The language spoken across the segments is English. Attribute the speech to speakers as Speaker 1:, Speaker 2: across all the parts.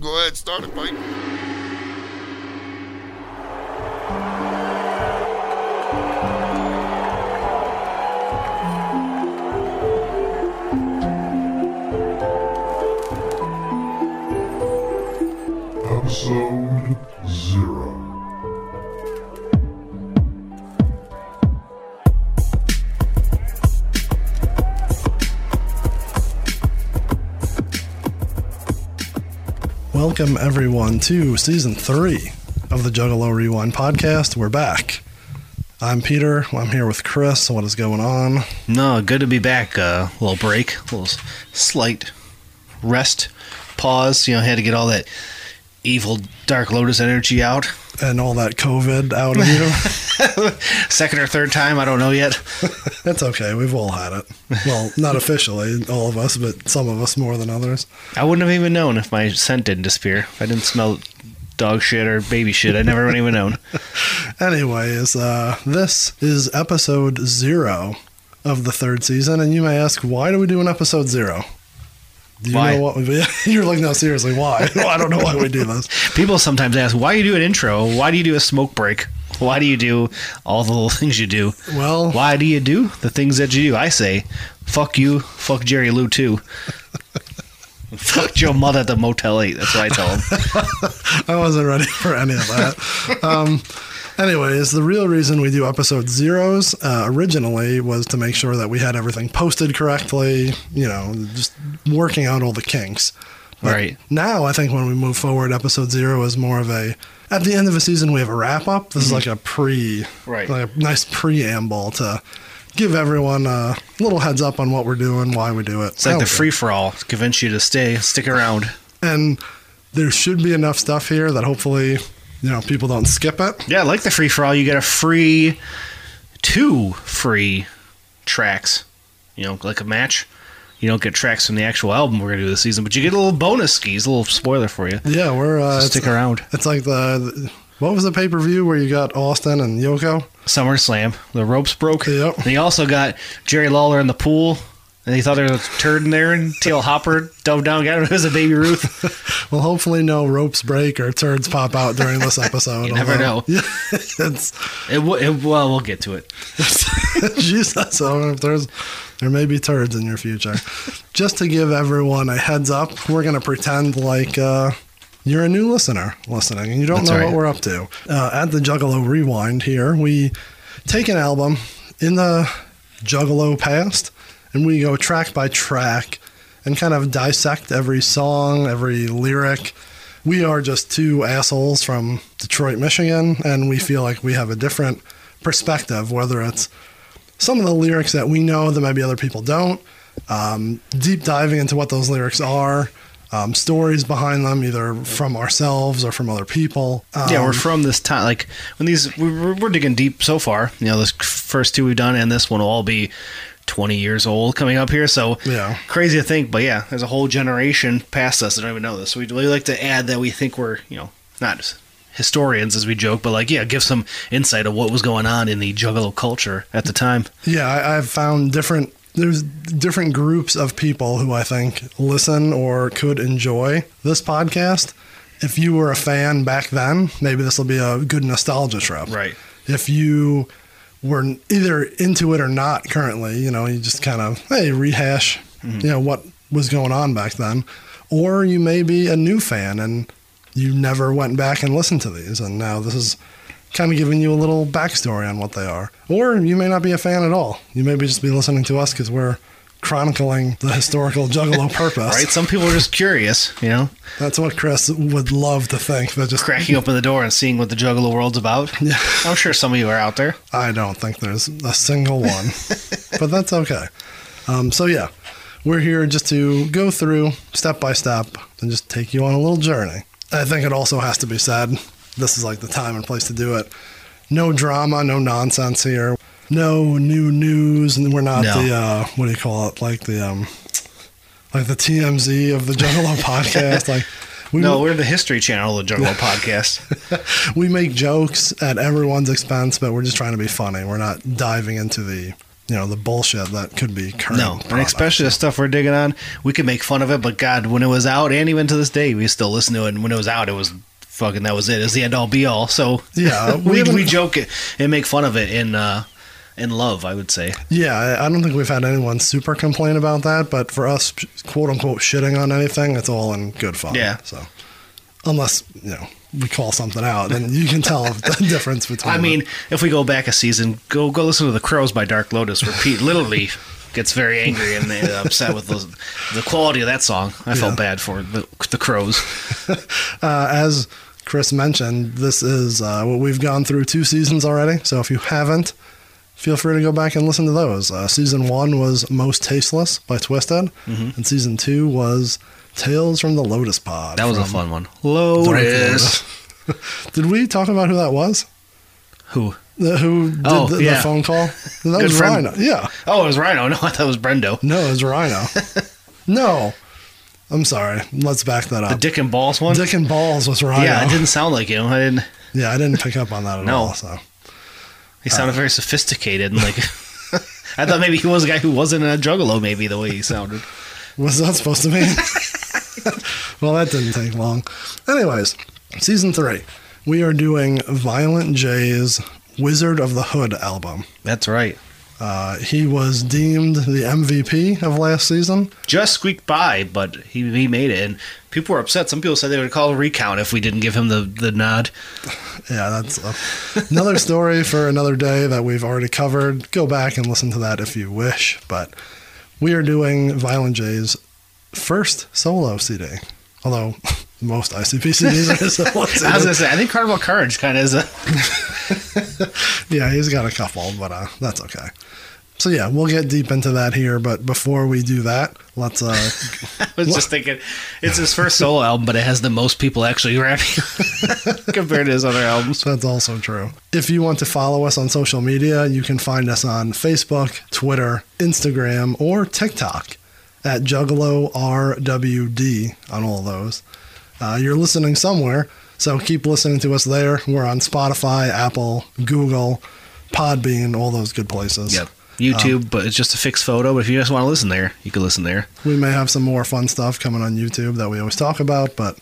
Speaker 1: Go ahead, start it, Mike.
Speaker 2: Episode zero.
Speaker 3: Welcome, everyone, to season three of the Juggalo Rewind podcast. We're back. I'm Peter. I'm here with Chris. What is going on?
Speaker 4: No, good to be back. uh, little break, little s- slight rest, pause. You know, had to get all that evil Dark Lotus energy out.
Speaker 3: And all that COVID out of you?
Speaker 4: Second or third time, I don't know yet.
Speaker 3: That's okay. We've all had it. Well, not officially, all of us, but some of us more than others.
Speaker 4: I wouldn't have even known if my scent didn't disappear. If I didn't smell dog shit or baby shit, I never would even known.
Speaker 3: Anyways, uh, this is episode zero of the third season. And you may ask, why do we do an episode zero? Do you
Speaker 4: Why?
Speaker 3: know what? You're like, no, seriously, why? I don't know why we do this.
Speaker 4: People sometimes ask, why do you do an intro? Why do you do a smoke break? Why do you do all the little things you do?
Speaker 3: Well,
Speaker 4: Why do you do the things that you do? I say, fuck you, fuck Jerry Lou too. fuck your mother at the Motel 8. That's what I tell him.
Speaker 3: I wasn't ready for any of that. um, anyways, the real reason we do episode zeros uh, originally was to make sure that we had everything posted correctly, you know, just working out all the kinks.
Speaker 4: right.
Speaker 3: Now, I think when we move forward, episode zero is more of a at the end of a season, we have a wrap up. This is like a pre,
Speaker 4: Mm-hmm. Right.
Speaker 3: like a nice preamble to give everyone a little heads up on what we're doing, why we do it.
Speaker 4: It's like
Speaker 3: How
Speaker 4: the
Speaker 3: we do it.
Speaker 4: free for all. Convince you to stay, stick around.
Speaker 3: And there should be enough stuff here that hopefully, you know, people don't skip it.
Speaker 4: Yeah, I like the free for all. You get a free, two free tracks, you know, like a match. You don't get tracks from the actual album we're going to do this season, but you get a little bonus skis, a little spoiler for you.
Speaker 3: Yeah, we're uh,
Speaker 4: So stick
Speaker 3: it's,
Speaker 4: around.
Speaker 3: it's like the, the- what was the pay per view where you got Austin and Yoko?
Speaker 4: SummerSlam. The ropes broke.
Speaker 3: Yep.
Speaker 4: And he also got Jerry Lawler in the pool. And he thought there was a turd in there, and Teal Hopper dove down, got him as a baby Ruth.
Speaker 3: Well, hopefully no ropes break or turds pop out during this episode.
Speaker 4: You never
Speaker 3: although-
Speaker 4: know.
Speaker 3: Yeah, it's
Speaker 4: It, w- it, well, we'll get to it.
Speaker 3: Jesus. So if there's there may be turds in your future. Just to give everyone a heads up, we're gonna pretend like. Uh, you're a new listener listening, and you don't
Speaker 4: That's
Speaker 3: know
Speaker 4: right.
Speaker 3: what we're up to. Uh, at the Juggalo Rewind here, we take an album in the Juggalo past, and we go track by track and kind of dissect every song, every lyric. We are just two assholes from Detroit, Michigan, and we feel like we have a different perspective, whether it's some of the lyrics that we know that maybe other people don't, um, deep diving into what those lyrics are, um, stories behind them, either from ourselves or from other people. Um,
Speaker 4: yeah, we're from this time. Like when these, we- we're, we're digging deep so far. You know, this first two we've done, and this one will all be 20 years old coming up here. So
Speaker 3: Yeah.
Speaker 4: crazy to think. But yeah, there's a whole generation past us that don't even know this. So we'd really like to add that we think we're, you know, not just historians as we joke, but like, yeah, give some insight of what was going on in the Juggalo culture at the time.
Speaker 3: yeah, I, I've found different. There's different groups of people who I think listen or could enjoy this podcast. If you were a fan back then, maybe this will be a good nostalgia trip.
Speaker 4: Right.
Speaker 3: if you were either into it or not currently, you know, you just kind of, hey, rehash,
Speaker 4: Mm-hmm.
Speaker 3: you know, what was going on back then. Or you may be a new fan and you never went back and listened to these. And now this is kind of giving you a little backstory on what they are. Or you may not be a fan at all. You may be just be listening to us because we're chronicling the historical Juggalo purpose.
Speaker 4: Right? Some people are just curious, you know,
Speaker 3: That's what Chris would love to think. That just
Speaker 4: cracking open the door and seeing what the Juggalo world's about.
Speaker 3: Yeah.
Speaker 4: I'm sure some of you are out there.
Speaker 3: I don't think there's a single one, but that's okay. Um, so yeah, we're here just to go through step by step and just take you on a little journey. I think it also has to be said, this is like the time and place to do it. No drama, no nonsense here. No new news, and we're not
Speaker 4: No.
Speaker 3: the uh, what do you call it? Like the um, like the TMZ of the Juggalo podcast. Like we
Speaker 4: No, we're the History Channel, of the Juggalo podcast.
Speaker 3: we make jokes at everyone's expense, but we're just trying to be funny. We're not diving into the you know the bullshit that could be current.
Speaker 4: No, and
Speaker 3: products.
Speaker 4: especially the stuff we're digging on, we could make fun of it, but God, when it was out, and even to this day, we still listen to it. And when it was out, it was fucking that was it. It's the end all be all. So
Speaker 3: Yeah, we
Speaker 4: Uh, we
Speaker 3: haven't-
Speaker 4: we joke it and make fun of it in uh, in love. I would say
Speaker 3: Yeah, I- I don't think we've had anyone super complain about that, but for us, quote unquote, shitting on anything, it's all in good fun.
Speaker 4: Yeah.
Speaker 3: So, unless you know we call something out, then you can tell the difference between.
Speaker 4: I
Speaker 3: the-
Speaker 4: mean, if we go back a season, go go listen to the Crows by Dark Lotus. Where Pete literally gets very angry and uh, upset with those, the quality of that song. I
Speaker 3: Yeah.
Speaker 4: felt bad for the, the Crows.
Speaker 3: uh, as Chris mentioned, this is uh, what we've gone through two seasons already. So if you haven't, feel free to go back and listen to those. Uh, season one was Most Tasteless by Twisted,
Speaker 4: Mm-hmm.
Speaker 3: and season two was Tales from the Lotus Pod.
Speaker 4: That was a
Speaker 3: from
Speaker 4: fun one.
Speaker 3: Dark
Speaker 4: Lotus.
Speaker 3: Lotus. Did we talk about who that was?
Speaker 4: Who?
Speaker 3: The, who did
Speaker 4: Oh,
Speaker 3: the, the
Speaker 4: yeah.
Speaker 3: phone call? That
Speaker 4: Good
Speaker 3: was
Speaker 4: friend.
Speaker 3: Rhino. Yeah.
Speaker 4: Oh, it was Rhino. No, I thought it was Brendo.
Speaker 3: No, it was Rhino. no. I'm sorry. Let's back that
Speaker 4: The
Speaker 3: up.
Speaker 4: Dick and Balls one.
Speaker 3: Dick and Balls was Rhino.
Speaker 4: yeah, it didn't sound like him. I didn't.
Speaker 3: Yeah, I didn't pick up on that at
Speaker 4: No.
Speaker 3: all. So
Speaker 4: He
Speaker 3: Uh.
Speaker 4: sounded very sophisticated and like. I thought maybe he was a guy who wasn't a juggalo. Maybe the way he sounded.
Speaker 3: What's that supposed to mean? well, that didn't take long. Anyways, season three, we are doing Violent J's Wizard of the Hood album.
Speaker 4: That's right.
Speaker 3: Uh, he was deemed the MVP of last season.
Speaker 4: Just squeaked by, but he, he made it, and people were upset. Some people said they would call a recount if we didn't give him the, the nod.
Speaker 3: Yeah, that's uh, another story for another day that we've already covered. Go back and listen to that if you wish. But we are doing Violent J's first solo CD. Although most ICP CDs are solo CDs.
Speaker 4: I was gonna say, I think Carnival Carnage kind of is a
Speaker 3: Yeah, he's got a couple, but uh, that's okay. So yeah, we'll get deep into that here, but before we do that, let's uh,
Speaker 4: I was just thinking, it's his first solo album, but it has the most people actually rapping compared to his other albums.
Speaker 3: that's also true. If you want to follow us on social media, you can find us on Facebook, Twitter, Instagram, or TikTok at Juggalo RWD on all those. Uh, you're listening somewhere, so keep listening to us there. We're on Spotify, Apple, Google, Podbean, all those good places.
Speaker 4: Yep. YouTube, but it's just a fixed photo. But if you just want to listen there, you can listen there.
Speaker 3: We may have some more fun stuff coming on YouTube that we always talk about, but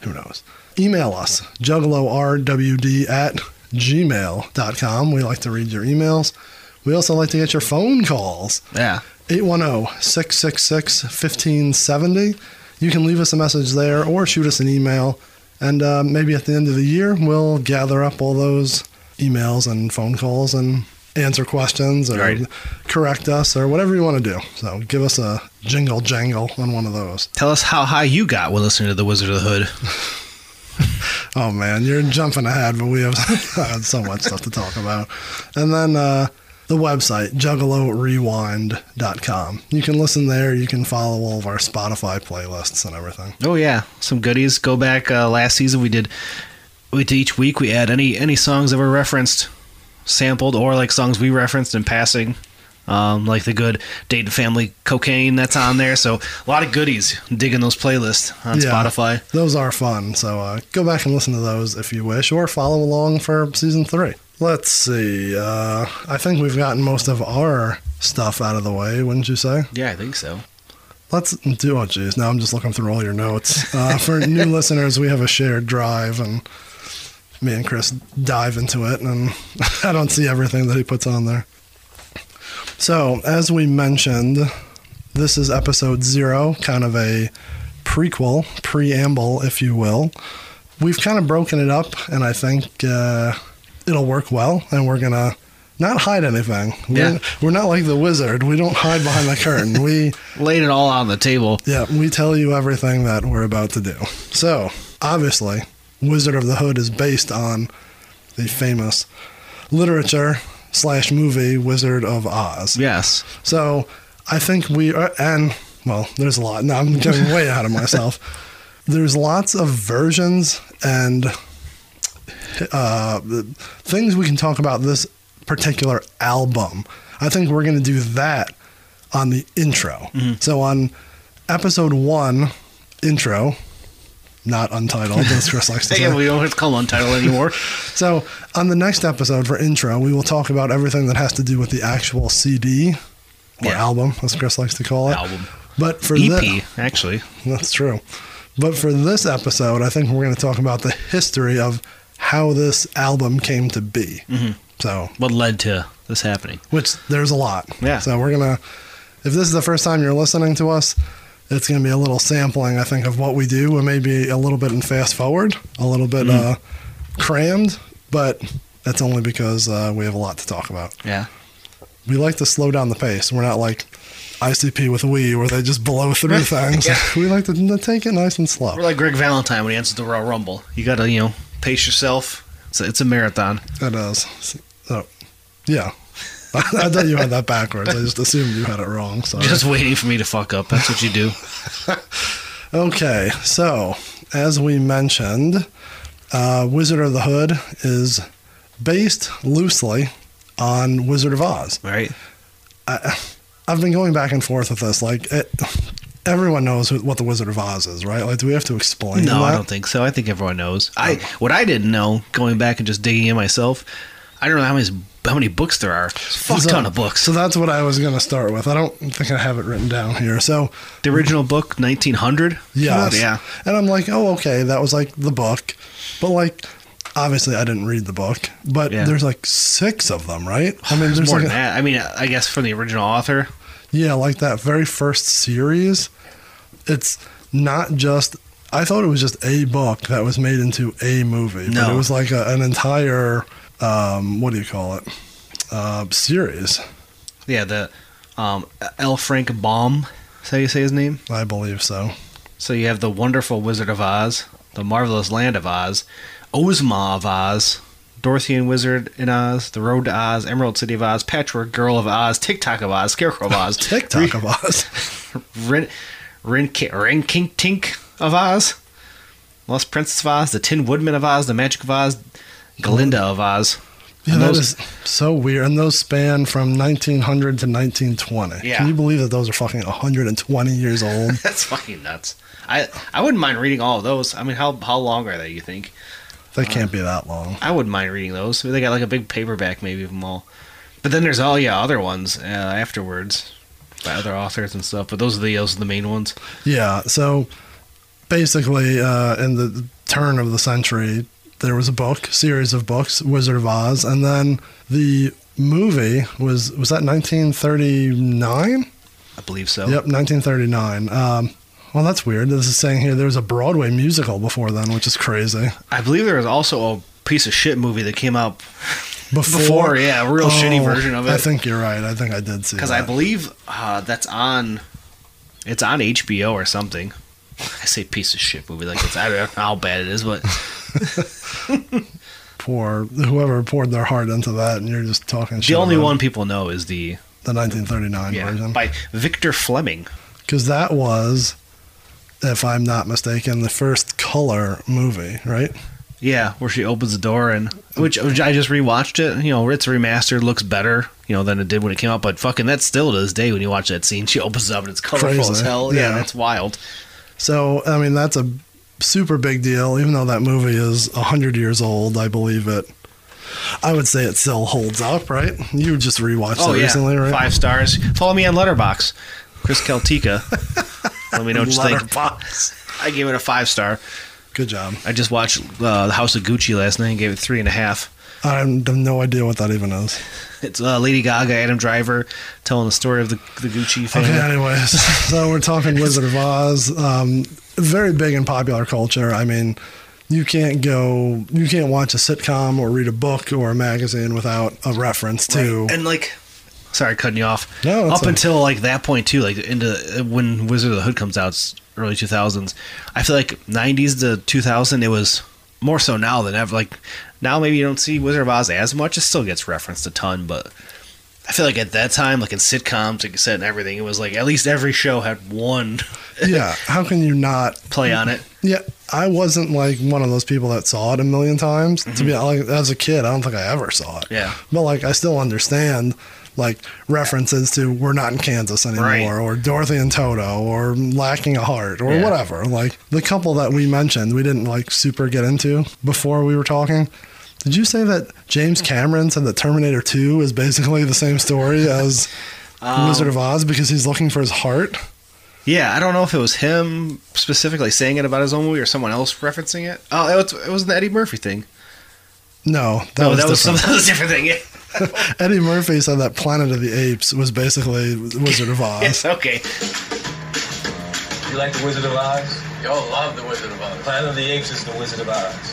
Speaker 3: who knows? Email us, juggalorwd at gmail.com. We like to read your emails. We also like to get your phone calls,
Speaker 4: Yeah.
Speaker 3: 810 666 1570. You can leave us a message there or shoot us an email. And uh, maybe at the end of the year, we'll gather up all those emails and phone calls and answer questions or
Speaker 4: Right.
Speaker 3: correct us or whatever you want to do. So give us a jingle jangle on one of those.
Speaker 4: Tell us how high you got when listening to The Wizard of the Hood.
Speaker 3: Oh man, you're jumping ahead, but we have so much stuff to talk about. And then uh, the website, juggalorewind.com. You can listen there. You can follow all of our Spotify playlists and everything.
Speaker 4: Oh yeah, some goodies. Go back uh, last season. We did. We did each week. We add any any songs that were referenced, sampled, or like songs we referenced in passing. Um, like the good date and family cocaine that's on there. So a lot of goodies. Digging those playlists on
Speaker 3: Yeah.
Speaker 4: Spotify.
Speaker 3: Those are fun. So uh, go back and listen to those if you wish, or follow along for season three. Let's see. Uh, I think we've gotten most of our stuff out of the way, wouldn't you say?
Speaker 4: Yeah, I think so.
Speaker 3: Let's do. Oh, geez. Now I'm just looking through all your notes. Uh, for new listeners, we have a shared drive, and me and Chris dive into it, and I don't see everything that he puts on there. So, as we mentioned, this is episode zero, kind of a prequel, preamble, if you will. We've kind of broken it up, and I think uh, it'll work well, and we're going to. Not hide anything. We're,
Speaker 4: Yeah.
Speaker 3: we're not like the wizard. We don't hide behind the curtain. We
Speaker 4: Laying it all out on the table.
Speaker 3: yeah, we tell you everything that we're about to do. So, obviously, Wizard of the Hood is based on the famous literature slash movie Wizard of Oz.
Speaker 4: Yes.
Speaker 3: So, I think we are, and well, there's a lot. No, I'm getting way ahead of myself. There's lots of versions and uh, the things we can talk about this particular album. I think we're going to do that on the intro. So on episode one intro, not untitled. That's Chris likes to
Speaker 4: Hey,
Speaker 3: say.
Speaker 4: we don't have to call it Untitled anymore.
Speaker 3: So on the next episode for intro, we will talk about everything that has to do with the actual CD or
Speaker 4: Yeah.
Speaker 3: album, as Chris likes to call it.
Speaker 4: Album. E
Speaker 3: But for
Speaker 4: EP,
Speaker 3: thi-
Speaker 4: actually.
Speaker 3: that's true. But for this episode, I think we're going to talk about the history of how this album came to be.
Speaker 4: Mm-hmm.
Speaker 3: So,
Speaker 4: What led to this happening?
Speaker 3: which there's a lot.
Speaker 4: Yeah.
Speaker 3: So we're gonna. If this is the first time you're listening to us, it's gonna be a little sampling, I think, of what we do, and maybe a little bit in fast forward, a little bit
Speaker 4: Mm-hmm.
Speaker 3: uh, crammed, but that's only because uh, we have a lot to talk about.
Speaker 4: Yeah.
Speaker 3: We like to slow down the pace. We're not like ICP with we, where they just blow through things.
Speaker 4: Yeah.
Speaker 3: We like to n- take it nice and slow.
Speaker 4: We're like Greg Valentine when he answers the Royal Rumble. You got to, you know, pace yourself. It's a, it's a marathon.
Speaker 3: It is. So, yeah. I thought you had that backwards. I just assumed you had it wrong. So
Speaker 4: Just waiting for me to fuck up. That's what you do.
Speaker 3: Okay, so as we mentioned, uh, Wizard of the Hood is based loosely on Wizard of Oz.
Speaker 4: All right.
Speaker 3: I've been going back and forth with this. Like, it, everyone knows who- what the Wizard of Oz is, right? Like, do we have to explain
Speaker 4: No, I
Speaker 3: that?
Speaker 4: don't think so. I think everyone knows. I
Speaker 3: Oh.
Speaker 4: what I didn't know going back and just digging in myself. I don't know how many how many books there are. It's a fuck
Speaker 3: So-
Speaker 4: ton of books.
Speaker 3: So that's what I was going to start with. I don't think I have it written down here. So,
Speaker 4: the original book, nineteen hundred.
Speaker 3: yes.
Speaker 4: yeah.
Speaker 3: And I'm like, oh, okay, that was like the book. But, like, obviously, I didn't read the book, but
Speaker 4: Yeah.
Speaker 3: there's like six of them, right? I mean, there's
Speaker 4: More
Speaker 3: like
Speaker 4: than
Speaker 3: a-
Speaker 4: that. I mean, I guess from the original author.
Speaker 3: Yeah, like that very first series. It's not just. I thought it was just a book that was made into a movie, but
Speaker 4: No.
Speaker 3: it was like a, an entire. Um, what do you call it? Uh, series,
Speaker 4: Yeah, the um, L. Frank Baum. Is how you say his name?
Speaker 3: I believe so.
Speaker 4: So you have the Wonderful Wizard of Oz, the Marvelous Land of Oz, Ozma of Oz, Dorothy and Wizard in Oz, the Road to Oz, Emerald City of Oz, Patchwork Girl of Oz, TikTok of Oz, Scarecrow of Oz,
Speaker 3: TikTok of Oz.
Speaker 4: Rin, Rin, Rin Kink Tink of Oz, Lost Princess of Oz, the Tin Woodman of Oz, the Magic of Oz, Glinda of Oz.
Speaker 3: Yeah,
Speaker 4: And
Speaker 3: that
Speaker 4: those-
Speaker 3: is so weird. And those span from 1900 to 1920.
Speaker 4: Yeah.
Speaker 3: Can you believe that those are fucking 120 years old?
Speaker 4: That's fucking nuts. I I wouldn't mind reading all of those. I mean, how how long are they? You think?
Speaker 3: They can't be that long.
Speaker 4: I wouldn't mind reading those. They got like a big paperback, maybe of them all. But then there's all yeah other ones uh, afterwards by other authors and stuff. But those are the those are the main ones.
Speaker 3: Yeah. So basically, uh, in the turn of the century, there was a book, series of books, Wizard of Oz, and then the movie was was that 1939?
Speaker 4: I believe so.
Speaker 3: Yep, 1939. Um, well, that's weird. This is saying here there was a Broadway musical before then, which is crazy.
Speaker 4: I believe there was also a piece of shit movie that came out
Speaker 3: Before, oh,
Speaker 4: Before, yeah, a real shitty version of
Speaker 3: I
Speaker 4: it.
Speaker 3: think you're right. I think I did see
Speaker 4: because I
Speaker 3: that.
Speaker 4: believe uh, that's on. It's on HBO or something. I say piece of shit movie like it's I don't know how bad it is, but
Speaker 3: Poor whoever poured their heart into that, and you're just talking.
Speaker 4: the
Speaker 3: shit
Speaker 4: only
Speaker 3: about
Speaker 4: one people know is the
Speaker 3: the 1939
Speaker 4: yeah
Speaker 3: version.
Speaker 4: by Victor Fleming.
Speaker 3: because that was, if I'm not mistaken, the first color movie, right?
Speaker 4: Yeah, where she opens the door and which, which I just rewatched it. You know, it's remastered, looks better, you know, than it did when it came out. But fucking, that's still to this day when you watch that scene. She opens it up and it's colorful
Speaker 3: Crazy.
Speaker 4: as hell. Yeah.
Speaker 3: Yeah.
Speaker 4: that's wild.
Speaker 3: So I mean, that's a super big deal. Even though that movie is hundred years old, I believe it. I would say it still holds up, right? You just rewatched
Speaker 4: oh
Speaker 3: it
Speaker 4: yeah,
Speaker 3: recently, right?
Speaker 4: five stars. Follow me on Letterbox, Chris Kaltika. Let me know what you think.
Speaker 3: Letterboxd.
Speaker 4: I gave it a five star.
Speaker 3: Good job.
Speaker 4: I just watched uh, The House of Gucci last night and gave it three and a half.
Speaker 3: I have no idea what that even is.
Speaker 4: It's uh, Lady Gaga, Adam Driver telling the story of the, the Gucci family.
Speaker 3: Okay, anyways, so we're talking Wizard of Oz. Um, very big in popular culture. I mean, you can't go, you can't watch a sitcom or read a book or a magazine without a reference to.
Speaker 4: Right. And like, sorry, cutting you off.
Speaker 3: No, that's
Speaker 4: up
Speaker 3: okay.
Speaker 4: until like that point too, like into when Wizard of the Hood comes out, it's early two thousands. I feel like nineties to two thousand, it was more so now than ever. Like now, maybe you don't see Wizard of Oz as much. It still gets referenced a ton, but. I feel like at that time, like in sitcoms, like you said, and everything, it was like at least every show had one
Speaker 3: Yeah, how can you not?
Speaker 4: play on it.
Speaker 3: Yeah, I wasn't like one of those people that saw it a million times. To be like, as a kid, I don't think I ever saw it.
Speaker 4: Mm-hmm. Yeah.
Speaker 3: but like I still understand like references to we're not in Kansas anymore
Speaker 4: Right.
Speaker 3: or Dorothy and Toto or lacking a heart or
Speaker 4: Yeah.
Speaker 3: whatever. Like the couple that we mentioned, we didn't like super get into before we were talking. Did you say that James Cameron said that Terminator 2 is basically the same story as
Speaker 4: Um,
Speaker 3: Wizard of Oz because he's looking for his heart?
Speaker 4: Yeah, I don't know if it was him specifically saying it about his own movie or someone else referencing it. Oh, it was, it was the Eddie Murphy thing.
Speaker 3: No, that
Speaker 4: No,
Speaker 3: was,
Speaker 4: that was, some,
Speaker 3: different.
Speaker 4: that was a different thing. Yeah.
Speaker 3: Eddie Murphy said that Planet of the Apes was basically Wizard of Oz.
Speaker 4: Yes, okay.
Speaker 1: You like The Wizard of Oz?
Speaker 5: Y'all love The Wizard of Oz.
Speaker 1: Planet of the Apes is The Wizard of Oz.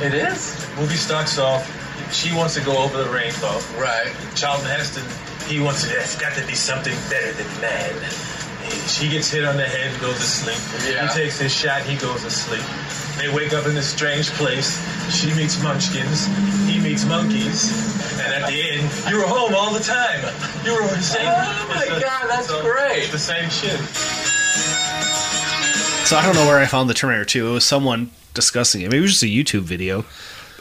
Speaker 5: It is?
Speaker 1: Movie starts off, she wants to go over the rainbow.
Speaker 5: Right.
Speaker 1: Charlton Heston, he wants to, there's got to be something better than man. She gets hit on the head, goes to sleep.
Speaker 5: Yeah.
Speaker 1: He takes his shot, he goes to sleep. They wake up in this strange place. She meets munchkins, he meets monkeys, and at the end, you were home all the time. You were the same.
Speaker 5: Oh my
Speaker 1: it's the-
Speaker 5: God, that's
Speaker 1: so
Speaker 5: great.
Speaker 1: It's the same shit.
Speaker 4: So I don't know where I found the Terminator 2. It was someone discussing it. Maybe it was just a YouTube video.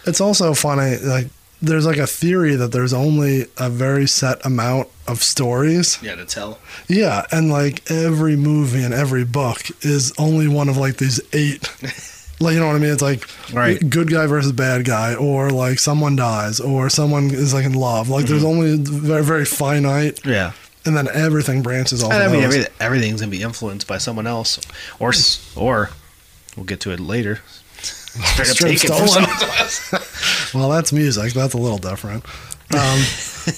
Speaker 3: It's also funny, like there's like a theory that there's only a very set amount of stories.
Speaker 4: Yeah, to tell.
Speaker 3: Yeah, and like every movie and every book is only one of like these eight. Like you know what I mean? It's like
Speaker 4: Right.
Speaker 3: good guy versus bad guy, or like someone dies, or someone is like in love. Like there's only
Speaker 4: Mm-hmm.
Speaker 3: very very finite,
Speaker 4: Yeah.
Speaker 3: and then everything branches off.
Speaker 4: And I
Speaker 3: of
Speaker 4: mean,
Speaker 3: those.
Speaker 4: every, everything's going to be influenced by someone else. Or, s- or we'll get to it later. Straight up
Speaker 3: Straight
Speaker 4: take it from
Speaker 3: stolen.
Speaker 4: someone else.
Speaker 3: Well, that's music. That's a little different. Um,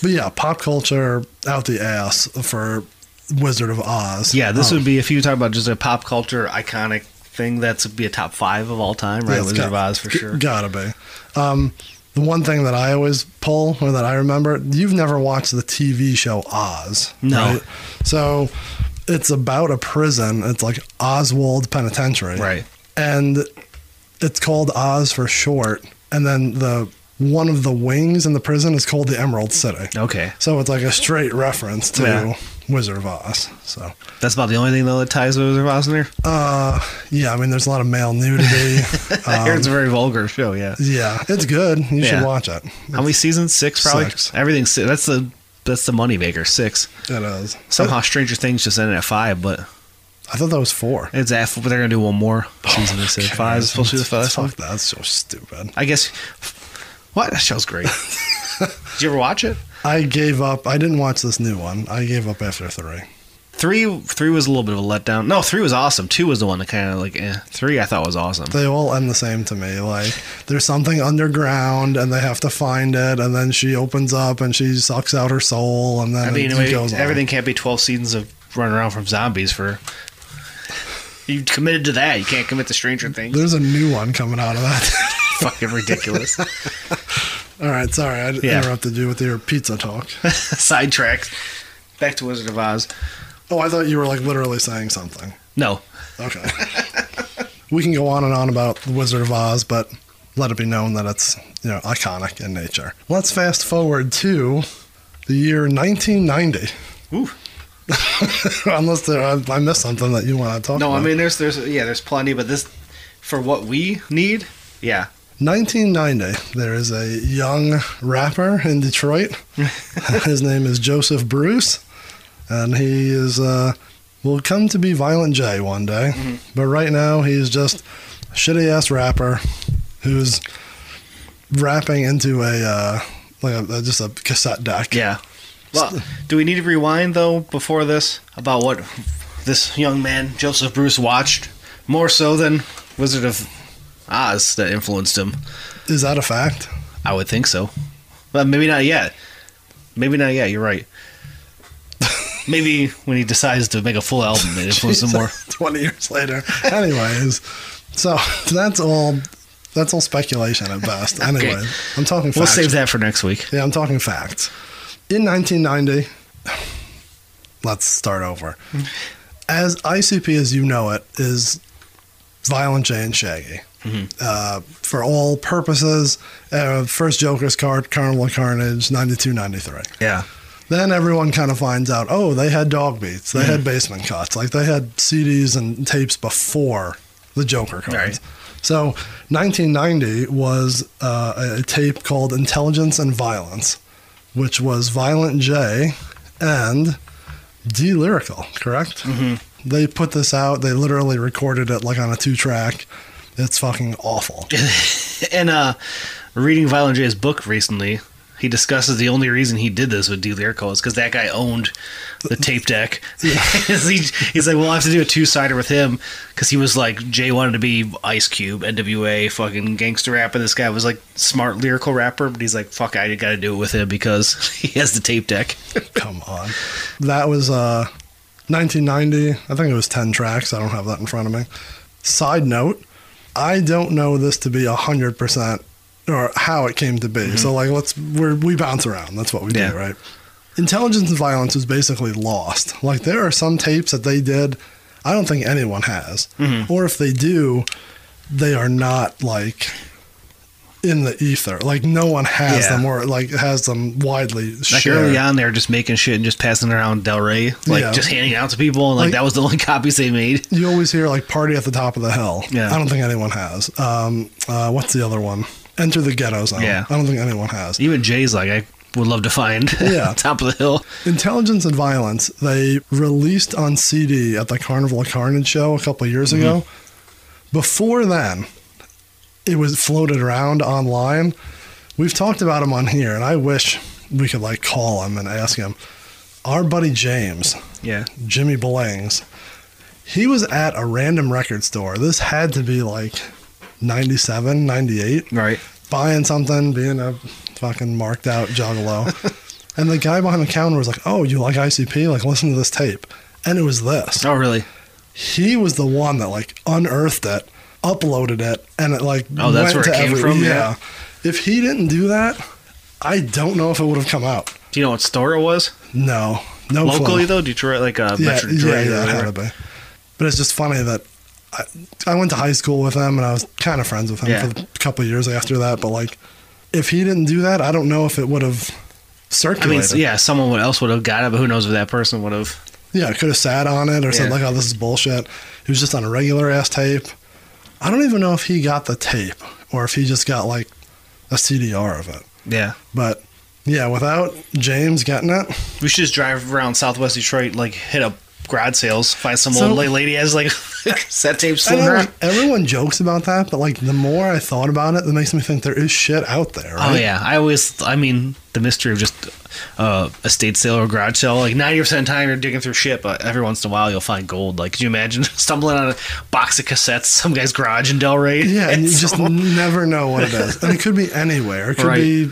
Speaker 3: but yeah, pop culture out the ass for Wizard of Oz.
Speaker 4: Yeah, this
Speaker 3: Um,
Speaker 4: would be if you talk about just a pop culture iconic thing. That's be a top five of all time,
Speaker 3: yeah,
Speaker 4: right?
Speaker 3: it's
Speaker 4: Wizard
Speaker 3: got-
Speaker 4: of Oz for
Speaker 3: g-
Speaker 4: sure.
Speaker 3: Gotta be. Um, the one thing that I always pull or that I remember, you've never watched the TV show Oz.
Speaker 4: No.
Speaker 3: So it's about a prison. It's like Oswald Penitentiary.
Speaker 4: Right.
Speaker 3: and it's called Oz for short. And then the one of the wings in the prison is called the Emerald City.
Speaker 4: Okay,
Speaker 3: So it's like a straight reference to
Speaker 4: Yeah.
Speaker 3: Wizard of Oz. So
Speaker 4: that's about the only thing though that ties Wizard of Oz in there.
Speaker 3: uh, yeah, I mean, there's a lot of male nudity. Um,
Speaker 4: I hear it's a very vulgar show. Yeah,
Speaker 3: yeah, it's good. You
Speaker 4: Yeah.
Speaker 3: should watch it.
Speaker 4: how many seasons? Six, probably.
Speaker 3: Six.
Speaker 4: Everything's si- that's the that's the moneymaker. Six.
Speaker 3: It is.
Speaker 4: Somehow Stranger Things just ended at five, but
Speaker 3: I thought that was four.
Speaker 4: it's at, they're gonna do one more season. They said five is supposed to be the last one.
Speaker 3: Fuck that. That's so stupid.
Speaker 4: I guess. What that show's great. Did you ever watch it?
Speaker 3: I gave up. I didn't watch this new one. I gave up after three.
Speaker 4: Three, three was a little bit of a letdown. No, three was awesome. Two was the one that kind of like. Eh. Three, I thought was awesome.
Speaker 3: They all end the same to me. Like there's something underground, and they have to find it, and then she opens up and she sucks out her soul, and then
Speaker 4: I mean,
Speaker 3: it,
Speaker 4: maybe
Speaker 3: goes on.
Speaker 4: everything can't be 12 seasons of running around from zombies for. You committed to that. You can't commit to Stranger Things.
Speaker 3: There's a new one coming out of that.
Speaker 4: Fucking ridiculous.
Speaker 3: all right, sorry, I
Speaker 4: Yeah.
Speaker 3: interrupted you with your pizza talk.
Speaker 4: Sidetracked. Back to Wizard of Oz.
Speaker 3: Oh, I thought you were like literally saying something.
Speaker 4: No.
Speaker 3: Okay. we can go on and on about the Wizard of Oz, but let it be known that it's you know iconic in nature. Let's fast forward to the year 1990.
Speaker 4: Ooh.
Speaker 3: Unless there, I, I missed something that you want to talk
Speaker 4: No,
Speaker 3: about.
Speaker 4: I mean, there's, there's, yeah, there's plenty, but this, for what we need, yeah.
Speaker 3: 1990. There is a young rapper in Detroit. His name is Joseph Bruce, and he is uh, will come to be Violent J one day.
Speaker 4: Mm-hmm.
Speaker 3: But right now, he's just a shitty ass rapper who's rapping into a uh, like a, just a cassette deck.
Speaker 4: Yeah. Well, do we need to rewind, though, before this, about what this young man, Joseph Bruce, watched more so than Wizard of Oz that influenced him?
Speaker 3: Is that a fact?
Speaker 4: I would think so. But maybe not yet. Maybe not yet. You're right. maybe when he decides to make a full album, it influences him more.
Speaker 3: 20 years later. Anyways, so that's all. That's all speculation at best. Anyway, I'm talking.
Speaker 4: We'll
Speaker 3: factual.
Speaker 4: save that for next week.
Speaker 3: Yeah, I'm talking facts. In 1990, let's start over. As ICP as you know it is Violent J and Shaggy.
Speaker 4: Mm-hmm.
Speaker 3: Uh, for all purposes, uh, first Joker's card, Carnival of Carnage, 92, 93.
Speaker 4: Yeah.
Speaker 3: Then everyone kind of finds out, oh, they had dog beats, they
Speaker 4: Mm-hmm.
Speaker 3: had basement cuts, like they had CDs and tapes before the Joker cards.
Speaker 4: Right.
Speaker 3: So 1990 was uh, a- a tape called Intelligence and Violence which was Violent J and D Lyrical, correct? Mm-hmm. They put this out. They literally recorded it like on a two track. It's fucking awful.
Speaker 4: And uh, reading Violent J's book recently, he discusses the only reason he did this with D. Lyrical is because that guy owned the tape deck. he, he's like, well, I have to do a two sider with him because he was like, Jay wanted to be Ice Cube, NWA, fucking gangster rapper. This guy was like smart lyrical rapper, but he's like, fuck, I got to do it with him because he has the tape deck.
Speaker 3: Come on. That was uh, 1990. I think it was 10 tracks. I don't have that in front of me. Side note, I don't know this to be 100% or how it came to be. So, like, let's, we're, we bounce around. That's what we
Speaker 4: Mm-hmm. Yeah.
Speaker 3: do, right? Intelligence and Violence was basically lost. Like, there are some tapes that they did, I don't think anyone has.
Speaker 4: Mm-hmm.
Speaker 3: Or if they do, they are not like in the ether. Like, no one has
Speaker 4: Yeah.
Speaker 3: them or like has them widely
Speaker 4: Like
Speaker 3: shared.
Speaker 4: early on, they were just making shit and just passing around Del Rey, like
Speaker 3: Yeah.
Speaker 4: just handing out to people. And like,
Speaker 3: Like-
Speaker 4: that was the only copies they made.
Speaker 3: you always hear like party at the top of the hill.
Speaker 4: Yeah.
Speaker 3: I don't think anyone has. Um, uh, what's the other one? Enter the ghetto zone.
Speaker 4: Yeah.
Speaker 3: I don't think anyone has.
Speaker 4: Even Jay's like, I would love to find
Speaker 3: Yeah.
Speaker 4: Top of the Hill.
Speaker 3: Intelligence and Violence, they released on CD at the Carnival of Carnage show a couple of years
Speaker 4: Mm-hmm.
Speaker 3: ago. Before then, it was floated around online. We've talked about him on here, and I wish we could like call him and ask him. Our buddy James,
Speaker 4: Yeah.
Speaker 3: Jimmy Belangs, he was at a random record store. This had to be like 97, 98
Speaker 4: Right.
Speaker 3: buying something, being a fucking marked out juggalo. and the guy behind the counter was like, Oh, you like ICP? Like, listen to this tape. And it was this.
Speaker 4: Oh, really?
Speaker 3: He was the one that like unearthed it, uploaded it, and it like
Speaker 4: Oh, that's where it came from, yeah.
Speaker 3: If he didn't do that, I don't know if it would have come out.
Speaker 4: Do you know what store it was?
Speaker 3: No, no clue.
Speaker 4: Locally, though, Detroit, like uh,
Speaker 3: Yeah,
Speaker 4: Metro
Speaker 3: yeah,
Speaker 4: Detroit. or
Speaker 3: yeah, it had
Speaker 4: whatever.
Speaker 3: to be. But it's just funny that I, I went to high school with him and I was kind of friends with him
Speaker 4: Yeah.
Speaker 3: for a couple of years after that. But like, if he didn't do that, I don't know if it would have
Speaker 4: I mean,
Speaker 3: circulated.
Speaker 4: yeah, someone would- else would have got it, but who knows if that person would have.
Speaker 3: yeah, it could have sat on it or said
Speaker 4: Yeah.
Speaker 3: like, "Oh, this is bullshit." He was just on a regular ass tape. I don't even know if he got the tape or if he just got like a CDR of it.
Speaker 4: Yeah.
Speaker 3: But yeah, without James getting it,
Speaker 4: We should just drive around Southwest Detroit, like hit up garage sales, find some
Speaker 3: So-
Speaker 4: old la- lady has like set tapes
Speaker 3: I
Speaker 4: sitting
Speaker 3: know
Speaker 4: around.
Speaker 3: like, everyone jokes about that, but like the more I thought about it, that makes me think there is shit out there. Right?
Speaker 4: Oh yeah, I always. I mean, the mystery of just uh, estate sale or garage sale. Like ninety percent of the time, you're digging through shit, but every once in a while, you'll find gold. Like, could you imagine stumbling on a box of cassettes, some guy's garage in Delray?
Speaker 3: Yeah, and you just
Speaker 4: someone-
Speaker 3: never know what it is, and it could be anywhere. It could
Speaker 4: Right.
Speaker 3: be.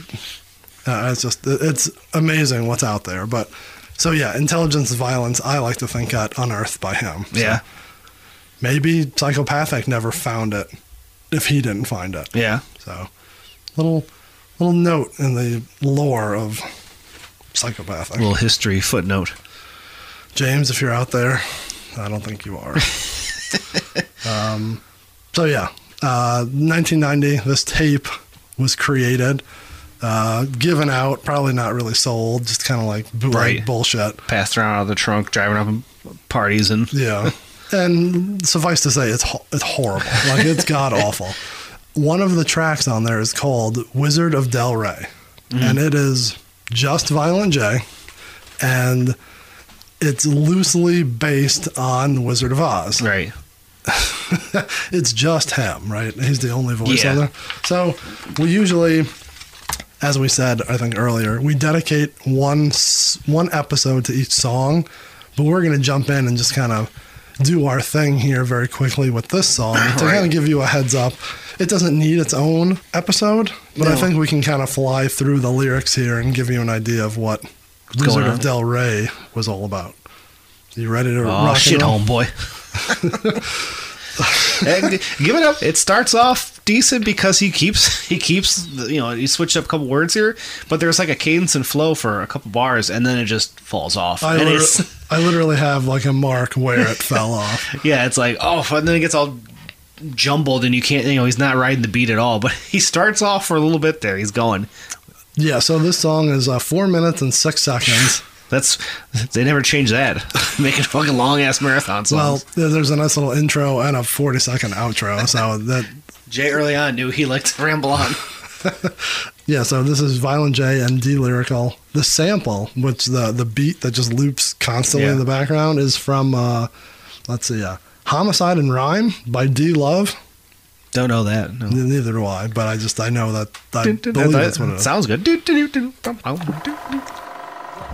Speaker 3: Uh, it's just it's amazing what's out there. But so yeah, intelligence and violence. I like to think got unearthed by him. So
Speaker 4: yeah,
Speaker 3: maybe psychopathic never found it if he didn't find it.
Speaker 4: yeah.
Speaker 3: So little little note in the lore of psychopathic.
Speaker 4: little history footnote.
Speaker 3: James, if you're out there, I don't think you are. um, so yeah, uh, 1990, this tape was created, uh, given out, probably not really sold, just kind of like bootleg
Speaker 4: Right.
Speaker 3: bullshit.
Speaker 4: Passed around out of the trunk, driving up parties, and
Speaker 3: Yeah, and suffice to say, it's ho- it's horrible. Like it's god awful. One of the tracks on there is called "Wizard of Del Rey," and it is just Violent J, and it's loosely based on Wizard of Oz.
Speaker 4: right.
Speaker 3: it's just him, right? He's the only voice on
Speaker 4: Yeah.
Speaker 3: there. So we usually, as we said, I think earlier, we dedicate one s- one episode to each song, but we're going to jump in and just kind of do our thing here very quickly with this song to kind of give you a heads up. It doesn't need its own episode, but I
Speaker 4: No.
Speaker 3: think we can kind of fly through the lyrics here and give you an idea of what
Speaker 4: going
Speaker 3: Wizard
Speaker 4: on?
Speaker 3: of Del Rey was all about. You ready to
Speaker 4: Oh
Speaker 3: rock
Speaker 4: shit,
Speaker 3: and roll?
Speaker 4: homeboy. And give it up. It starts off decent because he keeps he keeps you know he switched up a couple words here, but there's like a cadence and flow for a couple bars, and then it just falls off.
Speaker 3: I,
Speaker 4: and
Speaker 3: liter-
Speaker 4: it's,
Speaker 3: I literally have like a mark where it fell off.
Speaker 4: yeah, it's like oh, and then it gets all jumbled, and you can't you know he's not riding the beat at all. But he starts off for a little bit there. He's going.
Speaker 3: Yeah, so this song is uh, four minutes and six seconds.
Speaker 4: That's they never change that. Making fucking long ass marathon
Speaker 3: Well,
Speaker 4: songs.
Speaker 3: there- there's a nice little intro and a 40 second outro. So that,
Speaker 4: Jay early on knew he liked to ramble on.
Speaker 3: yeah, so this is Violent J and D Lyrical the sample, which the the beat that just loops constantly in
Speaker 4: Yeah.
Speaker 3: the background, is from uh, let's see, uh, "Homicide and Rhyme" by D Love.
Speaker 4: Don't know that. No.
Speaker 3: Neither do I, but I just I know that I believe that's what it is.
Speaker 4: Sounds good.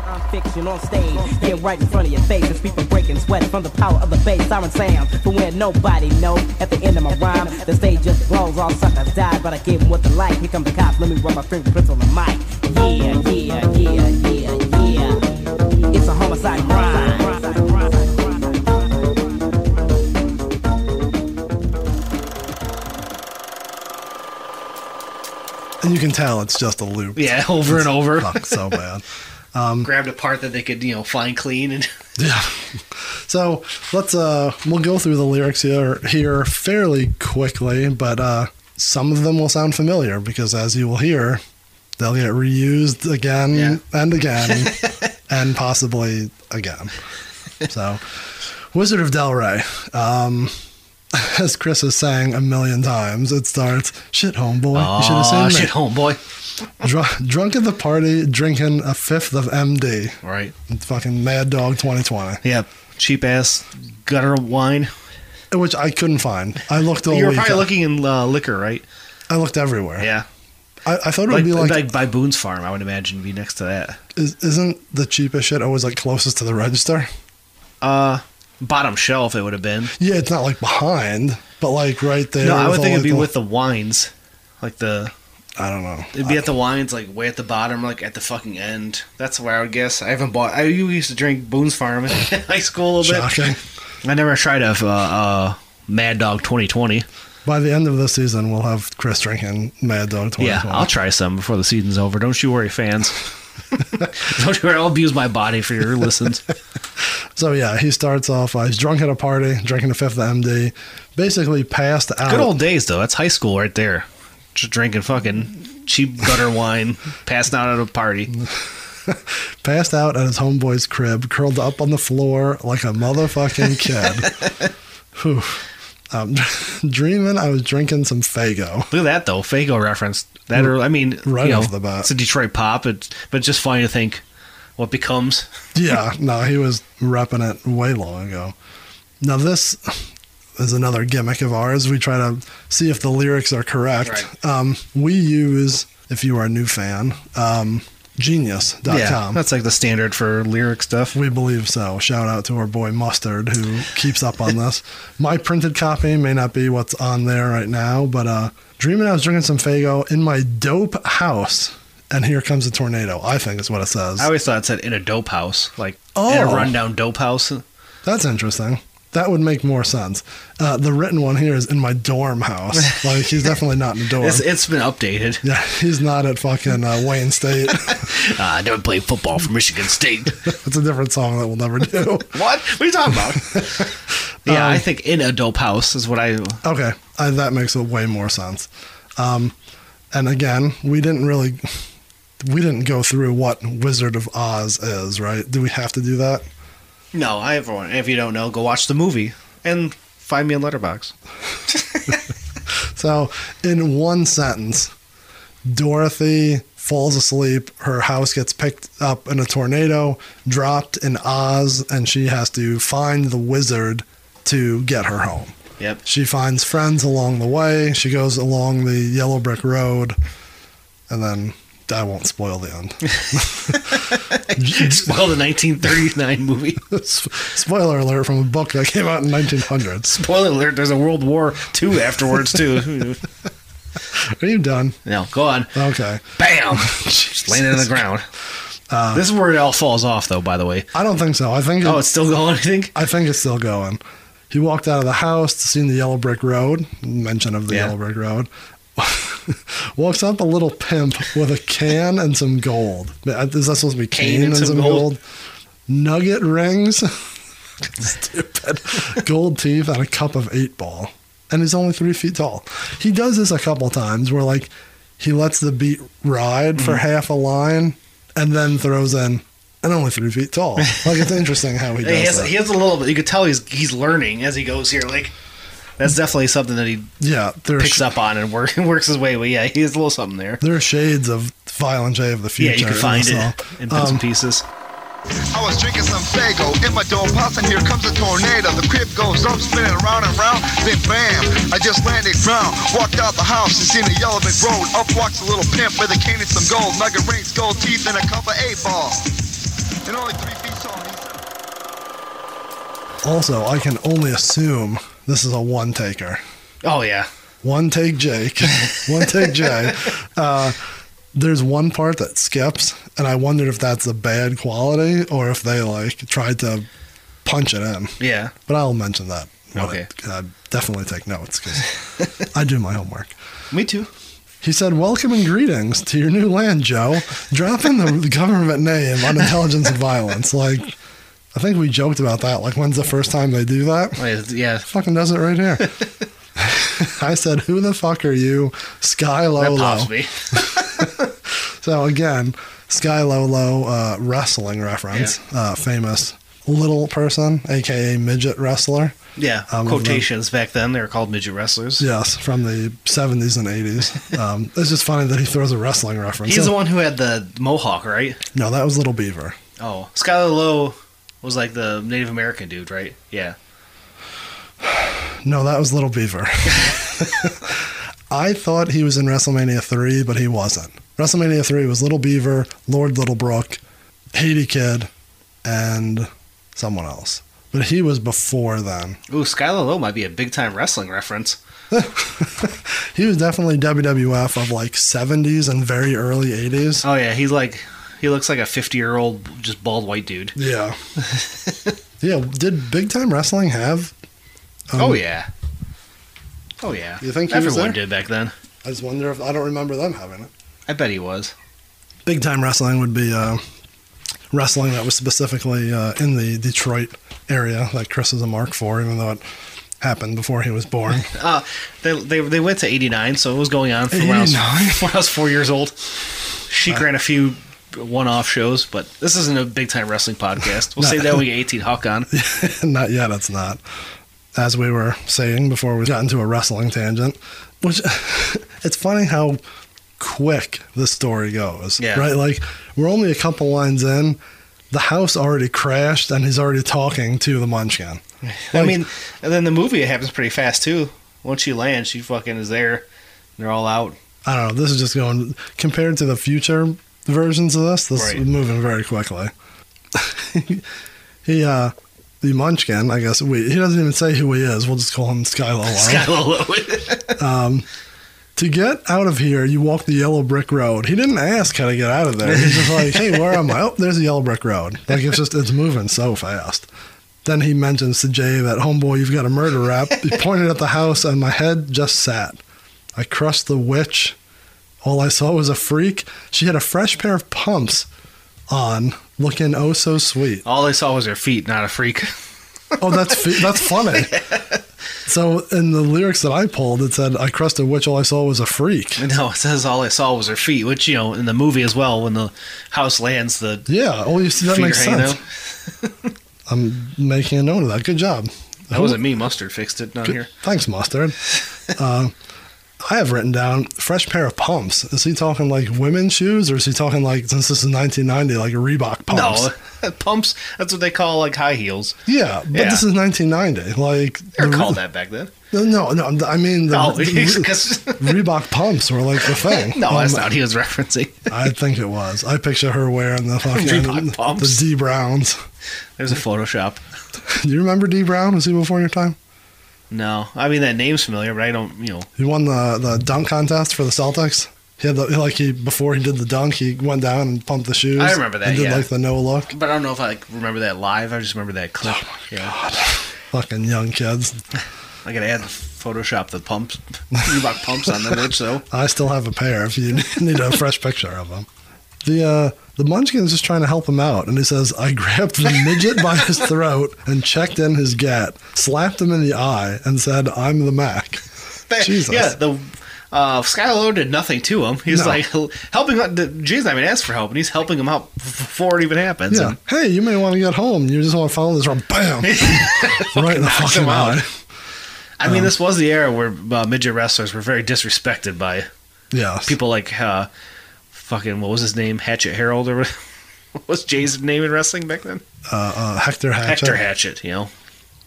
Speaker 6: Nonfiction on stage, get right in front of your face. The people breaking sweat from the power of the bass. Siren sound for when nobody knows. At the end of my rhyme, the stage just blows. All suckers die, but I gave 'em what they like. Here come the cops, let me rub my fingerprints on the mic. Yeah, yeah, yeah, yeah, yeah. It's a homicide rhyme.
Speaker 3: And you can tell it's just a loop.
Speaker 4: Yeah, over and over.
Speaker 3: Fuck, so bad.
Speaker 4: Grabbed a part that they could, you know, find clean and
Speaker 3: Yeah. So let's uh we'll go through the lyrics here here fairly quickly, but uh some of them will sound familiar because as you will hear, they'll get reused again
Speaker 4: Yeah.
Speaker 3: and again and possibly again. So Wizard of Del Rey. Um as Chris has sang a million times, it starts shit homeboy. you should have
Speaker 4: Aw,
Speaker 3: seen
Speaker 4: shit,
Speaker 3: me.
Speaker 4: homeboy.
Speaker 3: Dr- drunk at the party, drinking a fifth of MD.
Speaker 4: Right.
Speaker 3: Fucking Mad Dog 2020.
Speaker 4: Yeah. Cheap ass gutter wine.
Speaker 3: which I couldn't find. I looked all
Speaker 4: you were
Speaker 3: weekend.
Speaker 4: probably looking in uh, liquor, right?
Speaker 3: I looked everywhere.
Speaker 4: Yeah.
Speaker 3: I, I thought it
Speaker 4: Like,
Speaker 3: would
Speaker 4: like,
Speaker 3: be like,
Speaker 4: by Boone's Farm, I would imagine, be next to that.
Speaker 3: is, isn't the cheapest shit always like closest to the register?
Speaker 4: Uh, bottom shelf, it would have been.
Speaker 3: Yeah, it's not like behind, but like right there.
Speaker 4: No, I
Speaker 3: with
Speaker 4: would
Speaker 3: all,
Speaker 4: think it'd
Speaker 3: like,
Speaker 4: be
Speaker 3: the-
Speaker 4: with the wines, like the
Speaker 3: I don't know.
Speaker 4: It'd be at the wines, like way at the bottom, like at the fucking end. That's where I would guess. I haven't bought. I you used to drink Boone's Farm in high school a little bit.
Speaker 3: Shocking.
Speaker 4: I never tried a uh, uh, Mad Dog 2020.
Speaker 3: By the end of the season, we'll have Chris drinking Mad Dog 2020.
Speaker 4: Yeah, I'll try some before the season's over. Don't you worry, fans. Don't you worry. I'll abuse my body for your listens.
Speaker 3: so yeah, he starts off. Uh, he's drunk at a party, drinking a fifth of MD, basically passed out.
Speaker 4: Good old days though. That's high school right there. Just drinking fucking cheap butter wine, passing out at a party.
Speaker 3: passed out at his homeboy's crib, curled up on the floor like a motherfucking kid. Whew. Um, dreaming I was drinking some Fago.
Speaker 4: Look at that though, Fago reference. That or I mean,
Speaker 3: Right
Speaker 4: you know,
Speaker 3: off the bat.
Speaker 4: it's a Detroit pop. It's but it's just funny to think what becomes.
Speaker 3: Yeah, no, he was repping it way long ago. Now this is another gimmick of ours. We try to see if the lyrics are correct.
Speaker 4: Right.
Speaker 3: Um, we use, if you are a new fan, um, genius.com.
Speaker 4: that's like the standard for lyric stuff.
Speaker 3: We believe so. Shout out to our boy Mustard who keeps up on this. My printed copy may not be what's on there right now, but uh dreaming I was drinking some Fago in my dope house. And here comes a tornado, I think is what it says.
Speaker 4: I always thought it said in a dope house, like in
Speaker 3: Oh.
Speaker 4: a rundown dope house.
Speaker 3: That's interesting. That would make more sense. Uh, the written one here is in my dorm house. Like, he's definitely not in the dorm.
Speaker 4: It's, it's been updated.
Speaker 3: yeah, he's not at fucking uh, Wayne State.
Speaker 4: Uh, I never played football for Michigan State.
Speaker 3: That's a different song that we'll never do.
Speaker 4: what? What are you talking about? yeah, I think in a dope house is what I.
Speaker 3: Okay, I, that makes it way more sense. Um, and again, we didn't really, we didn't go through what Wizard of Oz is, right? Do we have to do that?
Speaker 4: No, I everyone. If you don't know, go watch the movie and find me on Letterbox.
Speaker 3: So, in one sentence, Dorothy falls asleep. Her house gets picked up in a tornado, dropped in Oz, and she has to find the wizard to get her home.
Speaker 4: Yep.
Speaker 3: She finds friends along the way. She goes along the yellow brick road, and then I won't spoil the end.
Speaker 4: Spoil the 1939 movie.
Speaker 3: Spoiler alert from a book that came out in 1900s.
Speaker 4: Spoiler alert, there's a World War II afterwards, too.
Speaker 3: Are you done?
Speaker 4: no, go on.
Speaker 3: Okay.
Speaker 4: Bam! Just landed on the ground. this is where it all falls off, though, by the way.
Speaker 3: I don't think so. I think
Speaker 4: Oh, it's still going, I think?
Speaker 3: I think it's still going. He walked out of the house, seen the yellow brick road, mention of the
Speaker 4: Yeah.
Speaker 3: yellow brick road. Walks up a little pimp with a can and some gold. Is that supposed to be cane, and, some, gold? Nugget rings, stupid gold teeth, and a cup of eight ball. And he's only three feet tall. He does this a couple times where, like, he lets the beat ride for half a line and then throws in, and only three feet tall. Like, it's interesting how he does
Speaker 4: He has,
Speaker 3: that.
Speaker 4: he has a little bit. You could tell he's he's learning as he goes here. Like, that's definitely something that he
Speaker 3: Yeah, there are,
Speaker 4: picks
Speaker 3: sh-
Speaker 4: up on and work, works his way. But yeah, he has a little something there.
Speaker 3: there are shades of Violent J of the
Speaker 4: Yeah,
Speaker 3: future.
Speaker 4: you can find
Speaker 3: in
Speaker 4: it
Speaker 3: this song.
Speaker 4: in bits
Speaker 3: Um,
Speaker 4: and pieces.
Speaker 7: I was drinking some Fago in my dome house, and here comes a tornado. The crib goes up, spinning round and round. Then bam, I just landed ground. Walked out the house and seen a yellow brick road. Up walks a little pimp with a cane and some gold. Nugget rings, gold teeth, and a cover eight ball. And only three feet tall. He said,
Speaker 3: also, I can only assume this is a one taker.
Speaker 4: Oh yeah,
Speaker 3: One take Jake, one take Jay. Uh, there's one part that skips, and I wondered if that's a bad quality or if they like tried to punch it in.
Speaker 4: yeah.
Speaker 3: But I'll mention that. when
Speaker 4: Okay.
Speaker 3: it- 'cause I uh, definitely take notes because I do my homework.
Speaker 4: Me too.
Speaker 3: He said, Welcome and greetings to your new land, Joe. Dropping the government name on intelligence and violence. Like, I think we joked about that. Like, when's the first time they do that?
Speaker 4: Wait, Oh, yeah.
Speaker 3: Fucking does it right here. I said, Who the fuck are you? Sky
Speaker 4: That
Speaker 3: Lolo.
Speaker 4: pops me.
Speaker 3: So, again, Sky Lolo uh, wrestling reference, uh, famous little person, aka midget wrestler.
Speaker 4: Yeah.
Speaker 3: Um,
Speaker 4: Quotations back then they were called midget wrestlers.
Speaker 3: Yes, from the 70s and 80s. Um, it's just funny that he throws a wrestling reference.
Speaker 4: He's
Speaker 3: in.
Speaker 4: the one who had the mohawk, right?
Speaker 3: No, that was Little Beaver.
Speaker 4: Oh, Skylar Lowe was like the Native American dude, right? Yeah.
Speaker 3: No, that was Little Beaver. I thought he was in WrestleMania 3, but he wasn't. WrestleMania 3 was Little Beaver, Lord Littlebrook, Haiti Kid, and someone else. But he was before then.
Speaker 4: Ooh, Skylar Lowe might be a big time wrestling reference.
Speaker 3: He was definitely WWF of like 70s and very early 80s.
Speaker 4: Oh yeah, he's like he looks like a fifty year old just bald white dude.
Speaker 3: Yeah. yeah. Did big time wrestling have. um,
Speaker 4: oh yeah. Oh yeah.
Speaker 3: You think he was
Speaker 4: everyone
Speaker 3: there?
Speaker 4: did back then?
Speaker 3: I just wonder if. I don't remember them having it.
Speaker 4: I bet he was.
Speaker 3: Big time wrestling would be uh, wrestling that was specifically uh, in the Detroit area that Chris is a mark for, even though it happened before he was born.
Speaker 4: Uh, they, they, they went to 89, so it was going on for when I, was,
Speaker 3: 89?
Speaker 4: when I was four years old. She
Speaker 3: Uh,
Speaker 4: ran a few one off shows, but this isn't a big time wrestling podcast. We'll
Speaker 3: No.
Speaker 4: save that when we get 18 Hawk on.
Speaker 3: not yet, it's not. As we were saying before we got into a wrestling tangent, which it's funny how quick this story goes.
Speaker 4: Yeah.
Speaker 3: Right? Like, we're only a couple lines in. The house already crashed, and he's already talking to the Munchkin.
Speaker 4: I mean, and then the movie it happens pretty fast, too. Once she lands, she fucking is there. and They're all out.
Speaker 3: I don't know. This is just going compared to the future versions of this. This
Speaker 4: Right.
Speaker 3: is moving very quickly. he, uh, the Munchkin, I guess. We, he doesn't even say who he is. We'll just call him Skylar.
Speaker 4: Sky Lolo.
Speaker 3: to get out of here, you walk the yellow brick road. He didn't ask how to get out of there. He's just like, hey, where am I? Oh, there's a yellow brick road. Like it's just it's moving so fast. Then he mentions to Jay that homeboy, you've got a murder rap. He pointed at the house, and my head just sat. I crushed the witch. All I saw was a freak. She had a fresh pair of pumps on, looking oh so sweet.
Speaker 4: all I saw was her feet, not a freak.
Speaker 3: Oh, that's fe- that's funny. So in the lyrics that I pulled, it said, "I crushed a witch. All I saw was a freak."
Speaker 4: No, it says all I saw was her feet, which, you know, in the movie as well, when the house lands, the
Speaker 3: Yeah. Oh, you see, that
Speaker 4: feet are
Speaker 3: makes
Speaker 4: hanging
Speaker 3: sense.
Speaker 4: out.
Speaker 3: I'm making a note of that. Good job.
Speaker 4: That wasn't me. Mustard fixed it down
Speaker 3: Good-
Speaker 4: here.
Speaker 3: Thanks, Mustard. uh, I have written down fresh pair of pumps. Is he talking like women's shoes or is he talking like, since this is 1990, like Reebok pumps?
Speaker 4: No, pumps. That's what they call like high heels.
Speaker 3: Yeah, but
Speaker 4: Yeah.
Speaker 3: this is 1990. Like,
Speaker 4: They were
Speaker 3: the-
Speaker 4: called that back then.
Speaker 3: No, no, no, I mean, the,
Speaker 4: Oh,
Speaker 3: the
Speaker 4: because
Speaker 3: Reebok pumps were like the thing.
Speaker 4: no, that's
Speaker 3: Um,
Speaker 4: not what he was referencing.
Speaker 3: I think it was. I picture her wearing the fucking
Speaker 4: Reebok pumps.
Speaker 3: The D Browns.
Speaker 4: There's a Photoshop.
Speaker 3: Do you remember D Brown? Was he before your time?
Speaker 4: No, I mean that name's familiar, but I don't. You know,
Speaker 3: He won the, the dunk contest for the Celtics. He had the like he before he did the dunk, he went down and pumped the shoes.
Speaker 4: I remember that,
Speaker 3: And did
Speaker 4: yeah.
Speaker 3: like the no look.
Speaker 4: but I don't know if I like, remember that live. I just remember that clip.
Speaker 3: Oh
Speaker 4: yeah,
Speaker 3: Fucking young kids.
Speaker 4: I gotta add the Photoshop the pumps, Reebok pumps on the which though.
Speaker 3: I still have a pair if you need a fresh picture of them. The uh, the Munchkin is just trying to help him out, and he says, "I grabbed the midget by his throat and checked in his gat, slapped him in the eye, and said, "I'm the Mac."
Speaker 4: They-
Speaker 3: Jesus.
Speaker 4: Yeah, the uh, Sky Lord did nothing to him. He's
Speaker 3: No.
Speaker 4: like helping. the- Jay's not even asked for help, and he's helping him out before it even happens.
Speaker 3: Yeah.
Speaker 4: And
Speaker 3: Hey, you may want to get home. You just want to follow this road. Bam! right in the fucking
Speaker 4: him out.
Speaker 3: eye.
Speaker 4: I mean, this was the era where uh, midget wrestlers were very disrespected by
Speaker 3: Yeah.
Speaker 4: people like uh, fucking what was his name? Hatchet Harold or what what was Jay's name in wrestling back then?
Speaker 3: Uh, uh, Hector Hatchet.
Speaker 4: Hector Hatchet. You know,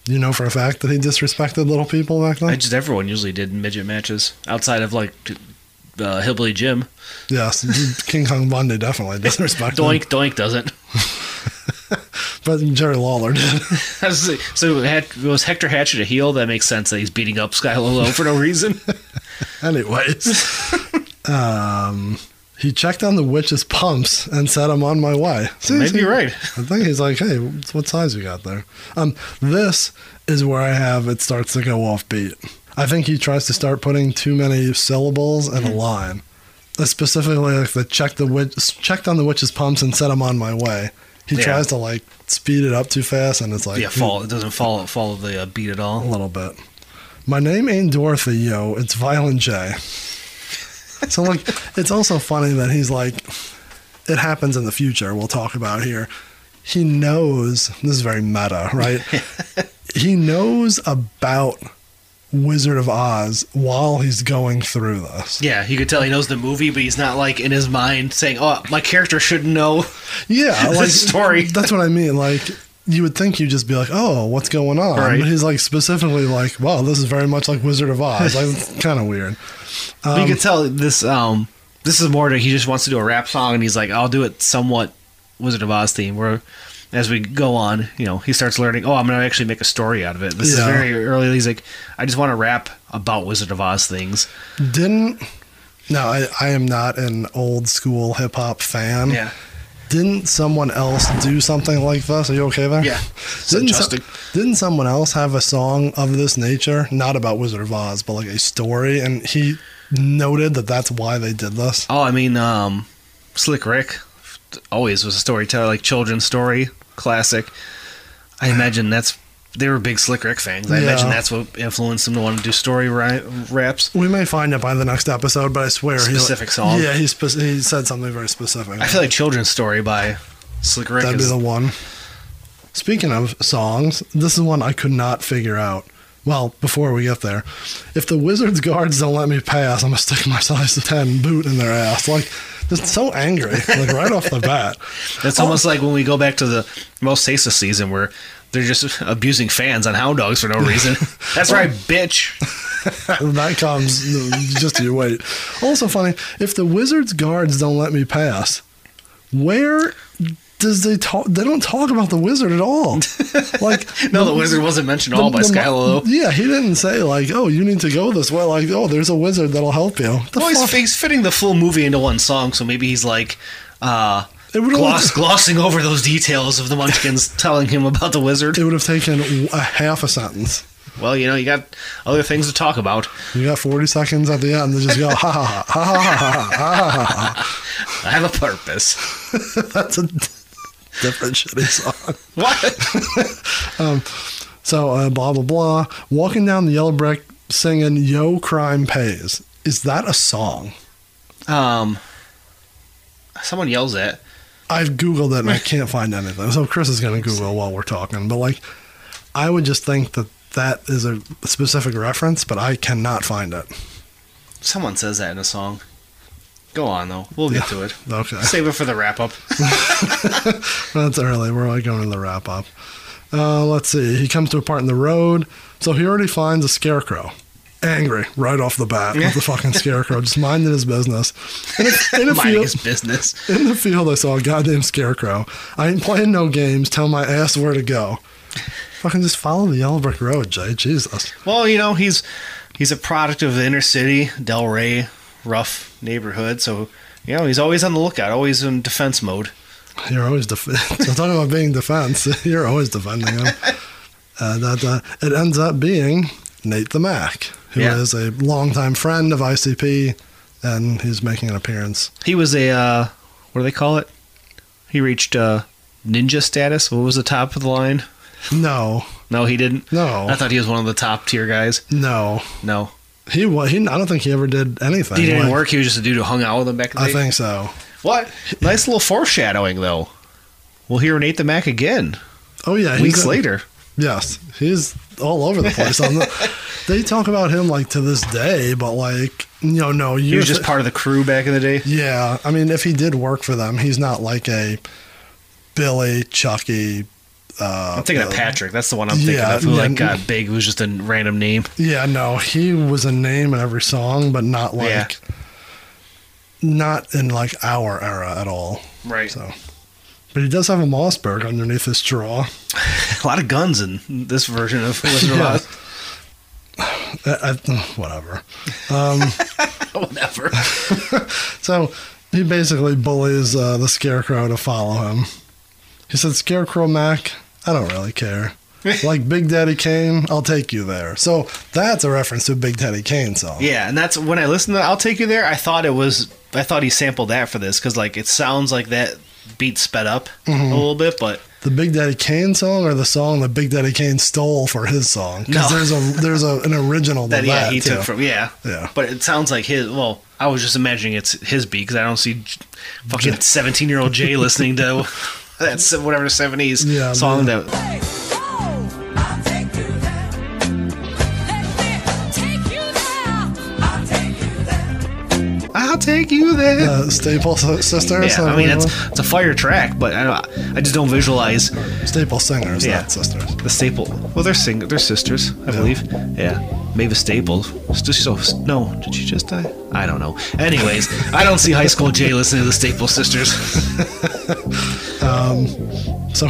Speaker 3: You know for a fact that he disrespected little people back then?
Speaker 4: I just everyone usually did midget matches outside of like t- uh, Hillbilly Jim.
Speaker 3: yes. King Kong Bundy definitely disrespected him.
Speaker 4: Doink Doink doesn't.
Speaker 3: But Jerry Lawler did.
Speaker 4: so had, was Hector Hatchet a heel? That makes sense that he's beating up Sky Low for no reason.
Speaker 3: Anyways, um, he checked on the witch's pumps and said, I'm on my way. See,
Speaker 4: Maybe
Speaker 3: see,
Speaker 4: you're right.
Speaker 3: I think he's like, hey, what size you got there? Um, this is where I have it starts to go off beat. I think he tries to start putting too many syllables in
Speaker 4: Hmm.
Speaker 3: a line. Uh, Specifically, like the check the witch checked on the witch's pumps and said, I'm on my way. He
Speaker 4: Yeah.
Speaker 3: tries to like speed it up too fast, and it's like
Speaker 4: yeah, fall. It doesn't follow follow the uh, beat at
Speaker 3: a
Speaker 4: all.
Speaker 3: little bit. My name ain't Dorothy, yo. It's Violent J. So like, it's also funny that he's like, it happens in the future. We'll talk about here. He knows this is very meta, right? he knows about Wizard of Oz while he's going through this.
Speaker 4: Yeah, you could tell he knows the movie, but he's not like in his mind saying, "Oh, my character should know."
Speaker 3: Yeah,
Speaker 4: The
Speaker 3: like
Speaker 4: story.
Speaker 3: That's what I mean. Like. You would think you'd just be like, "Oh, what's going on?"
Speaker 4: Right.
Speaker 3: But he's like specifically like, "Wow, this is very much like Wizard of Oz." Like, it's kind of weird.
Speaker 4: But you could tell this. Um, this is more that he just wants to do a rap song, and he's like, "I'll do it somewhat Wizard of Oz theme." Where as we go on, you know, he starts learning. Oh, I'm gonna actually make a story out of it. This
Speaker 3: Yeah.
Speaker 4: is very early. He's like, "I just want to rap about Wizard of Oz things."
Speaker 3: Didn't no, I, I am not an old school hip hop fan. Didn't someone else do something like this? Are you okay there?
Speaker 4: Yeah.
Speaker 3: Didn't, so-
Speaker 4: Justin.
Speaker 3: didn't someone else have a song of this nature? Not about Wizard of Oz, but like a story. And he noted that that's why they did this.
Speaker 4: Oh, I mean, um, Slick Rick always was a storyteller, like children's story, classic. I imagine that's they were big Slick Rick fans. I
Speaker 3: Yeah.
Speaker 4: imagine that's what influenced them to want to do story ri- raps.
Speaker 3: We may find it by the next episode, but I swear he-
Speaker 4: Specific song.
Speaker 3: Yeah, he, spec he said something very specific.
Speaker 4: I feel like children's story by Slick Rick
Speaker 3: That'd be
Speaker 4: is
Speaker 3: the one. Speaking of songs, this is one I could not figure out. Well, before we get there, if the Wizards guards don't let me pass, I'm gonna stick my size 10 boot in their ass. Like, just so angry, like right off the bat.
Speaker 4: that's almost like when we go back to the most tasteless season where they're just abusing fans on hound dogs for no reason. that's right, bitch.
Speaker 3: That comes just you wait. Also funny, if the Wizards guards don't let me pass, where does they talk? They don't talk about the wizard at all. Like,
Speaker 4: No, the wizard wasn't mentioned at all
Speaker 3: The-
Speaker 4: by
Speaker 3: the
Speaker 4: Sky
Speaker 3: mo-
Speaker 4: Low.
Speaker 3: Yeah, he didn't say like, "Oh, you need to go this way." Like, "Oh, there's a wizard that'll help you." The
Speaker 4: Well,
Speaker 3: fuck?
Speaker 4: Oh, he's, he's fitting the full movie into one song, so maybe he's like uh,
Speaker 3: It would
Speaker 4: gloss,
Speaker 3: only-
Speaker 4: glossing over those details of the Munchkins telling him about the wizard.
Speaker 3: It would have taken a half a sentence.
Speaker 4: Well, you know, you got other things to talk about.
Speaker 3: You got 40 seconds at the end to just go, ha ha ha, ha ha ha ha ha ha ha.
Speaker 4: I have a purpose.
Speaker 3: That's a different shitty song.
Speaker 4: What?
Speaker 3: So, uh, blah, blah, blah. Walking down the yellow brick singing, Yo, crime pays. Is that a song?
Speaker 4: um, someone yells that.
Speaker 3: I've Googled it and I can't find anything. So, Chris is going to Google while we're talking. But, like, I would just think that that is a specific reference, but I cannot find it.
Speaker 4: Someone says that in a song. Go on though. We'll get to it.
Speaker 3: Okay.
Speaker 4: Save it for the wrap up.
Speaker 3: That's early. We're like going to the wrap up. Uh, let's see. He comes to a part in the road. So he already finds a scarecrow. Angry right off the bat with the fucking scarecrow, just minding his business. In a, in a
Speaker 4: Minding
Speaker 3: field,
Speaker 4: his business.
Speaker 3: in the field, I saw a goddamn scarecrow. I ain't playing no games. Tell my ass where to go. Fucking just follow the yellow brick road, Jay. Jesus.
Speaker 4: Well, you know, he's he's a product of the inner city, Del Rey, rough neighborhood. So you know, he's always on the lookout, always in defense mode.
Speaker 3: You're always def- so talking about being defense. You're always defending him. Uh, that uh, it ends up being Nate the Mac, who is
Speaker 4: Yeah.
Speaker 3: a longtime friend of ICP, and he's making an appearance.
Speaker 4: He was a uh, what do they call it? He reached uh, ninja status. What was the top of the line?
Speaker 3: No,
Speaker 4: No, he didn't.
Speaker 3: No.
Speaker 4: I thought he was one of the top tier guys.
Speaker 3: no,
Speaker 4: No,
Speaker 3: he wa- he. I don't think he ever did anything.
Speaker 4: he didn't
Speaker 3: Like,
Speaker 4: work. He was just a dude who hung out with them back in the
Speaker 3: I
Speaker 4: day.
Speaker 3: think so.
Speaker 4: What? Nice little foreshadowing, though. We'll hear Nate the Mac again
Speaker 3: Oh yeah, he's
Speaker 4: weeks
Speaker 3: in-
Speaker 4: later.
Speaker 3: Yes, he's all over the place. on the, They talk about him like to this day, but like, you know, no,
Speaker 4: He
Speaker 3: you
Speaker 4: was just part of the crew back in the day.
Speaker 3: Yeah, I mean, if he did work for them, he's not like a Billy Chucky. Uh,
Speaker 4: I'm thinking of
Speaker 3: Billy.
Speaker 4: Patrick. That's the one I'm thinking
Speaker 3: Yeah,
Speaker 4: of. Who
Speaker 3: yeah.
Speaker 4: like got big? Who was just a random name.
Speaker 3: Yeah, no, he was a name in every song, but not like,
Speaker 4: Yeah.
Speaker 3: not in like our era at all.
Speaker 4: Right.
Speaker 3: So, but he does have a Mossberg underneath his straw.
Speaker 4: A lot of guns in this version of Wizard of
Speaker 3: Yeah.
Speaker 4: Oz.
Speaker 3: Uh, uh, whatever.
Speaker 4: Whatever.
Speaker 3: So he basically bullies uh, the Scarecrow to follow him. He said, "Scarecrow Mac, I don't really care. like Big Daddy Kane, I'll take you there." So that's a reference to a Big Daddy Kane song.
Speaker 4: Yeah, and that's when I listened to I'll Take You There, I thought it was I thought he sampled that for this cuz like it sounds like that beat sped up
Speaker 3: Mm-hmm.
Speaker 4: a little bit, but
Speaker 3: The Big Daddy Kane song, or the song that Big Daddy Kane stole for his song? Because
Speaker 4: No.
Speaker 3: there's a there's a, an original to
Speaker 4: that
Speaker 3: that,
Speaker 4: yeah, he took
Speaker 3: too.
Speaker 4: from yeah.
Speaker 3: Yeah.
Speaker 4: But it sounds like his well, I was just imagining it's his beat cuz I don't see j- fucking 17-year-old Jay listening to that se- whatever 70s
Speaker 3: Yeah,
Speaker 4: song
Speaker 3: man.
Speaker 4: that
Speaker 8: I'll take you there. Let me take you there. I'll take you there.
Speaker 4: I'll take you there.
Speaker 3: Uh, Staple S- Sisters.
Speaker 4: yeah, I mean it's it's a fire track, but I don't, I just don't visualize
Speaker 3: Staple Singers,
Speaker 4: Yeah.
Speaker 3: not Sisters.
Speaker 4: The staple. Well, they're sing- they're sisters, I believe. Yeah, Mavis Staples. St- So no, did she just die? I don't know. Anyways, I don't see high school Jay listening to the Staple Sisters.
Speaker 3: So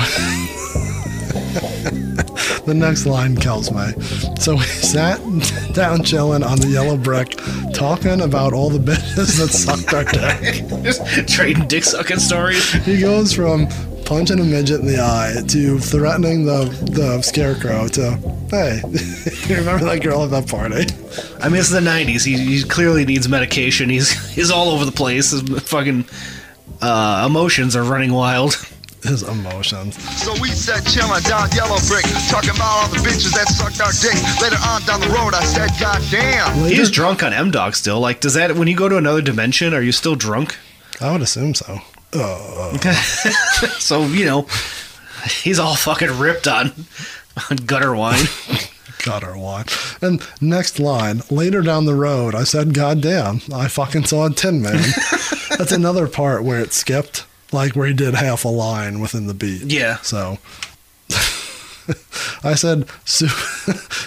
Speaker 3: the next line kills me. So we sat down chilling on the yellow brick, talking about all the bitches that sucked our dick.
Speaker 4: just trading dick sucking stories.
Speaker 3: He goes from punching a midget in the eye to threatening the the scarecrow to, hey, you remember that girl at that party?
Speaker 4: I mean, it's the '90s. He, he clearly needs medication. He's he's all over the place. His fucking uh, emotions are running wild.
Speaker 3: His emotions.
Speaker 7: So we sat chillin' down yellow brick, talking about all the bitches that sucked our dick. Later on down the road, I said, God damn.
Speaker 4: He is drunk on M Dog still. Like, does that when you go to another dimension, are you still drunk?
Speaker 3: I would assume so. Uh,
Speaker 4: So you know, he's all fucking ripped on on gutter wine.
Speaker 3: God, our line. And next line, later down the road, I said, God damn, I fucking saw a Tin Man. That's another part where it skipped, like where he did half a line within the beat.
Speaker 4: Yeah.
Speaker 3: So I said, soup,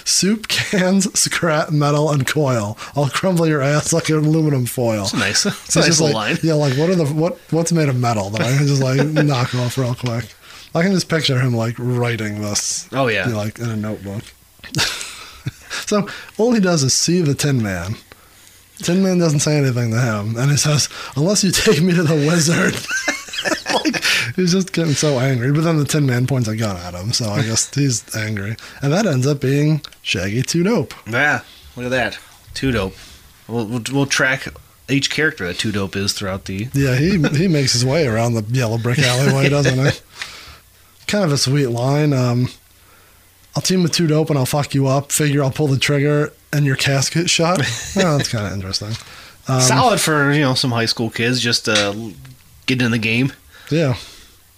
Speaker 3: soup cans, scrap metal, and coil. I'll crumble your ass like an aluminum foil.
Speaker 4: It's nice. It's a
Speaker 3: It's
Speaker 4: nice
Speaker 3: just
Speaker 4: little
Speaker 3: like,
Speaker 4: line.
Speaker 3: Yeah, like what are the what what's made of metal that I can just like knock off real quick. I can just picture him like writing this.
Speaker 4: Oh, yeah.
Speaker 3: you know, like in a notebook. so all he does is see the Tin Man. Tin Man doesn't say anything to him, and he says, "Unless you take me to the wizard." like he's just getting so angry. But then the Tin Man points a gun at him, so I guess he's angry, and that ends up being Shaggy Two Dope.
Speaker 4: Yeah. Look at that. Two dope. We'll, we'll, we'll track each character that two dope is throughout the.
Speaker 3: Yeah, he he makes his way around the yellow brick alleyway, doesn't he? Kind of a sweet line. Um, I'll team with two dope and I'll fuck you up. Figure I'll pull the trigger and your casket shot. Oh, that's kind of interesting. Um,
Speaker 4: Solid for you know some high school kids just uh, getting in the game.
Speaker 3: Yeah.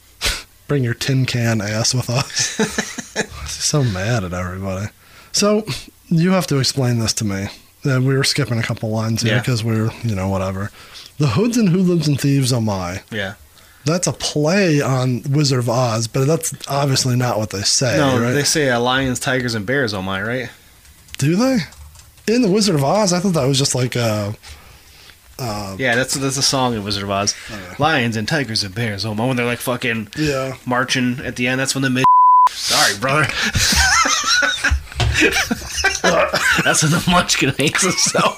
Speaker 3: Bring your tin can ass with us. so mad at everybody. So you have to explain this to me. Uh, we were skipping a couple lines here
Speaker 4: Yeah.
Speaker 3: because we are you know, whatever. The hoods and hoodlums and thieves, oh my.
Speaker 4: Yeah.
Speaker 3: That's a play on Wizard of Oz, but that's obviously not what they say,
Speaker 4: No,
Speaker 3: right?
Speaker 4: they say uh, lions, tigers, and bears. Oh my, right?
Speaker 3: Do they? In the Wizard of Oz, I thought that was just like uh,
Speaker 4: yeah, that's that's a song in Wizard of Oz. Lions and tigers and bears. Oh my, when they're like fucking
Speaker 3: yeah.
Speaker 4: marching at the end. That's when the mid. Sorry, brother. That's when the munchkin hangs himself.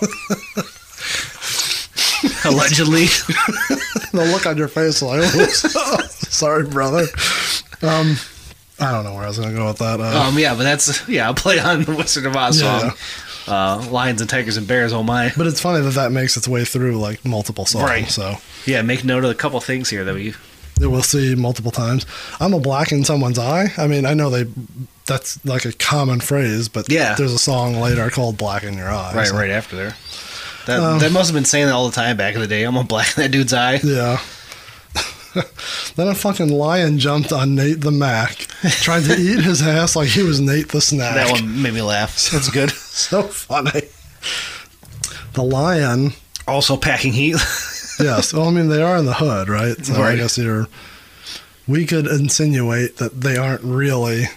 Speaker 4: Allegedly.
Speaker 3: The look on your face, like, sorry, brother. Um, I don't know where I was gonna go with that. Uh,
Speaker 4: Um, yeah, but that's yeah. I play on the Wizard of Oz
Speaker 3: Yeah.
Speaker 4: song, uh, "Lions and Tigers and Bears." Oh my!
Speaker 3: But it's funny that that makes its way through like multiple songs.
Speaker 4: Right.
Speaker 3: So
Speaker 4: Yeah, make note of a couple things here that we.
Speaker 3: that we'll see multiple times. I'm a black in someone's eye. I mean, I know they. That's like a common phrase, but
Speaker 4: Yeah.
Speaker 3: there's a song later called "Black in Your Eye."
Speaker 4: Right,
Speaker 3: so-
Speaker 4: right after there. That
Speaker 3: Um.
Speaker 4: that must have been saying that all the time back in the day. I'm gonna black that dude's eye.
Speaker 3: Yeah. then a fucking lion jumped on Nate the Mac, tried to eat his ass like he was Nate the Snack.
Speaker 4: That one made me laugh. That's good.
Speaker 3: so funny. The lion.
Speaker 4: Also packing heat.
Speaker 3: Yes. Well, I mean, they are in the hood, right? So I
Speaker 4: Right.
Speaker 3: guess you're. We could insinuate that they aren't really.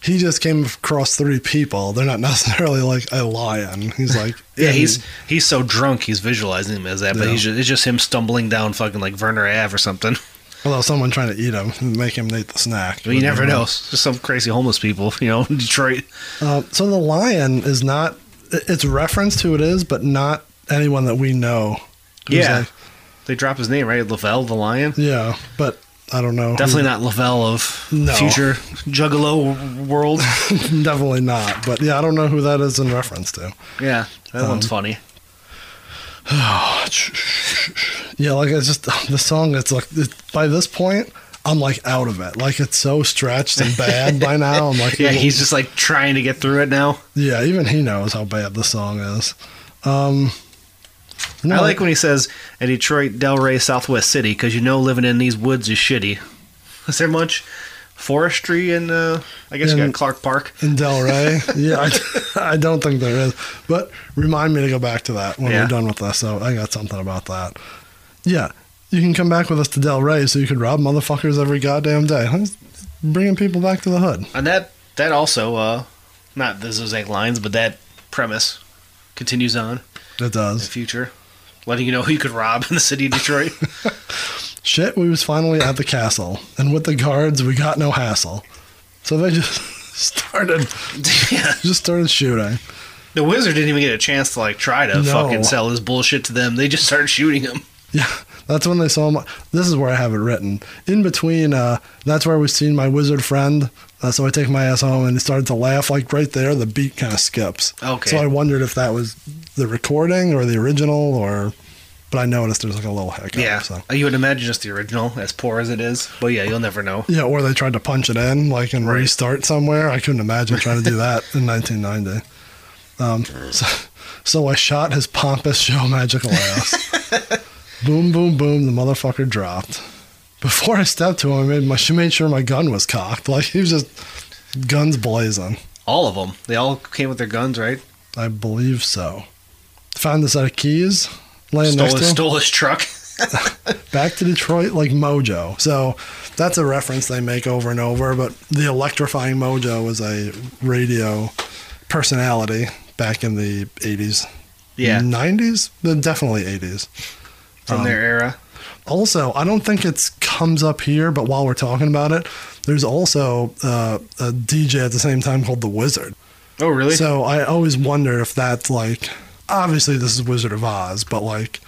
Speaker 3: He just came across three people. They're not necessarily like a lion. He's like,
Speaker 4: yeah,
Speaker 3: in-
Speaker 4: he's he's so drunk he's visualizing him as that, but
Speaker 3: Yeah.
Speaker 4: he's just, it's just him stumbling down fucking like Werner Ave or something.
Speaker 3: although someone trying to eat him, and make him eat the snack.
Speaker 4: But you never
Speaker 3: Would be
Speaker 4: know. Just some crazy homeless people, you know, in Detroit.
Speaker 3: Uh, so the lion is not. it- It's referenced who it is, but not anyone that we know. who's
Speaker 4: Yeah.
Speaker 3: like-
Speaker 4: They drop his name, right? Lavelle the Lion.
Speaker 3: yeah, but I don't know. who-
Speaker 4: Definitely not Lavelle of
Speaker 3: No.
Speaker 4: future Juggalo world.
Speaker 3: definitely not. But yeah, I don't know who that is in reference to.
Speaker 4: yeah, that one's funny. Oh,
Speaker 3: Yeah, like it's just the song. It's like it, by this point, I'm like out of it. Like it's so stretched and bad by now. I'm like,
Speaker 4: Yeah, he's just like trying to get through it now.
Speaker 3: yeah. Even he knows how bad the song is. Um, no,
Speaker 4: I like when he says at Detroit, Delray, Southwest City, because you know living in these woods is shitty. Is there much forestry in? Uh, I guess you
Speaker 3: In-
Speaker 4: got Clark Park.
Speaker 3: in Del Rey. yeah, I, I don't think there is. But remind me to go back to that when
Speaker 4: Yeah.
Speaker 3: we're done with this. So I got something about that. Yeah, you can come back with us to Del Rey so you could rob motherfuckers every goddamn day. Huh? Bringing people back to the hood.
Speaker 4: And that that also, uh, not those exact lines, but that premise continues on
Speaker 3: It
Speaker 4: in
Speaker 3: does.
Speaker 4: future, letting you know who you could rob in the city of Detroit.
Speaker 3: Shit, we was finally at the castle, and with the guards, we got no hassle. So they just started,
Speaker 4: yeah.
Speaker 3: just started shooting.
Speaker 4: The wizard didn't even get a chance to like try to
Speaker 3: No.
Speaker 4: fucking sell his bullshit to them. They just started shooting him.
Speaker 3: Yeah, that's when they saw my. This is where I have it written. In between, uh, that's where we've seen my wizard friend. Uh, so I take my ass home and he started to laugh. Like right there, the beat kind of skips.
Speaker 4: Okay.
Speaker 3: So I wondered if that was the recording or the original or. But I noticed there's like a little hiccup.
Speaker 4: Yeah,
Speaker 3: So.
Speaker 4: you would imagine just the original, as poor as it is. But yeah, you'll never know.
Speaker 3: Yeah, or they tried to punch it in, like and restart somewhere. I couldn't imagine trying to do that in 1990. Um, so, so I shot his pompous show magical ass. boom, boom, boom. The motherfucker dropped. Before I stepped to him, I made my she made sure my gun was cocked. Like he was just guns blazing.
Speaker 4: All of them. They all came with their guns, right?
Speaker 3: I believe so. Found the set of keys laying
Speaker 4: Stole,
Speaker 3: next to him.
Speaker 4: his, stole his truck.
Speaker 3: Back to Detroit like Mojo. So that's a reference they make over and over, but the electrifying Mojo was a radio personality back in the 80s.
Speaker 4: Yeah,
Speaker 3: 90s? Then Definitely 80s.
Speaker 4: from their era.
Speaker 3: Also, I don't think it's comes up here, but while we're talking about it, there's also uh, a DJ at the same time called The Wizard.
Speaker 4: Oh, really?
Speaker 3: So I always wonder if that's like. Obviously, this is Wizard of Oz, but like.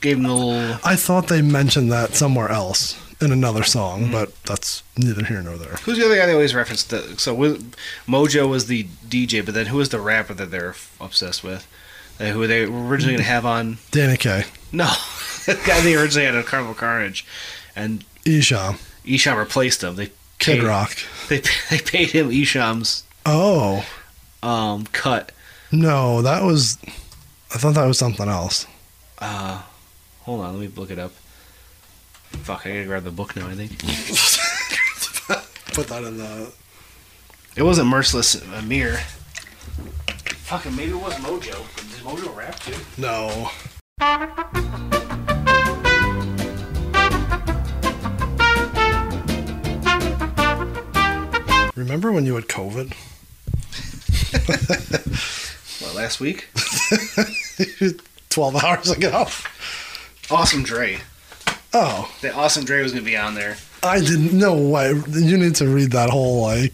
Speaker 4: Gave him a little.
Speaker 3: I thought they mentioned that somewhere else in another song, but that's neither here nor there.
Speaker 4: Who's the other guy they always referenced? The, so was, Mojo was the DJ, but then who was the rapper that they're f- obsessed with? Uh, who they were originally going to have on?
Speaker 3: Danny Kaye,
Speaker 4: No, the guy they originally had on Carnival Carnage, and
Speaker 3: Isham,
Speaker 4: Isham replaced him. They
Speaker 3: Kid
Speaker 4: paid,
Speaker 3: Rock.
Speaker 4: They they paid him Isham's
Speaker 3: Oh
Speaker 4: um, cut.
Speaker 3: no, that was. I thought that was something else.
Speaker 4: Uh, hold on, let me look it up. Fuck, I gotta grab the book now. I think
Speaker 3: Put that in the.
Speaker 4: it wasn't Merciless uh, Amir. Fucking maybe it was Mojo. Did Mojo rap too?
Speaker 3: No. Remember when you had COVID?
Speaker 4: What last week?
Speaker 3: 12 hours ago.
Speaker 4: Awesome Dre.
Speaker 3: Oh,
Speaker 4: That Awesome Dre was gonna be on there.
Speaker 3: I didn't. No way. You need to read that whole, like.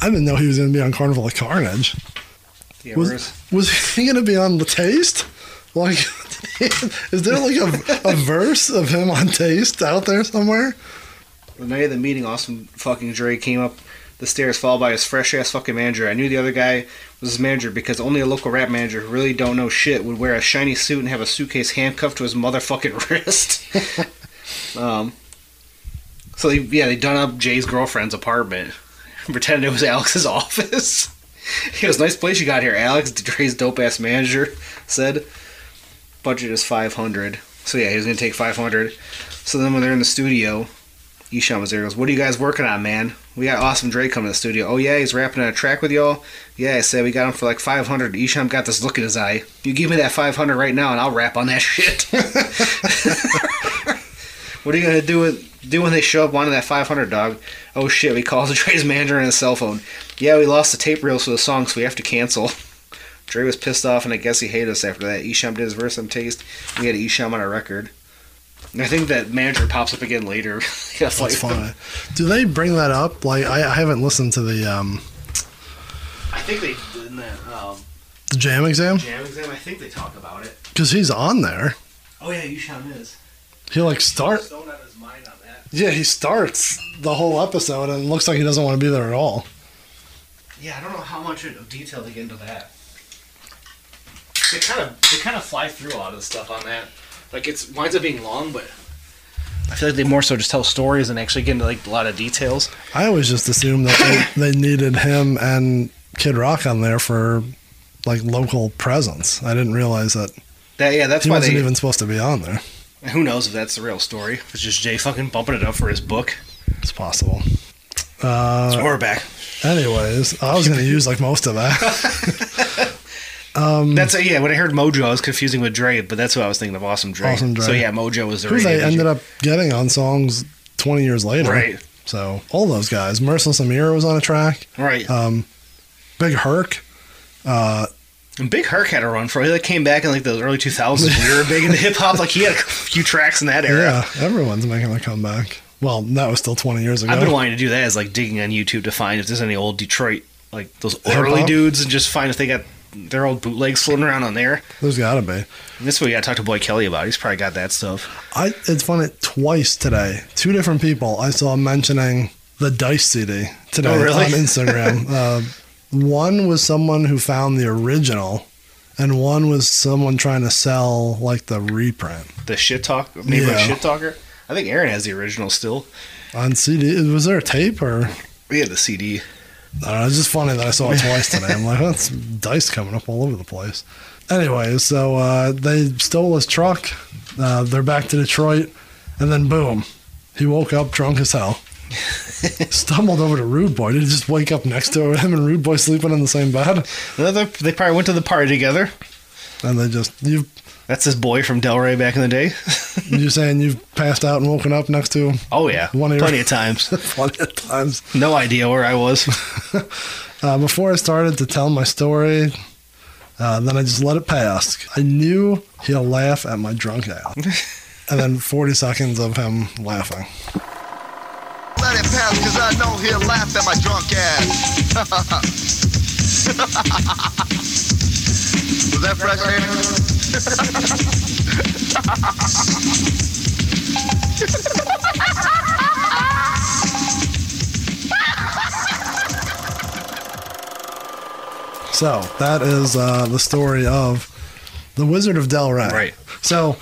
Speaker 3: I didn't know he was going to be on Carnival of Carnage.
Speaker 4: Yeah,
Speaker 3: Was,
Speaker 4: where's-
Speaker 3: was he going to be on the taste? Like, is there like a, a verse of him on taste out there somewhere?
Speaker 4: the night of the meeting, Awesome fucking Dre came up the stairs, followed by his fresh ass fucking manager. I knew the other guy was his manager because only a local rap manager who really don't know shit would wear a shiny suit and have a suitcase handcuffed to his motherfucking wrist. um, so they, yeah, they done up Jay's girlfriend's apartment, pretended it was Alex's office. It was nice place you got here, Alex. Dre's dope ass manager said. Budget is five hundred. So yeah, he was gonna take five hundred. So then when they're in the studio, Isham was there. He goes, "What are you guys working on, man?" We got Awesome Dre coming to the studio. Oh, yeah, he's rapping on a track with y'all. Yeah, I said we got him for like 500. Isham got this look in his eye. You give me that 500 right now and I'll rap on that shit. what are you going to do with, do when they show up wanting that 500, dog? Oh, shit, we called Dre's manager on his cell phone. Yeah, we lost the tape reels for the song, so we have to cancel. Dre was pissed off, and I guess he hated us after that. Isham did his verse on Taste. We had Isham on our record. And I think that manager pops up again later. That's
Speaker 3: That's fine. Do they bring that up? Like, I, I haven't listened to the um,
Speaker 4: I think they in that um,
Speaker 3: the jam exam
Speaker 4: jam exam. I think they talk about it.
Speaker 3: because he's on there.
Speaker 4: Oh yeah, Isham is.
Speaker 3: He like start.
Speaker 4: Stone out of his mind on that.
Speaker 3: Yeah, he starts the whole episode and looks like he doesn't want to be there at all.
Speaker 4: Yeah, I don't know how much of detail they get into that. They kind of they kind of fly through a lot of the stuff on that. Like it's winds up being long, but I feel like they more so just tell stories and actually get into like a lot of details.
Speaker 3: I always just assumed that they, they needed him and Kid Rock on there for like local presence. I didn't realize that
Speaker 4: That yeah, that's
Speaker 3: he
Speaker 4: why
Speaker 3: wasn't
Speaker 4: they.
Speaker 3: even supposed to be on there.
Speaker 4: Who knows if that's the real story? If it's just Jay fucking bumping it up for his book.
Speaker 3: It's possible.
Speaker 4: So we're back.
Speaker 3: Anyways, I was going to use like most of that.
Speaker 4: That's yeah. When I heard Mojo, I was confusing with Dre, but that's what I was thinking of. Awesome Dre.
Speaker 3: Awesome Dre.
Speaker 4: So yeah, Mojo was the
Speaker 3: Who they
Speaker 4: radio
Speaker 3: ended up getting on songs 20 years later.
Speaker 4: Right.
Speaker 3: So all those guys, Merciless Amir was on a track.
Speaker 4: Right.
Speaker 3: Big Herc.
Speaker 4: and Big Herc had a run for it. He like, came back in like the early 2000s. we were big into hip hop. Like he had a few tracks in that era.
Speaker 3: Yeah, everyone's making a comeback. Well, that was still 20 years ago.
Speaker 4: I've been wanting to do that as like digging on YouTube to find if there's any old Detroit like those early
Speaker 3: hop?
Speaker 4: dudes and just find if they got their old bootlegs floating around on there.
Speaker 3: There's got to be.
Speaker 4: And that's what we got to talk to Boy Kelly about. He's probably got that stuff.
Speaker 3: I it's funny twice today. Two different people I saw mentioning the Dice CD today
Speaker 4: Oh, really?
Speaker 3: on Instagram. uh, one was someone who found the original, and one was someone trying to sell like the reprint
Speaker 4: The shit talk, neighborhood
Speaker 3: Yeah.
Speaker 4: shit talker. I think Aaron has the original still.
Speaker 3: on CD. Was there a tape or?
Speaker 4: We had the CD.
Speaker 3: I don't know, it's just funny that I saw it twice today. I'm like, "Oh, that's dice coming up all over the place. Anyways, so uh, they stole his truck. Uh, they're back to Detroit, and then boom, he woke up drunk as hell. Stumbled over to Rude Boy. Did he just wake up next to him and Rude Boy sleeping in the same bed?
Speaker 4: Another, they probably went to the party together.
Speaker 3: And they just you
Speaker 4: That's his boy from Delray back in the day.
Speaker 3: you saying you've passed out and woken up next to him
Speaker 4: Oh yeah,
Speaker 3: One ear.
Speaker 4: plenty of times.
Speaker 3: plenty of times.
Speaker 4: No idea where I was.
Speaker 3: Uh, before I started to tell my story, uh, then I just let it pass. I knew he'll laugh at my drunk ass. and then 40 seconds of him laughing.
Speaker 7: Let it pass, cause I know he'll laugh at my drunk ass. Was that fresh, Aaron?
Speaker 3: So that is uh, the story of The Wizard of Del Rey.
Speaker 4: Right.
Speaker 3: So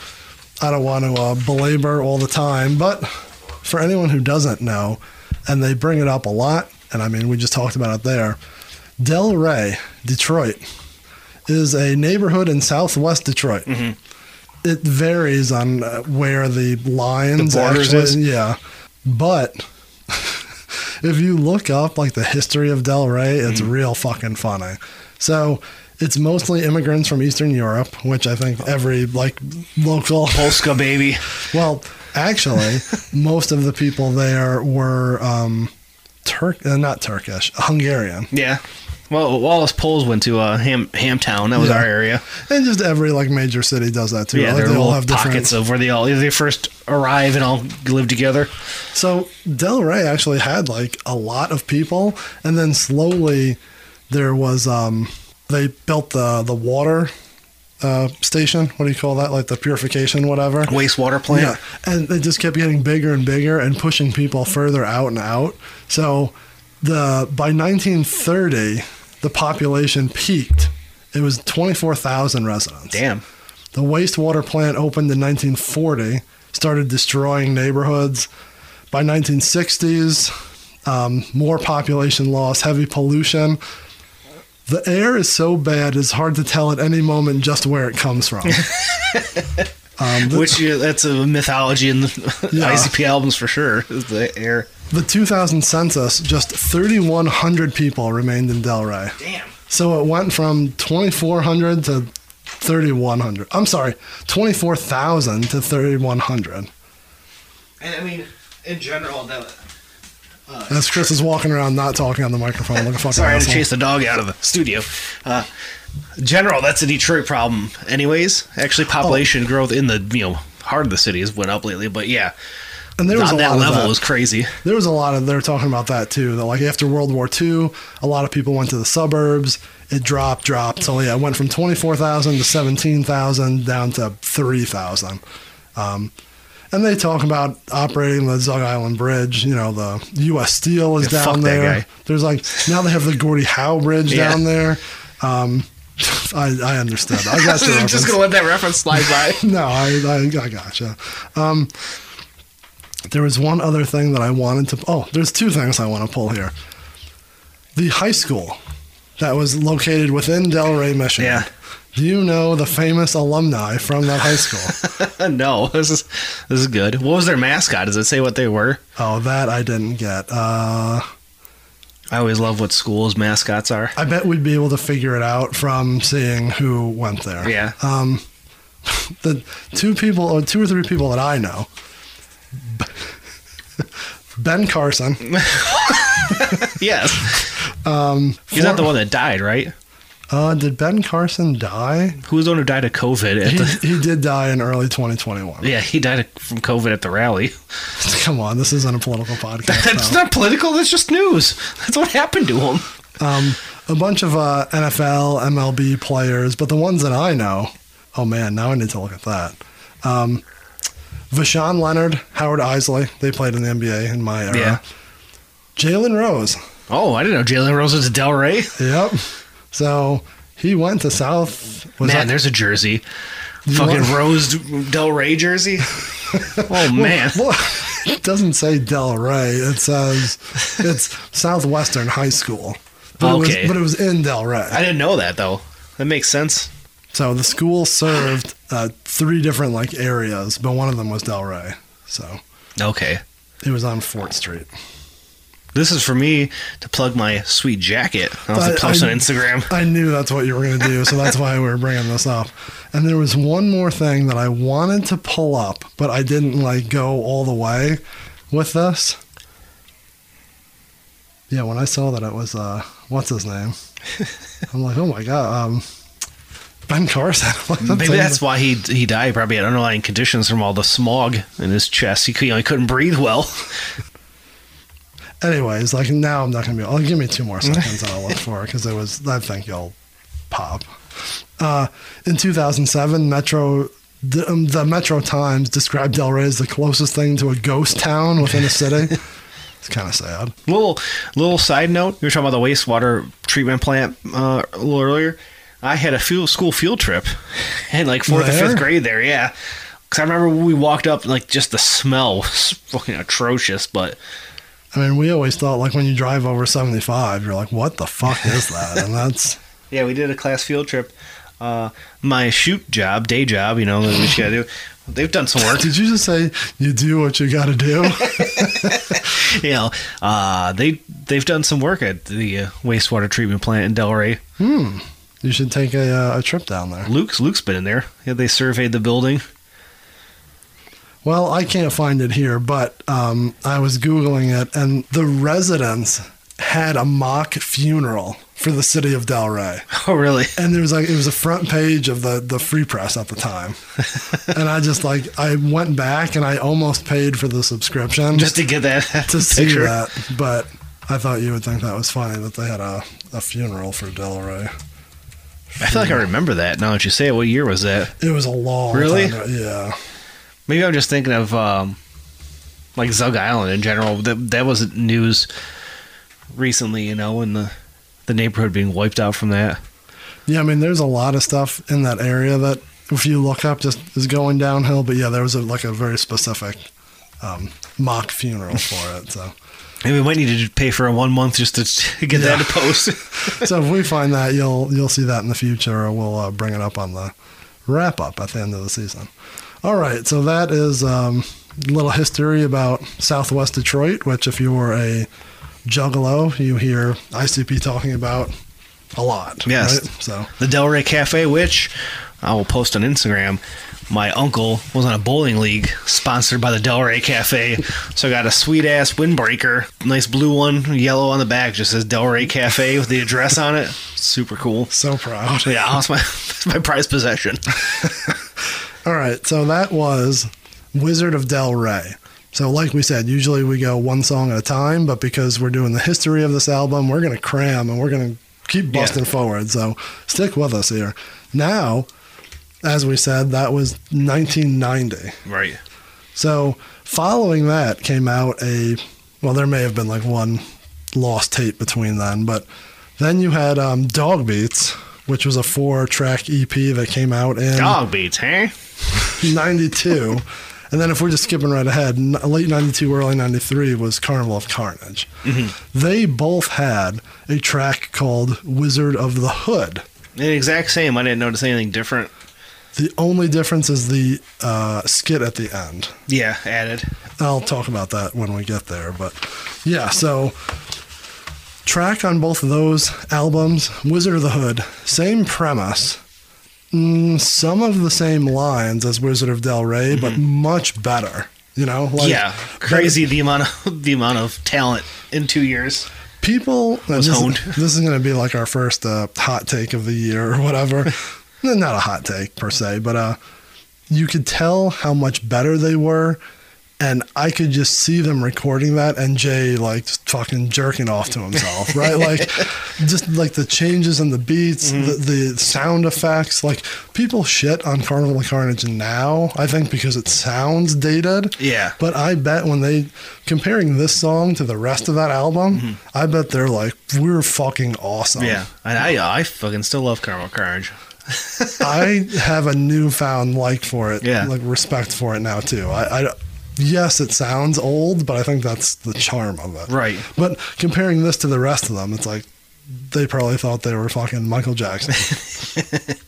Speaker 3: I don't want to uh, belabor all the time, but for anyone who doesn't know, and they bring it up a lot, and I mean, we just talked about it there. Del Rey, Detroit, is a neighborhood in southwest Detroit.
Speaker 4: Mm-hmm.
Speaker 3: It varies on uh, where the lines
Speaker 4: The borders
Speaker 3: actually,
Speaker 4: is?
Speaker 3: yeah. But if you look up like the history of Del Rey, it's
Speaker 4: Mm-hmm.
Speaker 3: real fucking funny. So it's mostly immigrants from Eastern Europe, which I think every like local.
Speaker 4: Polska baby.
Speaker 3: Well, actually, most of the people there were um, Turk, uh, not Turkish, Hungarian,
Speaker 4: Yeah. Well, Wallace Poles went to uh, Ham Hamtown. That was
Speaker 3: Yeah.
Speaker 4: our area.
Speaker 3: and just every like major city does that too.
Speaker 4: yeah,
Speaker 3: like
Speaker 4: there were little pockets of where they all they first arrive and all live together.
Speaker 3: So Del Rey actually had like a lot of people, and then slowly there was um they built the the water uh, station. What do you call that? Like the purification, whatever.
Speaker 4: Wastewater
Speaker 3: Yeah,
Speaker 4: plant.
Speaker 3: and they just kept getting bigger and bigger and pushing people further out and out. So the by 1930, the population peaked. It was 24,000 residents.
Speaker 4: Damn.
Speaker 3: The wastewater plant opened in 1940, started destroying neighborhoods. By 1960s, um, more population loss, heavy pollution. The air is so bad, it's hard to tell at any moment just where it comes from.
Speaker 4: Which yeah, that's a mythology in the
Speaker 3: Yeah.
Speaker 4: ICP albums for sure. is The air.
Speaker 3: the 2000 census, just 3,100 people remained in Delray.
Speaker 4: Damn.
Speaker 3: So it went from 2,400 to 3,100. I'm sorry, 24,000 to 3,100.
Speaker 4: And I mean, in general, that.
Speaker 3: As Chris is walking around not talking on the microphone like a fucking
Speaker 4: Sorry, I had to
Speaker 3: asshole.
Speaker 4: chase the dog out of the studio. Uh, general, that's a Detroit problem, anyways.
Speaker 3: Oh.
Speaker 4: Actually, population growth in the you know heart of the city has went up lately, but yeah,
Speaker 3: and there was
Speaker 4: on
Speaker 3: a
Speaker 4: that
Speaker 3: lot
Speaker 4: level
Speaker 3: of that.
Speaker 4: is crazy.
Speaker 3: there was a lot of they're talking about that too. That like after World War II, a lot of people went to the suburbs. It dropped, dropped. So yeah, it went from twenty four thousand to seventeen thousand down to three thousand. Um, and they talk about operating the Zug Island Bridge. You know, the U.S. Steel is
Speaker 4: Yeah, fuck
Speaker 3: down
Speaker 4: that
Speaker 3: there.
Speaker 4: guy.
Speaker 3: There's like now they have the Gordie Howe Bridge
Speaker 4: Yeah.
Speaker 3: down there. Um, I, I understood. I got your
Speaker 4: I'm
Speaker 3: reference
Speaker 4: just gonna let that reference slide by.
Speaker 3: no, I, I, I gotcha. Um, there was one other thing that I wanted to. Oh, there's two things I want to pull here. The high school that was located within Delray, Michigan.
Speaker 4: Yeah.
Speaker 3: Do you know the famous alumni from that high school?
Speaker 4: no, this is this is good. What was their mascot? Does it say what they were?
Speaker 3: oh, that I didn't get. Uh,
Speaker 4: I always love what schools mascots are.
Speaker 3: I bet we'd be able to figure it out from seeing who went there.
Speaker 4: Yeah.
Speaker 3: Um, the two people, or two or three people that I know, Ben Carson.
Speaker 4: Yes, he's not the one that died, right?
Speaker 3: Uh, did Ben Carson die?
Speaker 4: Who was the one who died of COVID? At
Speaker 3: He,
Speaker 4: the,
Speaker 3: he did die in early 2021.
Speaker 4: yeah, he died of, from COVID at the rally.
Speaker 3: Come on, this isn't a political podcast.
Speaker 4: That's
Speaker 3: though.
Speaker 4: not political. That's just news. That's what happened to him.
Speaker 3: um, a bunch of uh, NFL, MLB players, but the ones that I know, oh man, now I need to look at that. Um, Vashawn Leonard, Howard Isley, they played in the NBA in my era.
Speaker 4: Yeah.
Speaker 3: Jalen Rose.
Speaker 4: Oh, I didn't know Jalen Rose was a Del Rey.
Speaker 3: Yep. So he went to South. Was
Speaker 4: man,
Speaker 3: that-
Speaker 4: there's a jersey.
Speaker 3: you
Speaker 4: Fucking
Speaker 3: want-
Speaker 4: Rose Del Rey jersey. Oh man.
Speaker 3: Well, it doesn't say Del Rey. It says it's Southwestern High School. But It
Speaker 4: Okay.
Speaker 3: was, but it was in Del Rey.
Speaker 4: I didn't know that though. That makes sense.
Speaker 3: So the school served uh, three different like areas, but one of them was Del Rey. So
Speaker 4: Okay.
Speaker 3: it was on Fort Street.
Speaker 4: This is for me to plug my sweet jacket. I was
Speaker 3: I-
Speaker 4: to post
Speaker 3: I-
Speaker 4: on Instagram.
Speaker 3: I knew that's what you were going to do, so that's why we were bringing this up. And there was one more thing that I wanted to pull up, but I didn't like go all the way with this. Yeah, when I saw that it was uh, what's his name, I'm like, oh my god, um, Ben Carson. I'm like,
Speaker 4: Maybe that's why he he died. Probably had underlying conditions from all the smog in his chest. He, could, you know, he couldn't breathe well.
Speaker 3: Anyways, like now I'm not gonna be. I'll give me two more seconds and I'll look for it because it was. I think you'll pop. Uh, in 2007, Metro the, um, the Metro Times described Del Rey as the closest thing to a ghost town within a city. it's kind of sad.
Speaker 4: Little little side note, you were talking about the wastewater treatment plant uh, a little earlier. I had a field, school field trip in like fourth or
Speaker 3: There?
Speaker 4: fifth grade there, yeah. Because I remember when we walked up, like just the smell was fucking atrocious. But
Speaker 3: I mean, we always thought like when you drive over 75, you're like, what the fuck is that? And that's
Speaker 4: yeah, we did a class field trip. Uh, my shoot job, day job, you know, that we gotta do. They've done some work.
Speaker 3: did you just say you do what you got to do?
Speaker 4: you know, uh, they they've done some work at the uh, wastewater treatment plant in Delray.
Speaker 3: you should take a, uh, a trip down there.
Speaker 4: Luke's Luke's been in there. Yeah, they surveyed the building.
Speaker 3: Well, I can't find it here, but um, I was Googling it, and the residents had a mock funeral for the city of Delray.
Speaker 4: Oh, really?
Speaker 3: And there was like, it was a front page of the, the free press at the time. and I just like, I went back and I almost paid for the subscription
Speaker 4: Just to get that,
Speaker 3: to see
Speaker 4: picture.
Speaker 3: that. But I thought you would think that was funny that they had a, a funeral for Delray.
Speaker 4: I feel like I remember that now that you say it. What year was that?
Speaker 3: It was a long
Speaker 4: Really?
Speaker 3: time ago. Yeah.
Speaker 4: Maybe I'm just thinking of um, like Zug Island in general. That that was news recently, you know, and the the neighborhood being wiped out from that.
Speaker 3: Yeah, I mean, there's a lot of stuff in that area that if you look up, just is going downhill. But yeah, there was a, like a very specific um, mock funeral for it. So,
Speaker 4: Maybe we might need to pay for a one month just to get that to post.
Speaker 3: so if we find that, you'll you'll see that in the future, or we'll uh, bring it up on the wrap up at the end of the season. All right, so that is um, little history about Southwest Detroit, which, if you're a juggalo, you hear ICP talking about a lot.
Speaker 4: Yes.
Speaker 3: right? So,
Speaker 4: the Delray Cafe, which I will post on Instagram. My uncle was on a bowling league sponsored by the Delray Cafe, so I got a sweet ass windbreaker, nice blue one, yellow on the back, just says Delray Cafe with the address on it. Super cool.
Speaker 3: so proud.
Speaker 4: Yeah, that's my that's my prized possession.
Speaker 3: All right, so that was Wizard of Del Rey. So, like we said, usually we go one song at a time, but because we're doing the history of this album, we're going to cram and we're going to keep busting forward. So, stick with us here. Now, as we said, that was 1990.
Speaker 4: Right.
Speaker 3: So, following that came out a well, there may have been like one lost tape between then, but then you had um, Dog Beats, which was a four track EP that came out in.
Speaker 4: Dog beats, huh?
Speaker 3: 92. And then if we're just skipping right ahead, n- late 92, early 93 was Carnival of Carnage. They both had a track called Wizard of the Hood.
Speaker 4: The exact same. I didn't notice anything different.
Speaker 3: The only difference is the uh, skit at the end.
Speaker 4: Yeah, added.
Speaker 3: I'll talk about that when we get there. But yeah, so track on both of those albums Wizard of the Hood, same premise. Mm, some of the same lines as Wizard of Del Rey, but much better. You know, like
Speaker 4: Mm-hmm. yeah, crazy the amount of the amount of talent in two years.
Speaker 3: people
Speaker 4: Was
Speaker 3: this,
Speaker 4: honed.
Speaker 3: Is, this is going to be like our first uh, hot take of the year or whatever. No, Not a hot take per se, but uh, you could tell how much better they were, and I could just see them recording that, and Jay like just fucking jerking off to himself, right? Like just like the changes in the beats,
Speaker 4: Mm-hmm.
Speaker 3: the, the sound effects. Like people shit on Carnival of Carnage now, I think, because it sounds dated.
Speaker 4: Yeah.
Speaker 3: But I bet when they comparing this song to the rest of that album, I bet they're like, we're fucking awesome.
Speaker 4: Mm-hmm. Yeah, and I I fucking still love Caramel Carnage.
Speaker 3: I have a newfound like for it.
Speaker 4: Yeah.
Speaker 3: Like respect for it now too. I, I yes, it sounds old, but I think that's the charm of it.
Speaker 4: Right.
Speaker 3: But comparing this to the rest of them, it's like they probably thought they were fucking Michael Jackson.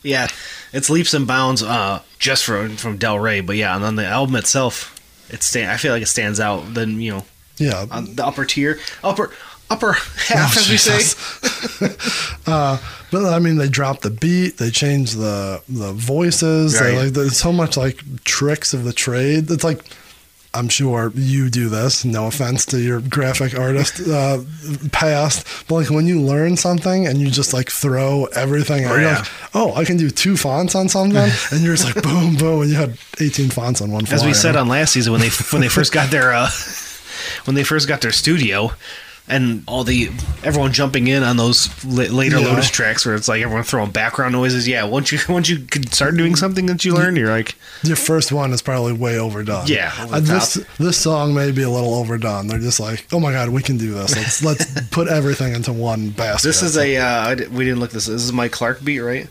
Speaker 4: Yeah, it's leaps and bounds uh, just from from Del Rey, but yeah, and on the album itself, it stand. I feel like it stands out. Then you know,
Speaker 3: yeah.
Speaker 4: on the upper tier, upper upper half,
Speaker 3: Oh,
Speaker 4: as we say.
Speaker 3: Jesus. uh, but I mean, they dropped the beat, they changed the the voices. They,
Speaker 4: Right.
Speaker 3: like, there's so much like tricks of the trade. It's like I'm sure you do this. No offense to your graphic artist uh, past, but like when you learn something and you just like throw everything, out, you're
Speaker 4: Yeah.
Speaker 3: like, oh, I can do two fonts on something, and you're just like boom, boom, and you had 18 fonts on one.
Speaker 4: As we
Speaker 3: flyer.
Speaker 4: said on last season, when they when they first got their uh, when they first got their studio, and all the everyone jumping in on those la- later
Speaker 3: Yeah.
Speaker 4: Lotus tracks, where it's like everyone throwing background noises. Yeah, once you once you could start doing something that you learned, you're like,
Speaker 3: Your first one is probably way overdone.
Speaker 4: Yeah,
Speaker 3: Uh,
Speaker 4: over the
Speaker 3: this
Speaker 4: top.
Speaker 3: this song may be a little overdone. They're just like, oh my god, we can do this. Let's let's put everything into one basket.
Speaker 4: this is a uh, I di- we didn't look this. This is my Clark beat, right?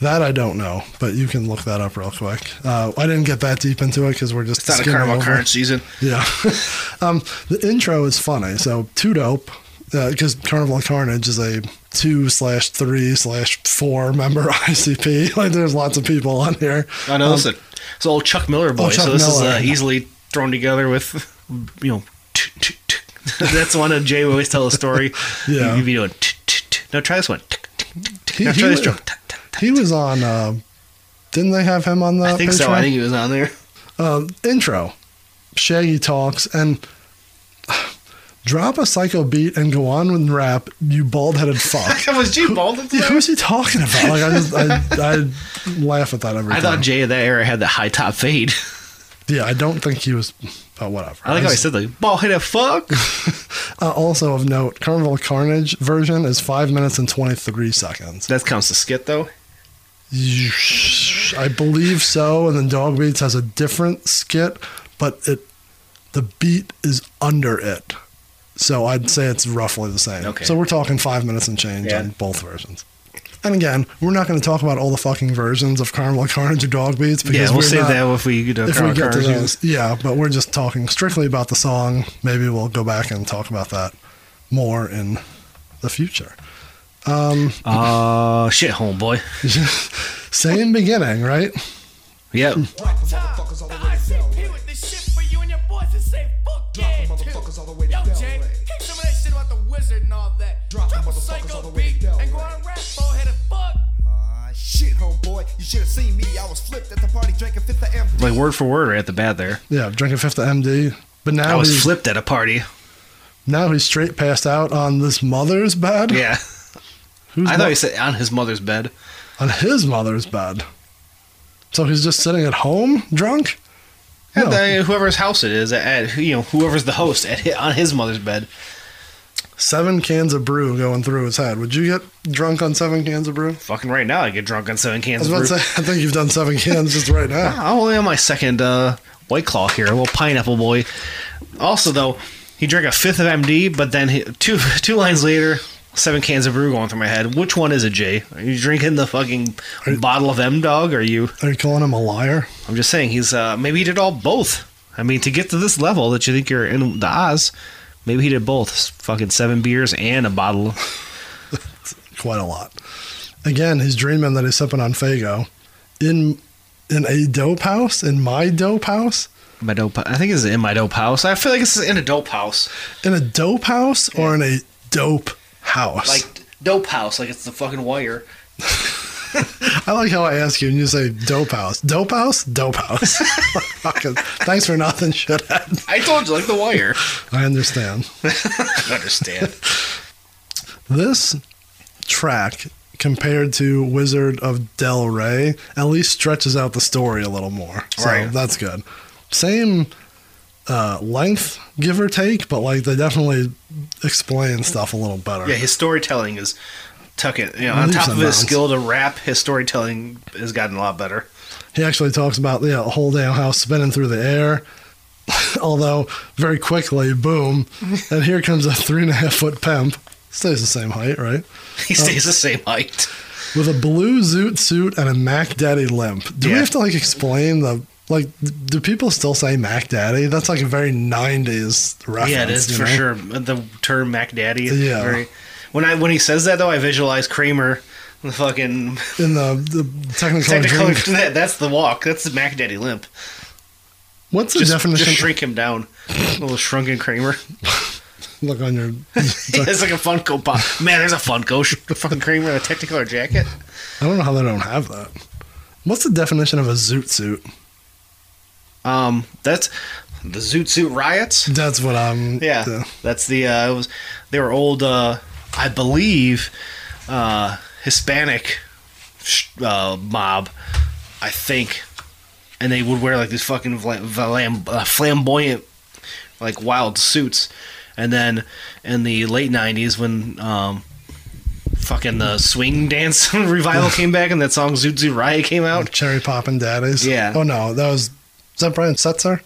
Speaker 3: that I don't know, but you can look that up real quick. Uh, I didn't get that deep into it because we're just
Speaker 4: It's not a
Speaker 3: skimming
Speaker 4: Caramel
Speaker 3: over.
Speaker 4: Carnage season.
Speaker 3: Yeah. um, the intro is funny. So, Two Dope, because Carnival of Carnage is a two slash three slash four member ICP. Like, there's lots of people on here. Um,
Speaker 4: I know. listen, Um, it's old Chuck Miller boy.
Speaker 3: Oh, Chuck
Speaker 4: so this
Speaker 3: Miller.
Speaker 4: is uh, easily thrown together with, you know, t- t- t- that's one of Jay would always tell a story.
Speaker 3: Yeah.
Speaker 4: you'd be doing. t- t- t- No, try this one. T- t- t- t-
Speaker 3: He-
Speaker 4: No,
Speaker 3: he
Speaker 4: try this
Speaker 3: was-
Speaker 4: drum. T- t- t-
Speaker 3: He was on. Uh, didn't they have him on the
Speaker 4: I think so.
Speaker 3: Uh, Patreon?
Speaker 4: I think he was on there.
Speaker 3: um, intro, Shaggy talks, and drop a psycho beat and go on with rap, you bald headed fuck.
Speaker 4: was Jay bald at the
Speaker 3: Yeah,
Speaker 4: time?
Speaker 3: Who's he talking about? Like I just I, I laugh at that every
Speaker 4: I
Speaker 3: time.
Speaker 4: thought Jay of that era had the high top fade.
Speaker 3: yeah, I don't think he was. But whatever.
Speaker 4: I like how he said like ball hit a fuck.
Speaker 3: uh, also of note, Carnival Carnage version is five minutes and twenty three seconds.
Speaker 4: That counts to skit though.
Speaker 3: I believe so. And then Dog Beats has a different skit, but it the beat is under it. So I'd say it's roughly the same.
Speaker 4: Okay.
Speaker 3: So we're talking five minutes and change
Speaker 4: Yeah.
Speaker 3: on both versions. And again, we're not going to talk about all the fucking versions of Carnival Carnage or Dog Beats because
Speaker 4: Yeah,
Speaker 3: we're
Speaker 4: we'll save
Speaker 3: not-
Speaker 4: that if we you know,
Speaker 3: if we
Speaker 4: Caramel
Speaker 3: get to
Speaker 4: Carnage
Speaker 3: those.
Speaker 4: season.
Speaker 3: Yeah, but we're just talking strictly about the song. Maybe we'll go back and talk about that more in the future.
Speaker 4: Uh, shit, homeboy.
Speaker 3: Same beginning, right?
Speaker 4: Yep.
Speaker 8: The ICP with this shit for
Speaker 9: Drop the
Speaker 10: dead too.
Speaker 9: motherfuckers all the way to
Speaker 10: Yo, Jay,
Speaker 9: Delray.
Speaker 10: keep some of that shit about the wizard and all that.
Speaker 9: Drop the
Speaker 10: a
Speaker 9: motherfuckers
Speaker 10: psycho
Speaker 9: all the way to
Speaker 10: beat
Speaker 9: Delray.
Speaker 10: and go out and rap forehead and fuck.
Speaker 9: Ah, shit, homeboy. You should have seen me. I was flipped at the party drinking fifth of MD.
Speaker 4: Like word for word, right at the bat there.
Speaker 3: Yeah, drinking fifth of MD. But
Speaker 4: I
Speaker 3: now
Speaker 4: was
Speaker 3: he's
Speaker 4: flipped at a party.
Speaker 3: now he's straight passed out on this mother's bed.
Speaker 4: Yeah,
Speaker 3: Who's
Speaker 4: I thought
Speaker 3: mo-
Speaker 4: he said on his mother's bed.
Speaker 3: on his mother's bed. So he's just sitting at home drunk.
Speaker 4: At
Speaker 3: No.
Speaker 4: the- whoever's house it is, at you know whoever's the host at hi- on his mother's bed.
Speaker 3: Seven cans of brew going through his head. Would you get drunk on seven cans of brew?
Speaker 4: Fucking right now, I get drunk on seven
Speaker 3: I was
Speaker 4: cans. of
Speaker 3: about to
Speaker 4: brew.
Speaker 3: say, I think you've done seven cans just right now.
Speaker 4: I'm only on my second uh, White Claw here, a little pineapple boy. Also, though, he drank a fifth of MD, but then he, two two lines later, seven cans of brew going through my head. Which one is it, Jay? Are you drinking the fucking bottle of M Dog? Or are you?
Speaker 3: Are you calling him a liar?
Speaker 4: I'm just saying he's uh, maybe he did all both. I mean, to get to this level that you think you're in the Oz, maybe he did both. Fucking seven beers and a bottle.
Speaker 3: Quite a lot. Again, he's dreaming that he's sipping on Fago in in a dope house in my dope house
Speaker 4: My dope. I think it's in my dope house. I feel like it's in a dope house,
Speaker 3: in a dope house or in a dope house.
Speaker 4: like dope house, like it's the fucking wire.
Speaker 3: I like how I ask you and you say dope house, dope house, dope house. Fucking thanks for nothing, shithead.
Speaker 4: I told you, like the wire.
Speaker 3: I understand.
Speaker 4: understand.
Speaker 3: This track compared to Wizard of Del Rey at least stretches out the story a little more. So
Speaker 4: Right.
Speaker 3: that's good. Same uh, length, give or take, but like they definitely explain stuff a little better.
Speaker 4: yeah, his storytelling is tuck it. You know, on
Speaker 3: Leaps
Speaker 4: top of
Speaker 3: and
Speaker 4: his
Speaker 3: bounds.
Speaker 4: skill to rap, his storytelling has gotten a lot better.
Speaker 3: He actually talks about yeah, the uh, whole damn house spinning through the air. Although very quickly, boom, and here comes a three and a half foot pimp. Stays the same height, right?
Speaker 4: He stays the same height.
Speaker 3: With a blue zoot suit and a Mac Daddy limp. Do we
Speaker 4: Yeah.
Speaker 3: have to like explain the like? Do people still say Mac Daddy? That's like a very '90s reference.
Speaker 4: yeah, it is
Speaker 3: you
Speaker 4: for
Speaker 3: know?
Speaker 4: sure. The term Mac Daddy. is
Speaker 3: Yeah.
Speaker 4: very- when I when he says that though, I visualize Kramer, the fucking
Speaker 3: In the, the technical,
Speaker 4: technical.
Speaker 3: drink.
Speaker 4: That, that's the walk. That's the Mac Daddy limp.
Speaker 3: What's the
Speaker 4: Just,
Speaker 3: definition?
Speaker 4: just shrink him down, little shrunken Kramer.
Speaker 3: Look on your.
Speaker 4: it's like a Funko Pop. Man, there's a Funko sh- fucking Kramer in a Technicolor jacket.
Speaker 3: I don't know how they don't have that. What's the definition of a zoot suit?
Speaker 4: Um, that's the Zoot Suit Riots.
Speaker 3: That's what I'm.
Speaker 4: Yeah, that's the uh, it was they were old, uh, I believe, uh, Hispanic sh- uh, mob, I think, and they would wear like these fucking vla- valam- uh, flamboyant, like wild suits, and then in the late '90s when um, fucking the swing dance revival came back and that song Zoot Zoot Riot came out.
Speaker 3: Cherry Poppin' Daddies.
Speaker 4: Yeah.
Speaker 3: Oh no, that was is that Brian Setzer,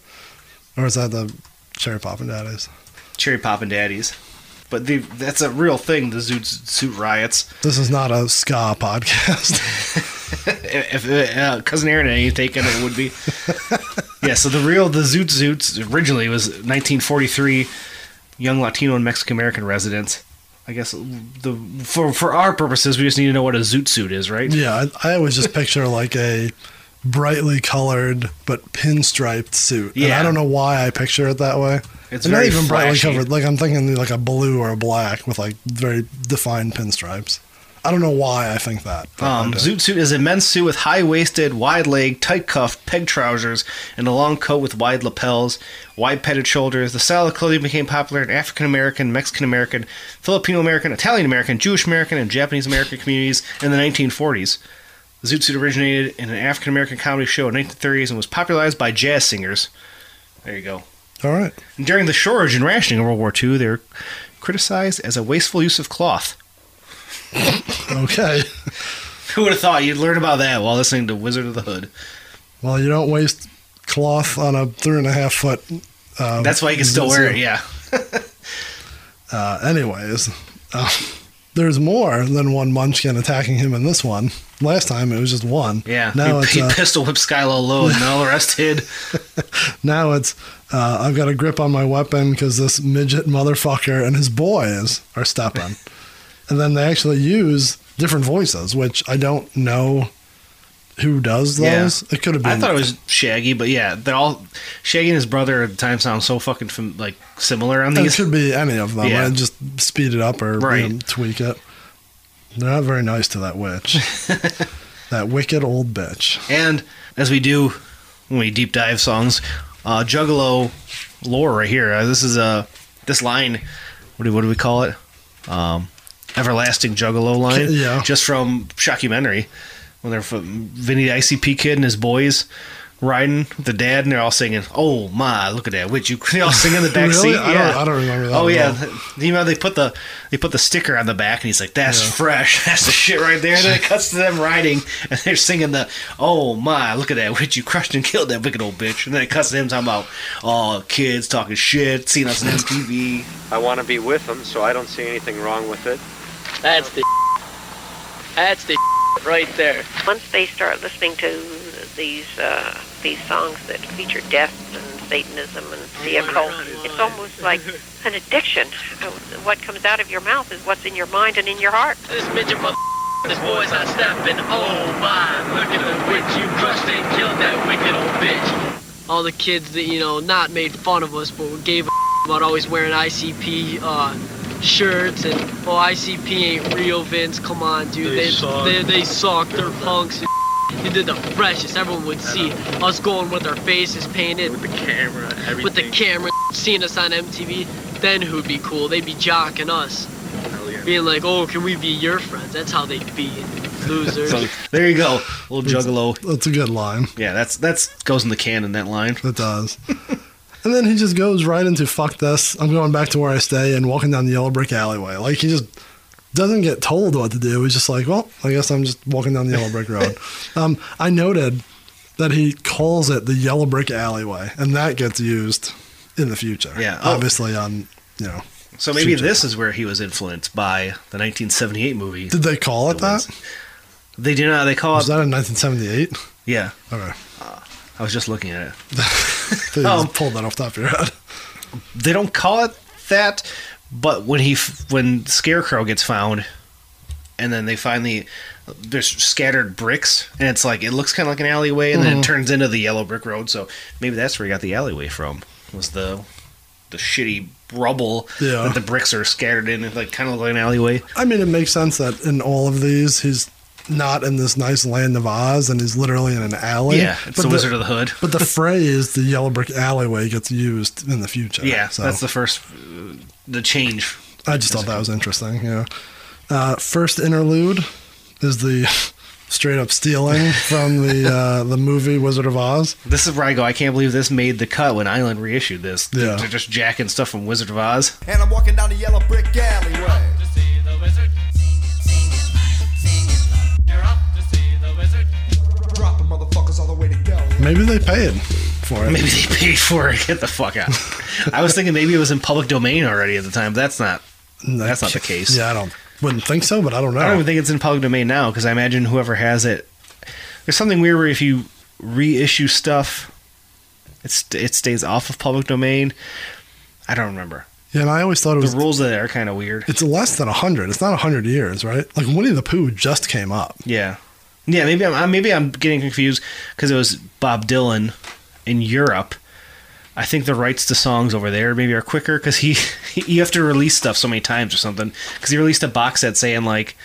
Speaker 3: or is that the Cherry Poppin' Daddies?
Speaker 4: Cherry Poppin' Daddies. But the, that's a real thing, the Zoot Suit Riots.
Speaker 3: This is not a ska podcast.
Speaker 4: if if, uh, cousin Aaron had any taken, it would be. yeah. So the real the Zoot Zoots originally was 1943, young Latino and Mexican American residents. I guess the for for our purposes, we just need to know what a Zoot Suit is, right?
Speaker 3: yeah, I, I always just picture like a brightly colored but pinstriped suit. And I
Speaker 4: Yeah.
Speaker 3: don't know why I picture it that way.
Speaker 4: It's
Speaker 3: And not
Speaker 4: very
Speaker 3: even brightly
Speaker 4: flashy.
Speaker 3: colored. Like I'm thinking like a blue or a black with like very defined pinstripes. I don't know why I think that. but I
Speaker 4: Um,
Speaker 3: do.
Speaker 4: zoot suit is a men's suit with high-waisted, wide-leg, tight-cuffed, peg trousers, and a long coat with wide lapels, wide padded shoulders. The style of clothing became popular in African American, Mexican American, Filipino American, Italian American, Jewish American, and Japanese American communities in the 1940s. The zoot suit originated in an African American comedy show in the 1930s and was popularized by jazz singers. There you go.
Speaker 3: All right.
Speaker 4: And during the shortage and rationing of World War II, they were criticized as a wasteful use of cloth.
Speaker 3: Okay.
Speaker 4: Who would have thought you'd learn about that while listening to Wizard of the Hood?
Speaker 3: Well, you don't waste cloth on a three and a half foot. Um,
Speaker 4: That's why you can still
Speaker 3: zoot
Speaker 4: wear
Speaker 3: suit.
Speaker 4: it. Yeah.
Speaker 3: Uh, anyways, uh, there's more than one Munchkin attacking him in this one. Last time it was just one.
Speaker 4: Yeah.
Speaker 3: Now
Speaker 4: he
Speaker 3: it's
Speaker 4: he
Speaker 3: uh,
Speaker 4: pistol whipped Skylo low and all the rest hid.
Speaker 3: now it's uh, I've got a grip on my weapon because this midget motherfucker and his boys are stepping, and then they actually use different voices, which I don't know who does those. It could have been.
Speaker 4: I thought it was Shaggy, but yeah, they all Shaggy and his brother at the time sound so fucking fam- like similar on
Speaker 3: It
Speaker 4: these.
Speaker 3: could be any of them.
Speaker 4: Yeah.
Speaker 3: And just speed it up or you know,
Speaker 4: Right.
Speaker 3: tweak it. They're not very nice to that witch. that wicked old bitch.
Speaker 4: And as we do when we deep dive songs, uh, Juggalo lore right here. Uh, this is uh, this line. What do, what do we call it? Um, Everlasting Juggalo line.
Speaker 3: Yeah.
Speaker 4: Just from Shockumentary when they're from Vinny the ICP kid and his boys. Riding with the dad, and they're all singing, "Oh my, look at that witch!" You they all sing in the back
Speaker 3: Really?
Speaker 4: seat.
Speaker 3: I don't- I don't remember that
Speaker 4: Oh
Speaker 3: at
Speaker 4: yeah,
Speaker 3: all.
Speaker 4: you know they put the they put the sticker on the back, and he's like, "That's fresh. That's the shit right there." And then it cuts to them riding, and they're singing the "Oh my, look at that witch! You crushed and killed that wicked old bitch." And then it cuts to him talking about all kids talking shit, seeing us on MTV.
Speaker 11: I want to be with them, so I don't see anything wrong with it.
Speaker 12: That's the that's the right there.
Speaker 13: Once they start listening to these uh, these songs that feature death and Satanism and the occult, it's almost like an addiction. uh, What comes out of your mouth is what's in your mind and in your heart.
Speaker 12: This midget mother. This boy's not snapping. Oh my, look at the witch. You crushed and killed that wicked old bitch. All the kids that, you know, not made fun of us, but gave a about always wearing ICP uh, shirts and, oh, ICP ain't real, Vince. Come on, dude.
Speaker 14: They
Speaker 12: They,
Speaker 14: suck.
Speaker 12: they, they suck. They're punks and You did the freshest. Everyone would see us going with our faces painted. With the camera, everything. With the camera, seeing us on MTV. Then who'd be cool? They'd be jocking us. Being like, oh, can we be your friends? That's how they'd be. Losers.
Speaker 4: So there you go, little juggalo.
Speaker 3: That's a good line.
Speaker 4: Yeah, that's that's goes in the canon. That line.
Speaker 3: It does. And then he just goes right into fuck this. I'm going back to where I stay and walking down the yellow brick alleyway. Like he just doesn't get told what to do. He's just like, well, I guess I'm just walking down the yellow brick road. um, I noted that he calls it the yellow brick alleyway, and that gets used in the future.
Speaker 4: Yeah. Oh.
Speaker 3: obviously on you know.
Speaker 4: So maybe
Speaker 3: future.
Speaker 4: this is where he was influenced by the 1978 movie.
Speaker 3: Did they call it that?
Speaker 4: They do not. They call
Speaker 3: Was
Speaker 4: it.
Speaker 3: that in 1978?
Speaker 4: Yeah.
Speaker 3: Okay.
Speaker 4: I was just looking at it.
Speaker 3: They
Speaker 4: Um,
Speaker 3: just pulled that off the top of your head.
Speaker 4: they don't call it that but when he f- when scarecrow gets found and then they find the there's scattered bricks and it's like it looks kind of like an alleyway and then it
Speaker 15: Mhm.
Speaker 4: turns into the yellow brick road so maybe that's where he got the alleyway from was the the shitty rubble
Speaker 3: Yeah.
Speaker 4: that the bricks are scattered in it's like kind of like an alleyway
Speaker 3: I mean, it makes sense that in all of these, he's not in this nice land of Oz, and he's literally in an alley.
Speaker 4: yeah it's the, wizard of the hood
Speaker 3: But the phrase "the yellow brick alleyway" gets used in the future.
Speaker 4: yeah
Speaker 3: so
Speaker 4: that's the first uh, the change
Speaker 3: I just thought that was interesting. Yeah. Uh, first interlude is the straight up stealing from the uh, the movie Wizard of Oz.
Speaker 4: this is where I go. I can't believe this made the cut when Island reissued this.
Speaker 3: Yeah.
Speaker 4: They're just jacking stuff from Wizard of Oz.
Speaker 9: And I'm walking down the yellow brick alleyway. Dropping motherfuckers all the way to go.
Speaker 3: Maybe they paid for it.
Speaker 4: Maybe they paid for it. Get the fuck out. I was thinking maybe it was in public domain already at the time. But that's not. That's not the case.
Speaker 3: Yeah, I don't wouldn't think so, but I don't know.
Speaker 4: I don't even think it's in public domain now because I imagine whoever has it. There's something weird where if you reissue stuff, it's it stays off of public domain. I don't remember.
Speaker 3: yeah, and I always thought it
Speaker 4: The
Speaker 3: was
Speaker 4: rules of that are kind of weird.
Speaker 3: It's less than 100. It's not 100 years, right? Like Winnie the Pooh just came up.
Speaker 4: Yeah, yeah. Maybe I'm- I'm maybe I'm getting confused because it was Bob Dylan in Europe. I think the rights to songs over there maybe are quicker because he, he you have to release stuff so many times or something. Because he released a box set saying like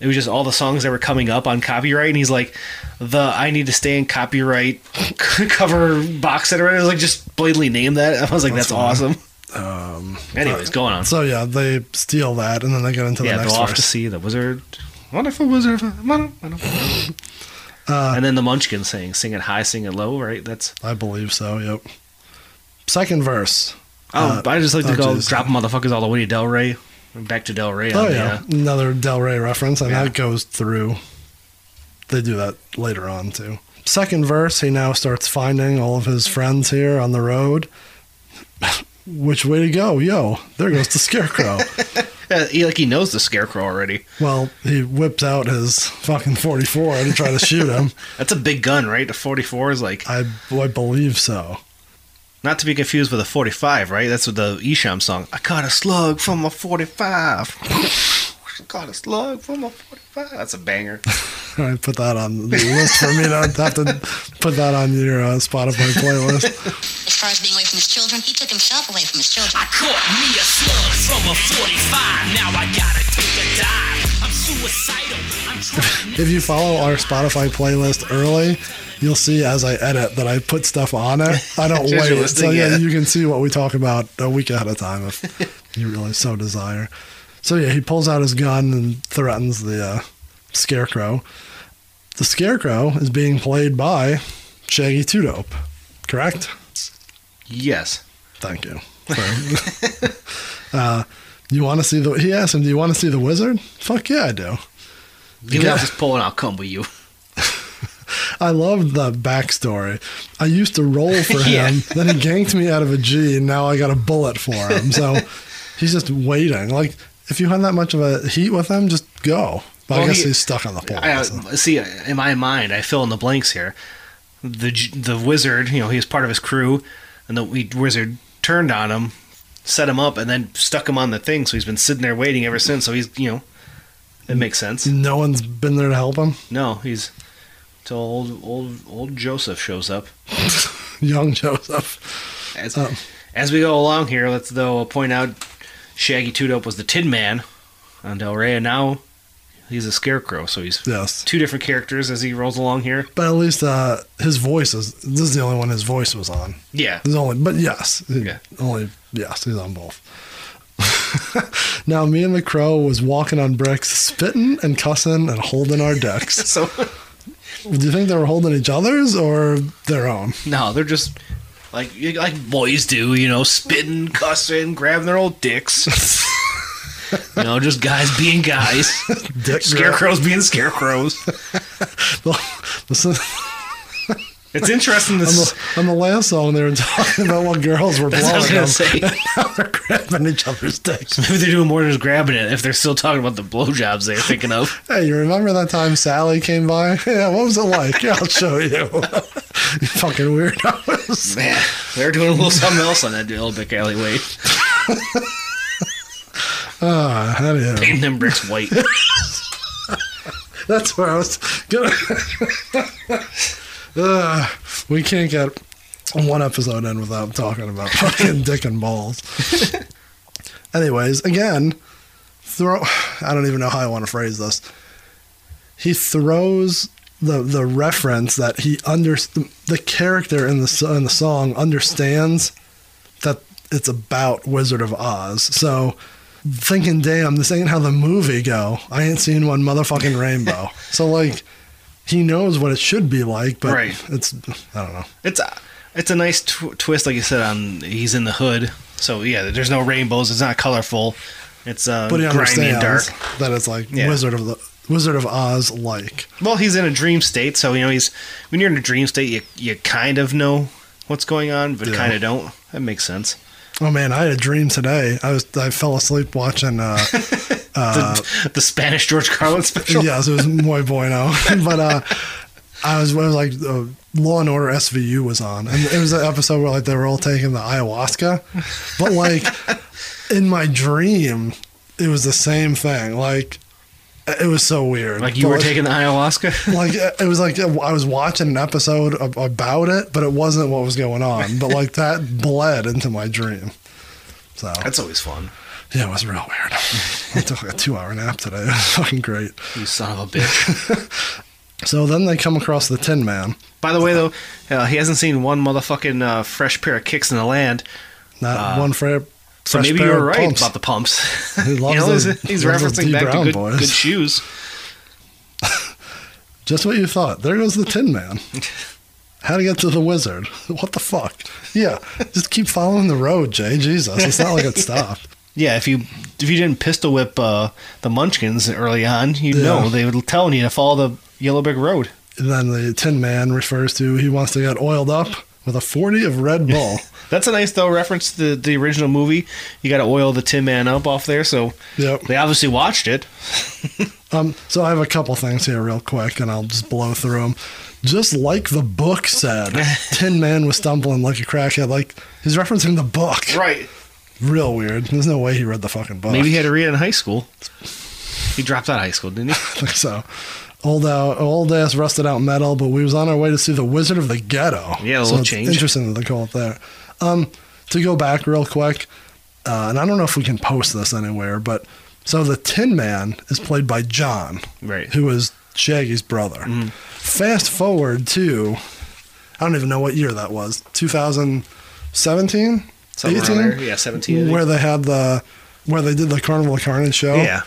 Speaker 4: it was just all the songs that were coming up on copyright, and he's like the I need to stay in copyright cover box set or whatever. It was like just blatantly name that. I was like that's, awesome.
Speaker 3: Um,
Speaker 4: Anyways, going on.
Speaker 3: So yeah, they steal that and then they get into
Speaker 4: yeah,
Speaker 3: the
Speaker 4: go
Speaker 3: next
Speaker 4: off to
Speaker 3: verse.
Speaker 4: see the wizard. Wonderful wizard. of-
Speaker 3: Uh,
Speaker 4: and then the Munchkin saying, "Sing it high, sing it low." Right? That's
Speaker 3: I believe so. Yep. Second verse.
Speaker 4: Oh,
Speaker 3: Uh,
Speaker 4: I just like to
Speaker 3: oh,
Speaker 4: go
Speaker 3: geez.
Speaker 4: drop motherfuckers all the way to Del Rey. Back to Del Rey.
Speaker 3: Oh
Speaker 4: on the,
Speaker 3: yeah,
Speaker 4: uh,
Speaker 3: another Del Rey reference, and
Speaker 4: Yeah.
Speaker 3: that goes through. They do that later on too. Second verse, he now starts finding all of his friends here on the road. Which way to go, yo? There goes the scarecrow.
Speaker 4: uh, he, like he knows the Scarecrow already.
Speaker 3: well, he whips out his fucking forty-four to try to shoot him.
Speaker 4: That's a big gun, right? The 44 is like
Speaker 3: I, I believe so.
Speaker 4: not to be confused with a 45, right? That's what the Esham song. I caught a slug from a 45. God is love from a 45. That's a banger.
Speaker 3: All right, put that on the list for me. Not have to put that on your uh, Spotify playlist.
Speaker 14: As far as being away from his children, he took himself away from his children. I
Speaker 8: Caught me a slug from a 45. Now I gotta take a dive. I'm suicidal. I'm trying
Speaker 3: If you follow our Spotify playlist early, you'll see as I edit that I put stuff on it. I don't
Speaker 4: Just
Speaker 3: wait. So
Speaker 4: listening,
Speaker 3: yeah,
Speaker 4: yeah.
Speaker 3: you can see what we talk about a week ahead of time if you really so desire. So yeah, he pulls out his gun and threatens the uh, scarecrow. The scarecrow is being played by Shaggy Two Dope, correct?
Speaker 4: Yes.
Speaker 3: Thank you. For- uh, you want to see the? He asked him, "Do you want to see the wizard?" Fuck yeah, I do. Yeah.
Speaker 4: You yeah. this pole and I'll come with you.
Speaker 3: I loved the backstory. I used to roll for him,
Speaker 4: Yeah.
Speaker 3: then he ganked me out of a G, and now I got a bullet for him. So he's just waiting. Like if you had that much of a heat with him, just go. But I
Speaker 4: Well,
Speaker 3: guess
Speaker 4: he-
Speaker 3: he's stuck on the pole.
Speaker 4: I, uh, see, in my mind, I fill in the blanks here. The j- the wizard, you know, he was part of his crew, and the we- wizard turned on him, set him up, and then stuck him on the thing. So he's been sitting there waiting ever since. So he's, you know, it makes sense.
Speaker 3: No one's been there to help him.
Speaker 4: No, he's till old old old Joseph shows up.
Speaker 3: Young Joseph.
Speaker 4: As,
Speaker 3: Um.
Speaker 4: as we go along here, let's though point out Shaggy Two Dope was the Tin Man on Del Rey, and now he's a Scarecrow. So he's
Speaker 3: Yes.
Speaker 4: two different characters as he rolls along here.
Speaker 3: But at least uh, his voice is. This is the only one his voice was on.
Speaker 4: Yeah.
Speaker 3: There's only, but yes, only yes, he's on both. now, me and the crow was walking on bricks, spitting and cussing and holding our decks.
Speaker 4: so,
Speaker 3: do you think they were holding each other's or their own?
Speaker 4: No, they're just like like boys do, you know, spitting, cussing, grabbing their old dicks. you know, just guys being guys.
Speaker 3: Dick
Speaker 4: Scarecrows being scarecrows.
Speaker 3: Listen,
Speaker 4: It's interesting. This
Speaker 3: on the, on the last song, they were talking about what girls were blowing
Speaker 4: That's what I was
Speaker 3: them.
Speaker 4: gonna say.
Speaker 3: and now they're grabbing each other's dicks.
Speaker 4: maybe they're doing more than just grabbing it. If they're still talking about the blowjobs they're thinking of,
Speaker 3: Hey, you remember that time Sally came by? Yeah, what was it like? Yeah, I'll show you. you fucking weirdos.
Speaker 4: man, they're doing a little something else on that Olympic alleyway,
Speaker 3: Ah, anyhow.
Speaker 4: painting them bricks white.
Speaker 3: That's where I was gonna. uh, we can't get one episode in without talking about fucking dick and balls. Anyways, again, throw. I don't even know how I want to phrase this. He throws the the reference that he under the character in the so- in the song understands that it's about Wizard of Oz. So thinking, damn, this ain't how the movie go. I ain't seen one motherfucking rainbow. so like, he knows what it should be like, but
Speaker 4: Right.
Speaker 3: it's I don't know.
Speaker 4: It's a, it's a nice tw- twist, like you said. On he's in the hood, so yeah, there's no rainbows. It's not colorful. It's uh,
Speaker 3: But he
Speaker 4: grimy and dark.
Speaker 3: understands that it's like
Speaker 4: Yeah.
Speaker 3: Wizard of the Wizard of Oz like.
Speaker 4: Well, he's in a dream state, so you know he's when you're in a dream state, you you kind of know what's going on, but
Speaker 3: Yeah.
Speaker 4: kind of don't. That makes sense.
Speaker 3: Oh man, I had a dream today. I was I fell asleep watching. Uh, uh,
Speaker 4: the, the Spanish George Carlin special.
Speaker 3: Yes, it was muy bueno. but uh, I was, I was like, uh, Law and Order SVU was on, and it was an episode where like they were all taking the ayahuasca, but like in my dream, it was the same thing. Like it was so weird.
Speaker 4: Like you
Speaker 3: But,
Speaker 4: were taking the ayahuasca.
Speaker 3: like it was like I was watching an episode ab- about it, but it wasn't what was going on. But like that bled into my dream. So
Speaker 4: That's always fun.
Speaker 3: yeah, it was real weird. I took like a two-hour nap today. It was fucking great.
Speaker 4: You son of a bitch.
Speaker 3: So then they come across the Tin Man.
Speaker 4: By the way, though, uh, he hasn't seen one motherfucking uh, fresh pair of kicks in the land.
Speaker 3: Not
Speaker 4: Uh,
Speaker 3: one fra-
Speaker 4: So
Speaker 3: fresh
Speaker 4: maybe
Speaker 3: pair
Speaker 4: you
Speaker 3: of
Speaker 4: were right
Speaker 3: pumps.
Speaker 4: about the pumps.
Speaker 3: He
Speaker 4: You
Speaker 3: loves
Speaker 4: know,
Speaker 3: those-
Speaker 4: he's, he's
Speaker 3: loves those D.
Speaker 4: referencing back
Speaker 3: Brown
Speaker 4: to good,
Speaker 3: boys.
Speaker 4: good shoes.
Speaker 3: Just what you thought. There goes the Tin Man. How to get to the wizard? What the fuck? Yeah, just keep following the road, Jay. Jesus, it's not like it stopped.
Speaker 4: Yeah, if you if you didn't pistol whip uh, the Munchkins early on, you'd
Speaker 3: Yeah.
Speaker 4: know they would telling you to follow the yellow brick road.
Speaker 3: And then the Tin Man refers to he wants to get oiled up with a forty of Red Bull.
Speaker 4: That's a nice though reference to the, the original movie. You got to oil the Tin Man up off there, so
Speaker 3: yep.
Speaker 4: they obviously watched it.
Speaker 3: Um, so I have a couple things here, real quick, and I'll just blow through them. Just like the book said, Tin Man was stumbling like a crackhead. Like he's referencing the book.
Speaker 4: Right.
Speaker 3: Real weird. There's no way he read the fucking book.
Speaker 4: Maybe he had to read it in high school. He dropped out of high school, didn't he?
Speaker 3: I think so. Old out, old ass rusted out metal, but we was on our way to see the Wizard of the Ghetto.
Speaker 4: Yeah, a
Speaker 3: so
Speaker 4: little
Speaker 3: it's
Speaker 4: change.
Speaker 3: Interesting that they call it there. Um, to go back real quick, uh, and I don't know if we can post this anywhere, but so the Tin Man is played by John,
Speaker 4: right? Mm-hmm.
Speaker 3: Who is Shaggy's brother. Fast forward to, I don't even know what year that was, 2017,
Speaker 4: Somewhere around there. Yeah, 17, I think.
Speaker 3: where they had the where they did the Carnival of Carnage show.
Speaker 4: Yeah.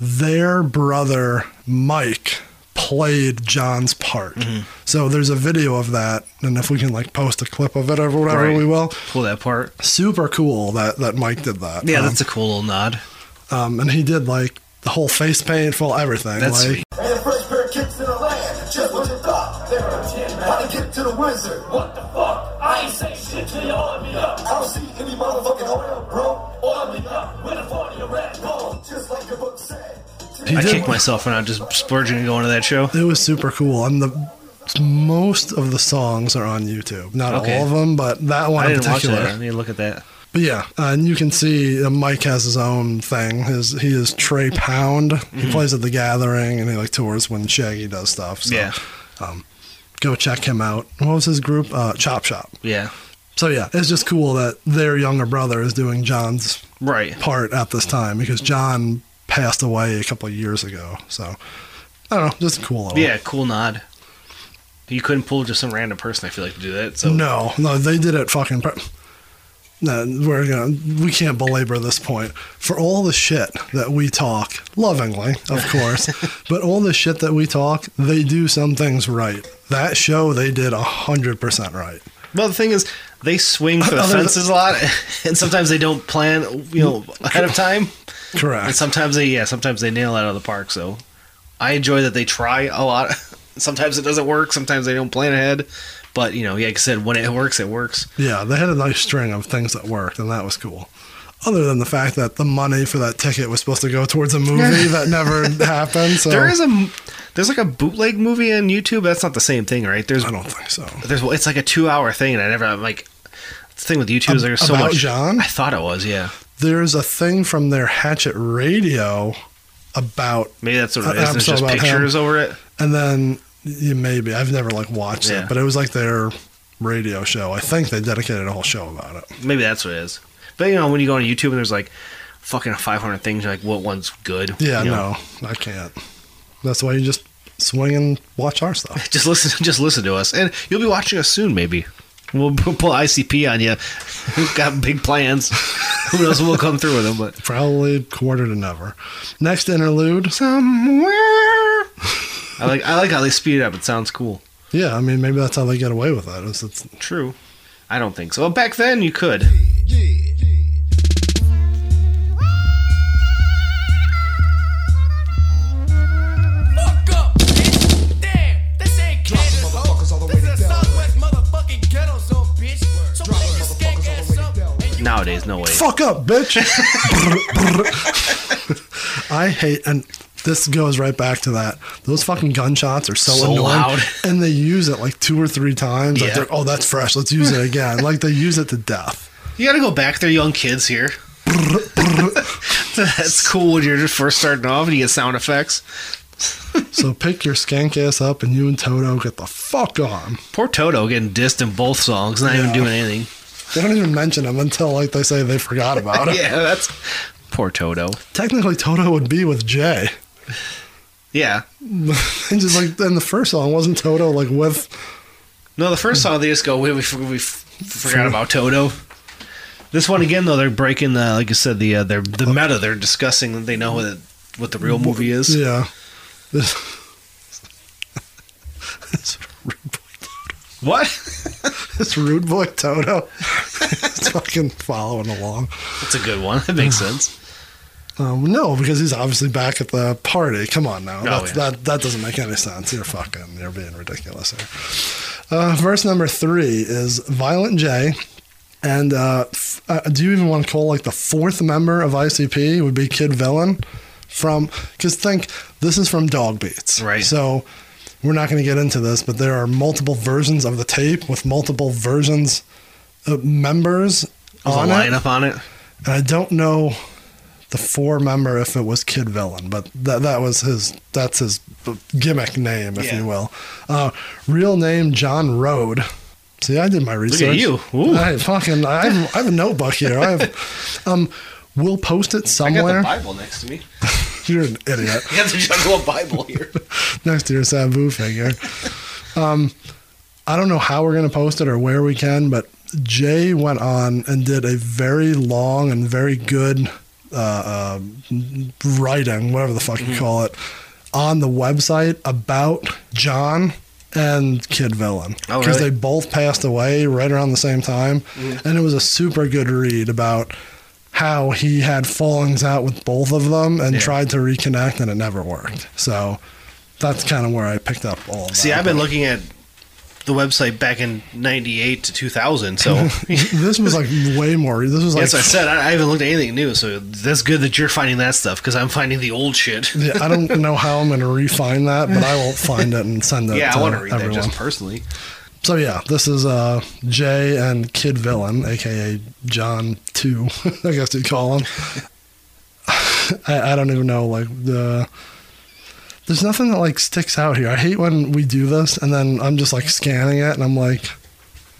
Speaker 3: Their brother Mike played John's part.
Speaker 4: Mm-hmm.
Speaker 3: So there's a video of that and if we can like post a clip of it or whatever
Speaker 4: Right.
Speaker 3: we will.
Speaker 4: Pull that part.
Speaker 3: Super cool that that Mike did that.
Speaker 4: Yeah,
Speaker 3: Um,
Speaker 4: that's a cool little nod.
Speaker 3: um and he did like the whole face paint, full everything.
Speaker 4: That's
Speaker 3: like
Speaker 4: sweet.
Speaker 15: And the first pair of kicks in the land, just what you thought. They were ten men. How to get to the wizard. What the fuck? I ain't say shit till you oil me up. I don't see any motherfucking oil, bro. Oil me up with a 40 red bull, just like the book said.
Speaker 3: He
Speaker 4: I
Speaker 3: did-
Speaker 4: kicked myself for not just splurging and going to that show.
Speaker 3: It was super cool. And the most of the songs are on YouTube. Not
Speaker 4: Okay.
Speaker 3: all of them, but that one
Speaker 4: I
Speaker 3: in
Speaker 4: didn't watch
Speaker 3: particular.
Speaker 4: that. I need to look at that.
Speaker 3: But yeah, uh, and you can see uh, Mike has his own thing. His he is Trey Pound. He
Speaker 4: Mhm.
Speaker 3: plays at the Gathering, and he like tours when Shaggy does stuff. So,
Speaker 4: Yeah.
Speaker 3: um, go check him out. What was his group? Uh, Chop Shop.
Speaker 4: Yeah.
Speaker 3: So yeah, it's just cool that their younger brother is doing John's
Speaker 4: right
Speaker 3: part at this time because John passed away a couple of years ago. So I don't know, just cool. little-
Speaker 4: Yeah, cool nod. You couldn't pull just some random person. I feel like to do that. So
Speaker 3: No, no, they did it fucking. Pre- no, we're gonna we can't belabor this point. For all the shit that we talk, lovingly, of course, but all the shit that we talk, they do some things right. That show they did hundred percent right.
Speaker 4: Well, the thing is, they swing for the
Speaker 3: Other than-
Speaker 4: fences a lot, and sometimes they don't plan, you know, ahead of time.
Speaker 3: Correct.
Speaker 4: And sometimes they, yeah, sometimes they nail it out of the park. So I enjoy that they try a lot. Sometimes it doesn't work. Sometimes they don't plan ahead. But you know, yeah, like I said, when it works, it works.
Speaker 3: Yeah, they had a nice string of things that worked, and that was cool. Other than the fact that the money for that ticket was supposed to go towards a movie that never happened. So
Speaker 4: There is a there's like a bootleg movie on YouTube. That's not the same thing, right? There's I
Speaker 3: don't think so.
Speaker 4: There's it's like a two hour thing, and I never I'm like the thing with YouTube is
Speaker 3: Ab-
Speaker 4: there's so
Speaker 3: about
Speaker 4: much.
Speaker 3: John?
Speaker 4: I thought it was yeah.
Speaker 3: there's a thing from their Hatchet Radio about
Speaker 4: Maybe that's what
Speaker 3: an
Speaker 4: it is. and It's
Speaker 3: episode
Speaker 4: just
Speaker 3: about him.
Speaker 4: pictures over it.
Speaker 3: And then yeah, maybe I've never like watched
Speaker 4: Yeah.
Speaker 3: it, but it was like their radio show. I think they dedicated a whole show about it.
Speaker 4: Maybe that's what it is. But you know, when you go on YouTube and there's like fucking 500 things, you're like, what one's good?
Speaker 3: Yeah,
Speaker 4: you know?
Speaker 3: no, I can't. That's why you just swing and watch our stuff.
Speaker 4: Just listen, just listen to us, and you'll be watching us soon. Maybe we'll p- pull ICP on you. We've got big plans. Who knows? We'll come through with them, but
Speaker 3: Probably quarter to never. Next interlude.
Speaker 4: Somewhere. I like I like how they speed it up. It sounds cool.
Speaker 3: Yeah, I mean maybe that's how they get away with it. It's, it's
Speaker 4: true. I don't think so. Well, back then you could.
Speaker 10: Fuck up, bitch. Damn, this ain't Kansas, ho. This is a Southwest motherfucking ghetto zone, bitch. So pick your skank ass up.
Speaker 4: Nowadays, no way.
Speaker 3: Fuck up, bitch. I hate and this goes right back to that. Those fucking gunshots are so,
Speaker 4: So
Speaker 3: annoying,
Speaker 4: loud.
Speaker 3: and they use it like two or three times. Like
Speaker 4: Yeah.
Speaker 3: they're, oh, that's fresh. Let's use it again. like they use it to death.
Speaker 4: You got to go back there, young kids here. That's cool when you're just first starting off and you get sound effects.
Speaker 3: so pick your skank ass up, and you and Toto get the fuck on.
Speaker 4: Poor Toto getting dissed in both songs, not even
Speaker 3: Yeah.
Speaker 4: doing anything.
Speaker 3: They don't even mention them until like they say they forgot about it.
Speaker 4: yeah, that's poor Toto.
Speaker 3: Technically, Toto would be with Jay.
Speaker 4: Yeah.
Speaker 3: and just like then the first song wasn't Toto like with
Speaker 4: No, the first song they just go, we, we, we f- forgot about Toto. This one again though, they're breaking the like you said the uh, their the meta. They're discussing they know what the, what the real movie is.
Speaker 3: Yeah. This-
Speaker 4: What?
Speaker 3: It's rude boy Toto. It's fucking following along.
Speaker 4: That's a good one. That
Speaker 3: Uh-huh.
Speaker 4: makes sense.
Speaker 3: Um, no, because he's obviously back at the party. Come on now,
Speaker 4: Oh,
Speaker 3: That's
Speaker 4: yeah.
Speaker 3: that that doesn't make any sense. You're fucking, you're being ridiculous here. Uh, verse number three is Violent J, and uh, f- uh, do you even want to call like the fourth member of ICP would be Kid Villain from? Because think this is from Dog Beats, right? So we're not going to get into this, but there are multiple versions of the tape with multiple versions of members
Speaker 4: There's a
Speaker 3: on it.
Speaker 4: lineup on it.
Speaker 3: And I don't know the four member if it was Kid Villain, but that that was his that's his gimmick name, if you will. Uh, real name John Road. See, I did my
Speaker 4: at
Speaker 3: research.
Speaker 4: you. Ooh.
Speaker 3: I fucking I have, I have a notebook here. I have um, we'll post it somewhere.
Speaker 4: I got the Bible next to me.
Speaker 3: You're an idiot.
Speaker 4: You got the Juggalo Bible here.
Speaker 3: next to your Sabu figure. Um, I don't know how we're going to post it or where we can, but Jay went on and did a very long and very good uh, uh, writing, whatever the fuck
Speaker 4: Mm-hmm.
Speaker 3: you call it, on the website about John and Kid Villain.
Speaker 4: Oh,
Speaker 3: Because
Speaker 4: really?
Speaker 3: they both passed away right around the same time.
Speaker 4: Mhm.
Speaker 3: And it was a super good read about how he had fallings out with both of them and
Speaker 4: Yeah.
Speaker 3: tried to reconnect and it never worked. So that's kind of where I picked up all of
Speaker 4: See, I've been looking at the website back in '98 to 2000, so.
Speaker 3: this was like way more. This was like
Speaker 4: That's what I said. I, I haven't looked at anything new, so that's good that you're finding that stuff because I'm finding the old shit.
Speaker 3: Yeah, I don't know how I'm going to refine that, but I will find it and send it.
Speaker 4: yeah,
Speaker 3: to
Speaker 4: I want to read
Speaker 3: uh, everyone.
Speaker 4: that just personally.
Speaker 3: So yeah, this is uh, Jay and Kid Villain, aka John Two, I guess you'd call him. I, I don't even know like the. There's nothing that like sticks out here. I hate when we do this and then I'm just like scanning it and I'm like,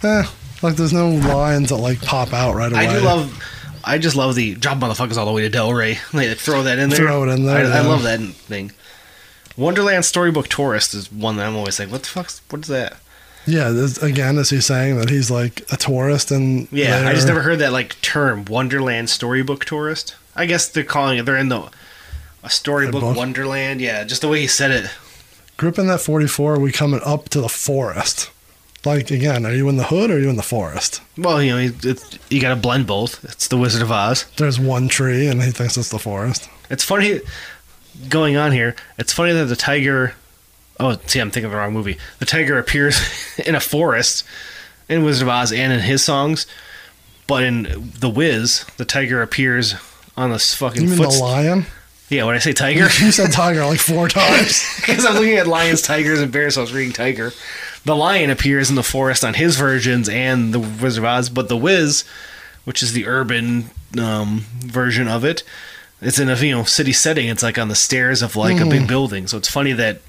Speaker 3: eh, like there's no lines that like pop out right away.
Speaker 4: I do love. I just love the job motherfuckers all the way to Del Rey. They throw that in there.
Speaker 3: Throw it in there,
Speaker 4: I, I
Speaker 3: yeah.
Speaker 4: love that thing. Wonderland Storybook Tourist is one that I'm always like, what the fuck's what is that?
Speaker 3: Yeah, this, again, is he saying that he's like a tourist and
Speaker 4: Yeah, I just
Speaker 3: they're-
Speaker 4: never heard that like term, Wonderland Storybook Tourist. I guess they're calling it. They're in the a storybook
Speaker 3: book?
Speaker 4: Wonderland. Yeah, just the way he said it.
Speaker 3: gripping that 44 we coming up to the forest like again are you in the hood or are you in the forest
Speaker 4: Well, you know, it- it's, you got to blend both. It's the Wizard of Oz.
Speaker 3: there's one tree and he thinks it's the forest
Speaker 4: It's funny going on here. It's funny that the tiger. Oh, see, I'm thinking of the wrong movie. The tiger appears in a forest in Wizard of Oz and in his songs, but in The Wiz, the tiger appears on this fucking.
Speaker 3: you mean
Speaker 4: footst-
Speaker 3: the lion
Speaker 4: Yeah, when I say tiger,
Speaker 3: you said tiger like four times
Speaker 4: because I'm looking at lions, tigers, and bears, so I was reading tiger. The lion appears in the forest on his versions and the Wizard of Oz, but the Wiz, which is the urban um, version of it, it's in a you know city setting. It's like on the stairs of like a
Speaker 3: Mhm.
Speaker 4: big building. So it's funny that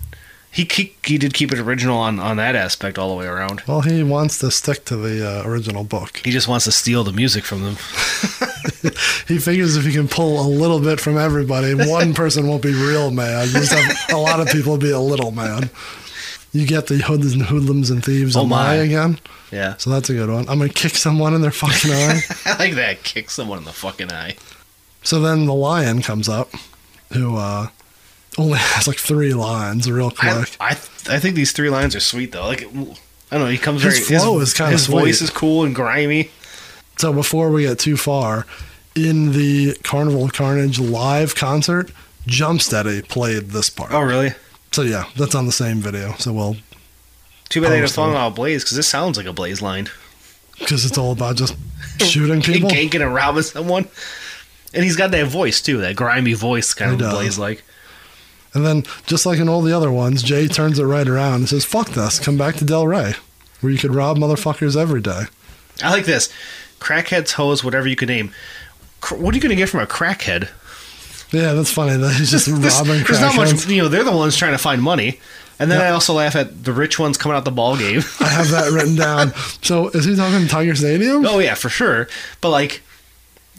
Speaker 4: he he, he did keep it original on on that aspect all the way around.
Speaker 3: well he wants to stick to the uh, original book
Speaker 4: He just wants to steal the music from them.
Speaker 3: he figures if he can pull a little bit from everybody one person won't be real mad you just have a lot of people be a little mad you get the hoods and hoodlums and thieves
Speaker 4: Oh,
Speaker 3: oh my
Speaker 4: my.
Speaker 3: again
Speaker 4: Yeah,
Speaker 3: so that's a good one i'm gonna kick someone in their fucking eye
Speaker 4: I like that. Kick someone in the fucking eye.
Speaker 3: So then the lion comes up, who uh, only has like three lines, real
Speaker 4: I,
Speaker 3: quick.
Speaker 4: I I think these three lines are sweet though. Like I don't know, he comes
Speaker 3: His
Speaker 4: very
Speaker 3: flow is kinda
Speaker 4: his voice
Speaker 3: sweet.
Speaker 4: is cool and grimy.
Speaker 3: so before we get too far, in the Carnival of Carnage live concert, Jumpsteady played this part.
Speaker 4: Oh really?
Speaker 3: So yeah, that's on the same video. So we'll,
Speaker 4: Too bad they didn't
Speaker 3: Almost
Speaker 4: fall
Speaker 3: done.
Speaker 4: out Blaze because this sounds like a Blaze line.
Speaker 3: because it's all about just shooting people.
Speaker 4: Ganking and robbing someone, and he's got that voice too, that grimy voice kind
Speaker 3: He
Speaker 4: of
Speaker 3: does.
Speaker 4: Blaze like.
Speaker 3: And then just like in all the other ones, Jay turns it right around and says, "Fuck this! Come back to Del Rey, where you could rob motherfuckers every day."
Speaker 4: I like this. Crackheads, hoes, whatever you can name. Cr- What are you going to get from a crackhead?
Speaker 3: Yeah, that's funny. That he's just
Speaker 4: There's,
Speaker 3: robbing.
Speaker 4: there's not
Speaker 3: crackheads.
Speaker 4: much. You know, they're the ones trying to find money. And then I also laugh at the rich ones coming out the ball game.
Speaker 3: I have that written down. So is he talking Tiger Stadium?
Speaker 4: oh yeah, for sure. But like,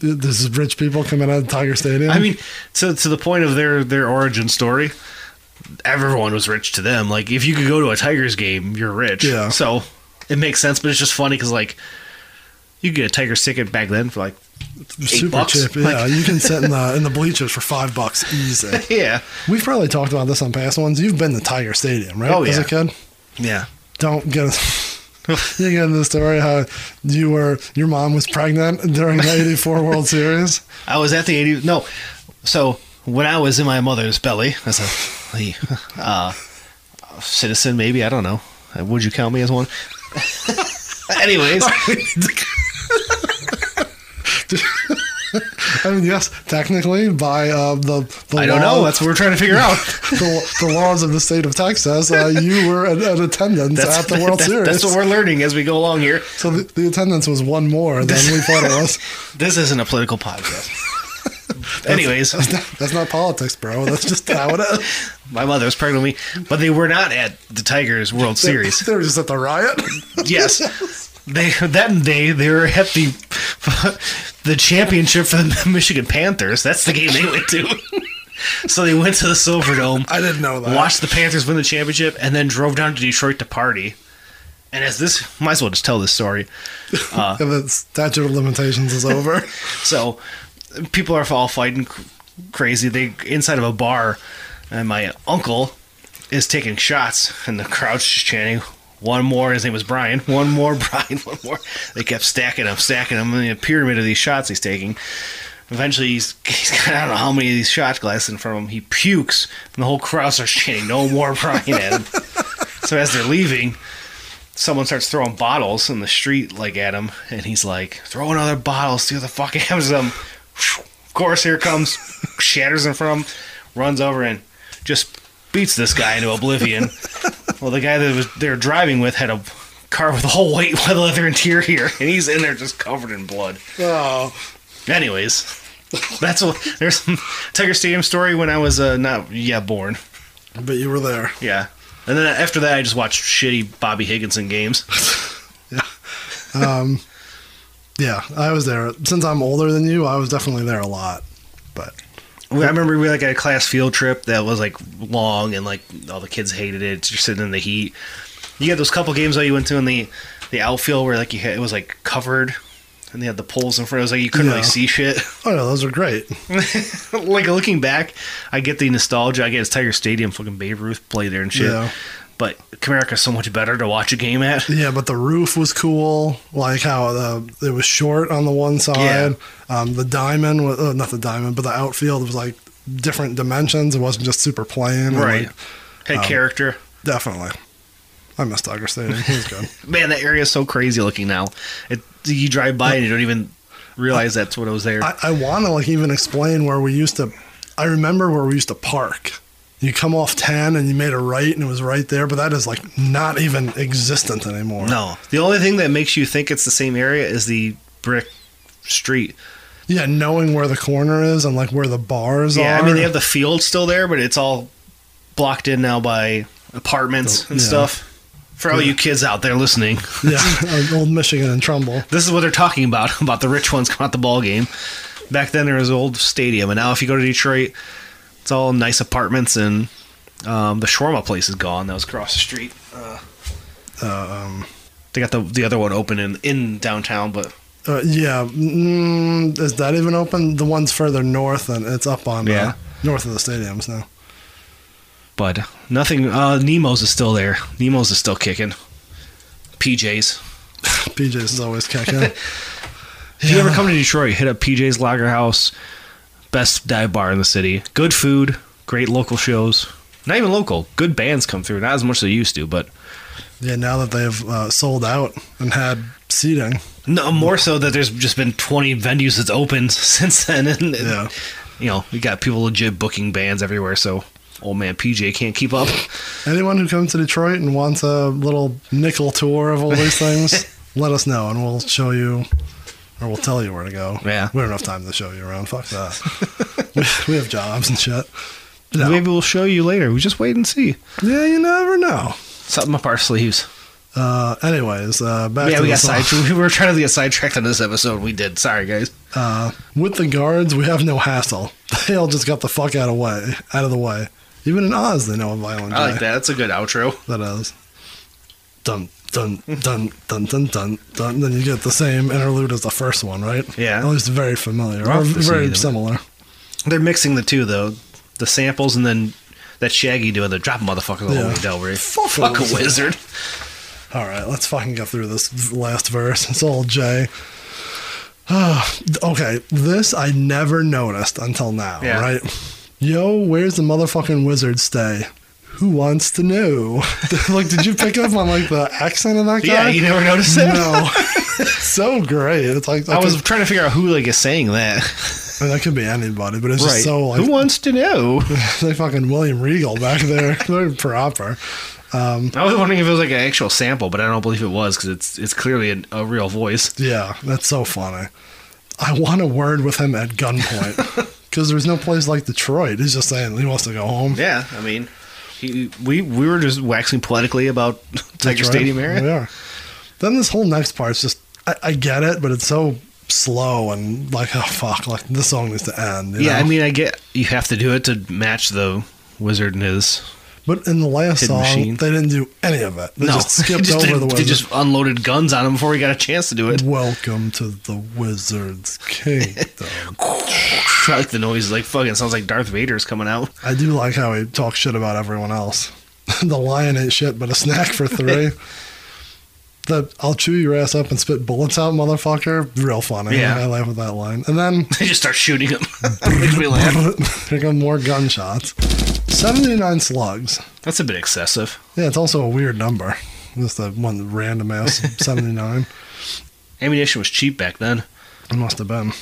Speaker 3: This is rich people coming out of Tiger Stadium.
Speaker 4: I mean, to to the point of their their origin story, everyone was rich to them. Like if you could go to a Tigers game, you're rich.
Speaker 3: Yeah.
Speaker 4: So it makes sense, but it's just funny because like you could get a Tigers ticket back then for like eight bucks.
Speaker 3: cheap. Yeah,
Speaker 4: Like,
Speaker 3: you can sit in the in the bleachers for five bucks easy.
Speaker 4: yeah,
Speaker 3: We've probably talked about this on past ones. You've been to Tiger Stadium, right?
Speaker 4: Oh,
Speaker 3: As a
Speaker 4: yeah.
Speaker 3: kid,
Speaker 4: yeah.
Speaker 3: don't get. you get the story how you were your mom was pregnant during the '84 World Series.
Speaker 4: I was at the eighty. No, so when I was in my mother's belly as a uh, citizen, maybe I don't know. Would you count me as one? Anyways,
Speaker 3: I mean, yes, technically by uh, the the
Speaker 4: I don't
Speaker 3: law-
Speaker 4: know. That's what we're trying to figure out.
Speaker 3: the, the laws of the state of Texas. Uh, you were an, an attendance at the World
Speaker 4: that's-
Speaker 3: Series.
Speaker 4: That's what we're learning as we go along here.
Speaker 3: so the, the attendance was one more than we thought it was.
Speaker 4: This isn't a political podcast. Anyways,
Speaker 3: that's not, that's not politics, bro. That's just how it is.
Speaker 4: my mother was pregnant with me, but they were not at the Tigers World Series.
Speaker 3: They were just at the riot.
Speaker 4: Yes. They that day they were at the the championship for the Michigan Panthers. That's the game they went to. so they went to the Silverdome.
Speaker 3: I didn't know that.
Speaker 4: Watched the Panthers win the championship, and then drove down to Detroit to party. And as this, might as well just tell this story. Uh,
Speaker 3: And the statute of limitations is over.
Speaker 4: so people are all fighting cr- crazy. They inside of a bar, and my uncle is taking shots, and the crowd's just chanting. One more. His name was Brian. One more, Brian. One more. They kept stacking them, stacking them, and a pyramid of these shots he's taking. Eventually, he's, he's got I don't know how many of these shot glasses in front of him. He pukes, and the whole crowd starts chanting, "No more, Brian!" at him. so as they're leaving, someone starts throwing bottles in the street like at him, and he's like, "Throw another bottle, see what the fuck happens to him." Of course, here comes, shatters in front of him, runs over and just beats this guy into oblivion. well, the guy that was they were driving with had a car with a whole white leather interior, and he's in there just covered in blood.
Speaker 3: Oh.
Speaker 4: Anyways, that's what there's some Tiger Stadium story when I was uh, not yeah born.
Speaker 3: But you were there.
Speaker 4: Yeah. And then after that, I just watched shitty Bobby Higginson games.
Speaker 3: Um, yeah, I was there. Since I'm older than you, I was definitely there a lot. But
Speaker 4: We- I remember we like had a class field trip that was like long and like all the kids hated it. It's just sitting in the heat. You had those couple games that you went to in the the outfield where like you had, it was like covered and they had the poles in front. It was like you couldn't
Speaker 3: Yeah.
Speaker 4: really see shit.
Speaker 3: oh no, those are great.
Speaker 4: like looking back, I get the nostalgia. I get it's Tiger Stadium, fucking Babe Ruth played there and shit.
Speaker 3: Yeah.
Speaker 4: But Comerica's so much better to watch a game at.
Speaker 3: Yeah, but the roof was cool. Like how the it was short on the one side. Um, the diamond was uh, not the diamond, but the outfield was like different dimensions. It wasn't just super plain. And,
Speaker 4: Right.
Speaker 3: like,
Speaker 4: Had
Speaker 3: um,
Speaker 4: character.
Speaker 3: Definitely. I missed Tiger Stadium. It was good.
Speaker 4: Man, that area is so crazy looking now. It you drive by and you don't even realize that's what was there.
Speaker 3: I, I want to like even explain where we used to. I remember where we used to park. You come off ten and you made a right, and it was right there. But that is like not even existent anymore.
Speaker 4: No. The only thing that makes you think it's the same area is the brick street.
Speaker 3: Yeah, knowing where the corner is and like where the bars
Speaker 4: yeah,
Speaker 3: are.
Speaker 4: I mean they have the field still there, but it's all blocked in now by apartments and
Speaker 3: Oh, Yeah.
Speaker 4: stuff. For all
Speaker 3: Yeah.
Speaker 4: you kids out there listening,
Speaker 3: yeah, old Michigan and Trumbull.
Speaker 4: this is what they're talking about about the rich ones coming out the ball game. Back then there was an old stadium, and now if you go to Detroit, it's all nice apartments and um, the shawarma place is gone. That was across the street. Uh,
Speaker 3: um,
Speaker 4: they got the the other one open in in downtown, but
Speaker 3: Uh, yeah, mm, is that even open? The one's further north and it's up on
Speaker 4: Yeah.
Speaker 3: uh, north of the stadiums now.
Speaker 4: But nothing. Uh, Nemo's is still there. Nemo's is still kicking. PJ's.
Speaker 3: PJ's is always kicking.
Speaker 4: If you ever come to Detroit, hit up PJ's Lager House. Best dive bar in the city. Good food. Great local shows. Not even local. Good bands come through. Not as much as they used to, but
Speaker 3: yeah, now that they've uh, sold out and had seating.
Speaker 4: no more so that there's just been 20 venues that's opened since then. And, and, You know, we got people legit booking bands everywhere. So old man PJ can't keep up.
Speaker 3: Anyone who comes to Detroit and wants a little nickel tour of all these things, let us know and we'll show you or we'll tell you where to go.
Speaker 4: Yeah.
Speaker 3: We don't have time to show you around. Fuck that. we, we have jobs and shit.
Speaker 4: Maybe we'll show you later. We just wait and see.
Speaker 3: Yeah, you never know.
Speaker 4: Something up our sleeves.
Speaker 3: Uh, anyways, uh, back
Speaker 4: yeah,
Speaker 3: to
Speaker 4: we
Speaker 3: the
Speaker 4: got
Speaker 3: song.
Speaker 4: sidetracked. We were trying to get sidetracked on this episode. We did. Sorry, guys.
Speaker 3: Uh, with the guards, we have no hassle. They all just got the fuck out of way, out of the way. Even in Oz, they know a violent.
Speaker 4: I
Speaker 3: guy.
Speaker 4: like that. That's a good outro.
Speaker 3: That is. Dun dun dun dun dun dun dun. Then you get the same interlude as the first one, right?
Speaker 4: Yeah.
Speaker 3: At least very familiar or
Speaker 4: Rough to see
Speaker 3: very
Speaker 4: them.
Speaker 3: similar.
Speaker 4: They're mixing the two though, the samples and then that Shaggy doing the drop a motherfucker the
Speaker 3: Yeah.
Speaker 4: whole way Del Rey.
Speaker 3: Fuck a
Speaker 4: Fuck a
Speaker 3: wizard.
Speaker 4: wizard.
Speaker 3: All right, let's fucking get through this last verse. It's all Jay. okay, this I never noticed until now,
Speaker 4: Yeah.
Speaker 3: right? Yo, where's the motherfucking wizard stay? Who wants to know? like, did you pick up on like the accent of that guy?
Speaker 4: Yeah, you never noticed that?
Speaker 3: No, it's so great. It's like
Speaker 4: I was trying to figure out who like is saying that.
Speaker 3: I mean, that could be anybody, but it's just so like
Speaker 4: who wants to know?
Speaker 3: they fucking William Regal back there. They're proper. Um,
Speaker 4: I was wondering if it was like an actual sample, but I don't believe it was because it's it's clearly an, a real voice.
Speaker 3: yeah, that's so funny. I want a word with him at gunpoint. because there's no place like Detroit. He's just saying he wants to go home.
Speaker 4: Yeah, I mean, he, we we were just waxing politically about Tiger
Speaker 3: Detroit.
Speaker 4: Stadium area.
Speaker 3: We are. Then this whole next part's just I, I get it, but it's so slow and like oh fuck, like this song needs to end. you
Speaker 4: yeah,
Speaker 3: know?
Speaker 4: I mean, I get you have to do it to match the wizard and his.
Speaker 3: But in the last
Speaker 4: Hidden
Speaker 3: song,
Speaker 4: machine.
Speaker 3: they didn't do any of it. They
Speaker 4: no,
Speaker 3: just skipped
Speaker 4: just
Speaker 3: over
Speaker 4: did-
Speaker 3: the
Speaker 4: They
Speaker 3: wizard.
Speaker 4: just unloaded guns on him before he got a chance to do it.
Speaker 3: Welcome to the Wizard's Kingdom.
Speaker 4: I like the noise, like fucking sounds like Darth Vader's coming out.
Speaker 3: I do like how he talks shit about everyone else. the lion ain't shit, but a snack for three. the I'll chew your ass up and spit bullets out, motherfucker. Real funny.
Speaker 4: Yeah.
Speaker 3: I laugh at that line. And then
Speaker 4: They just start shooting him. Makes me laugh.
Speaker 3: there go more gunshots. 79 slugs.
Speaker 4: That's a bit excessive.
Speaker 3: Yeah, it's also a weird number. Just the one random ass 79.
Speaker 4: Ammunition was cheap back then.
Speaker 3: It must have been.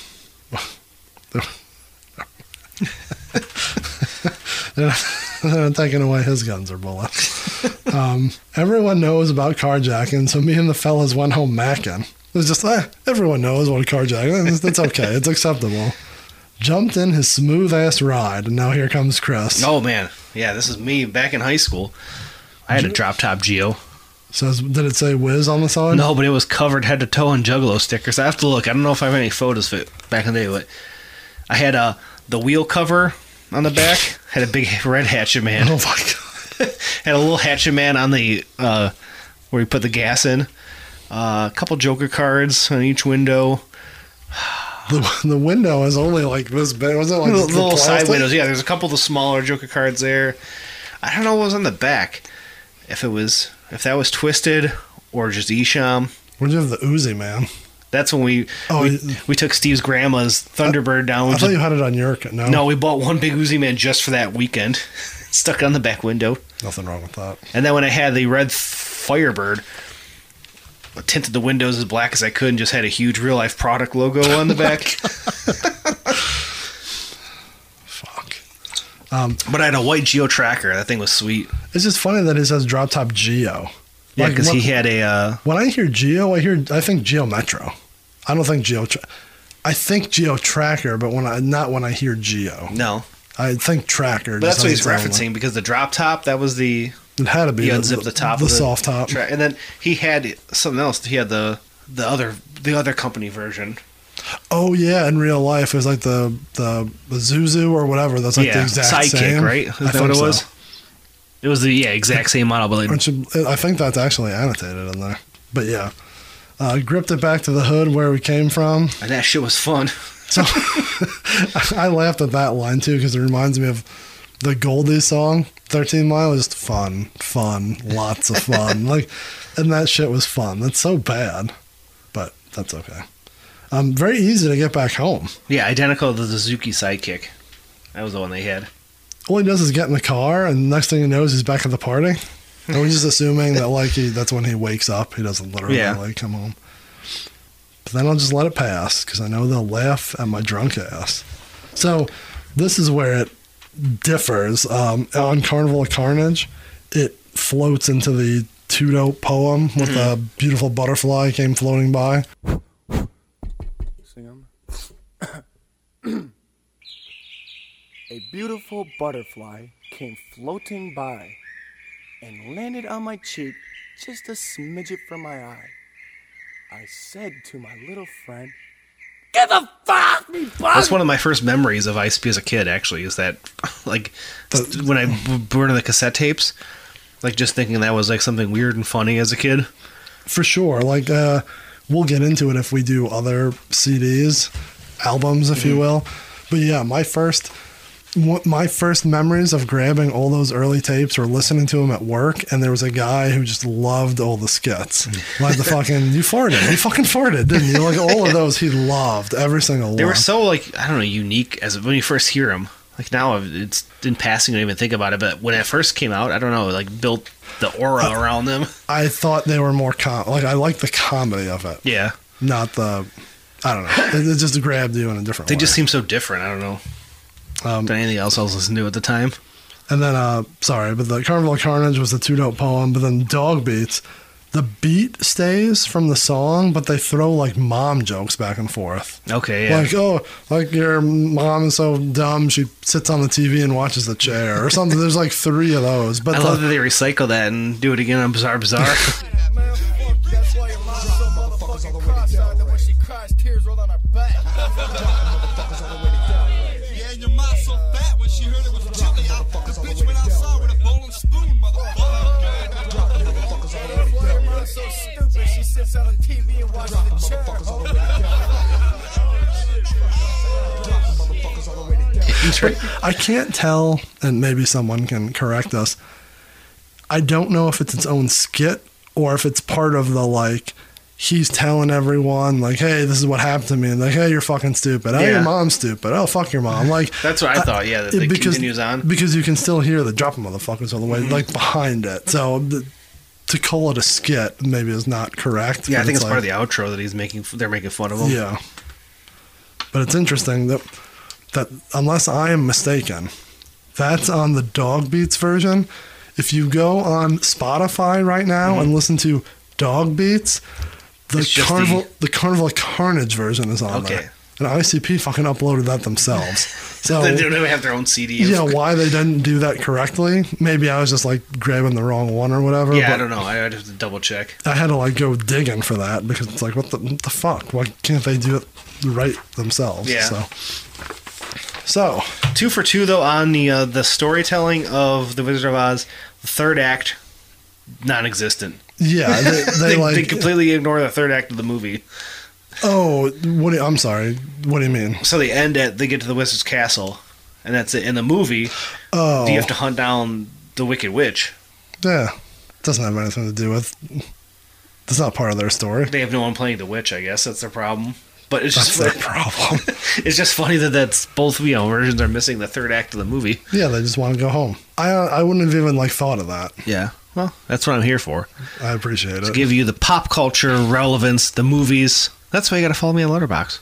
Speaker 3: They're not taking away his guns or bullets. um, everyone knows about carjacking, so me and the fellas went home macking. It was just, eh, everyone knows what a carjacking is. That's okay. It's acceptable. Jumped in his smooth ass ride, and now here comes Chris.
Speaker 4: Oh man, yeah, this is me back in high school. I had a drop top Geo.
Speaker 3: Says, did it say whiz on the side?
Speaker 4: No, but it was covered head to toe in Juggalo stickers. I have to look. I don't know if I have any photos of it back in the day, but I had uh, the wheel cover on the back. Had a big red Hatchet Man.
Speaker 3: Oh my god!
Speaker 4: had a little Hatchet Man on the uh, where you put the gas in. Uh, a couple Joker cards on each window.
Speaker 3: The, the window is only like this big. Was it like
Speaker 4: little,
Speaker 3: Oh, the
Speaker 4: little side
Speaker 3: plastic?
Speaker 4: windows. Yeah, there's a couple of the smaller Joker cards there. I don't know what was on the back. If it was, if that was twisted or just Isham.
Speaker 3: Where'd you have the Uzi, man?
Speaker 4: That's when we
Speaker 3: Oh,
Speaker 4: we,
Speaker 3: you-
Speaker 4: we took Steve's grandma's Thunderbird down.
Speaker 3: I
Speaker 4: to-
Speaker 3: thought you had it on your. ca- No,
Speaker 4: no, we bought one big Uzi man just for that weekend. Stuck it on the back window,
Speaker 3: nothing wrong with that.
Speaker 4: and then when I had the red Firebird, I tinted the windows as black as I could, and just had a huge real life product logo on
Speaker 3: Oh
Speaker 4: the back.
Speaker 3: Fuck. Um,
Speaker 4: but I had a white Geo Tracker. That thing was sweet.
Speaker 3: It's just funny that it says drop top Geo.
Speaker 4: Yeah,
Speaker 3: Like,
Speaker 4: because
Speaker 3: what-
Speaker 4: he had a uh,
Speaker 3: When I hear Geo, I hear I think Geo Metro. I don't think Geo. Tra- I think Geo Tracker, but when I not when I hear Geo,
Speaker 4: no.
Speaker 3: I think Tracker.
Speaker 4: But
Speaker 3: just
Speaker 4: that's what
Speaker 3: has
Speaker 4: he's
Speaker 3: its own
Speaker 4: referencing because the drop top that was the
Speaker 3: It had to be.
Speaker 4: he unzipped the top,
Speaker 3: the,
Speaker 4: of
Speaker 3: soft top.
Speaker 4: tra- and then he had something else. He had the the other the other company version.
Speaker 3: oh yeah, in real life, it was like the the, the Zuzu or whatever. That's like the exact
Speaker 4: sidekick,
Speaker 3: same,
Speaker 4: right? Is
Speaker 3: I
Speaker 4: that what it
Speaker 3: think
Speaker 4: was?
Speaker 3: so.
Speaker 4: It was the yeah exact same model, but like,
Speaker 3: Aren't you- I think that's actually annotated in there. But yeah, uh, gripped it back to the hood where we came from.
Speaker 4: and that shit was fun.
Speaker 3: So I laughed at that line too because it reminds me of the Goldie song. Thirteen Mile is fun, fun, lots of fun. like, and that shit was fun. That's so bad, but that's okay. Um, very easy to get back home.
Speaker 4: Yeah, identical to the Suzuki Sidekick. That was the one they had.
Speaker 3: All he does is get in the car, and next thing he knows, he's back at the party. And we're just assuming that like he, that's when he wakes up. He doesn't literally
Speaker 4: Yeah.
Speaker 3: like come home. But then I'll just let it pass because I know they'll laugh at my drunk ass. So this is where it differs. Um, on Carnival of Carnage, it floats into the two note poem with a beautiful butterfly came floating by.
Speaker 16: A beautiful butterfly came floating by and landed on my cheek just a smidget from my eye. I said to my little friend, Get the fuck me, bug!
Speaker 4: That's one of my first memories of ISP as a kid. Actually, is that like when I b- burned the cassette tapes, like just thinking that was like something weird and funny as a kid.
Speaker 3: for sure. Like uh, we'll get into it if we do other CDs, albums, if
Speaker 4: Mm-hmm.
Speaker 3: you will. But yeah, my first, what my first memories of grabbing all those early tapes or listening to them at work, and there was a guy who just loved all the skits,
Speaker 4: Mm.
Speaker 3: like the fucking you farted, you fucking farted, didn't you? Like all of those, he loved every single
Speaker 4: They
Speaker 3: one.
Speaker 4: were so like I don't know unique as when you first hear them. Like now I've- it's in passing, I don't even think about it. But when it first came out, I don't know, like built the aura around them.
Speaker 3: I thought they were more com- like I like the comedy of it,
Speaker 4: Yeah,
Speaker 3: not the. I don't know. It, it just grabbed you in a different
Speaker 4: they
Speaker 3: way.
Speaker 4: just seem so different. I don't know
Speaker 3: Um,
Speaker 4: than anything else I was listening to at the time.
Speaker 3: And then, uh, sorry, but the Carnival of Carnage was the two note poem, but then Dog Beats the beat stays from the song, but they throw like mom jokes back and forth.
Speaker 4: Okay, yeah.
Speaker 3: Like, oh, like your mom is so dumb, she sits on the TV and watches the chair or something. There's like three of those. But
Speaker 4: I
Speaker 3: the-
Speaker 4: love that they recycle that and do it again on Bizarre Bizarre.
Speaker 10: Yeah, and your mom so fat when she heard it was chili out. The bitch went outside with a bowl and spoon, motherfucker. Why your mom so stupid? She sits on the TV and watches the
Speaker 3: I can't tell, and maybe someone can correct us. I don't know if it's its own skit or if it's part of the like he's telling everyone like, "Hey, this is what happened to me," and like, "Hey, you're fucking stupid. Oh,
Speaker 4: Yeah.
Speaker 3: your mom's stupid. Oh, fuck your mom." Like
Speaker 4: That's what I thought, yeah, that
Speaker 3: it-
Speaker 4: they continues on. Mm-hmm.
Speaker 3: because you can still hear the drop of motherfuckers all the way like behind it. So the, to call it a skit maybe is not correct.
Speaker 4: yeah, I
Speaker 3: but
Speaker 4: think it's part
Speaker 3: like-
Speaker 4: of the outro that he's making. They're making fun of him.
Speaker 3: yeah. But it's interesting that that unless I am mistaken, that's on the Dog Beats version. If you go on Spotify right now and listen to Dog Beats, the
Speaker 4: Mm-hmm. It's just
Speaker 3: Carnival the, Carnival Carnage version is on
Speaker 4: Okay.
Speaker 3: there. And ICP fucking uploaded that themselves. So
Speaker 4: they don't even have their own CD.
Speaker 3: yeah, why they didn't do that correctly? Maybe I was just like grabbing the wrong one or whatever.
Speaker 4: yeah.
Speaker 3: but
Speaker 4: I don't know. I I'd have to double check.
Speaker 3: I had to like go digging for that because it's like what the, what the fuck? Why can't they do it right themselves?
Speaker 4: Yeah.
Speaker 3: So So
Speaker 4: two for two though on the uh, the storytelling of the Wizard of Oz. The third act, non-existent.
Speaker 3: yeah, they, they, like
Speaker 4: completely ignore the third act of the movie.
Speaker 3: oh, what? Do you, I'm sorry. What do you mean?
Speaker 4: So they end at they get to the wizard's castle, and that's it. In the movie,
Speaker 3: Oh,
Speaker 4: you have to hunt down the Wicked Witch.
Speaker 3: yeah. Doesn't have anything to do with. That's not part of their story.
Speaker 4: They have no one playing the witch. I guess that's their problem. But it's just
Speaker 3: That's their problem.
Speaker 4: it's just funny that that's both you know versions are missing the third act of the movie.
Speaker 3: Yeah, they just want to go home. I I wouldn't have even like thought of that.
Speaker 4: Yeah. Well, that's what I'm here for.
Speaker 3: I appreciate
Speaker 4: To
Speaker 3: it.
Speaker 4: give you the pop culture relevance, the movies. That's why you got to follow me on Letterbox.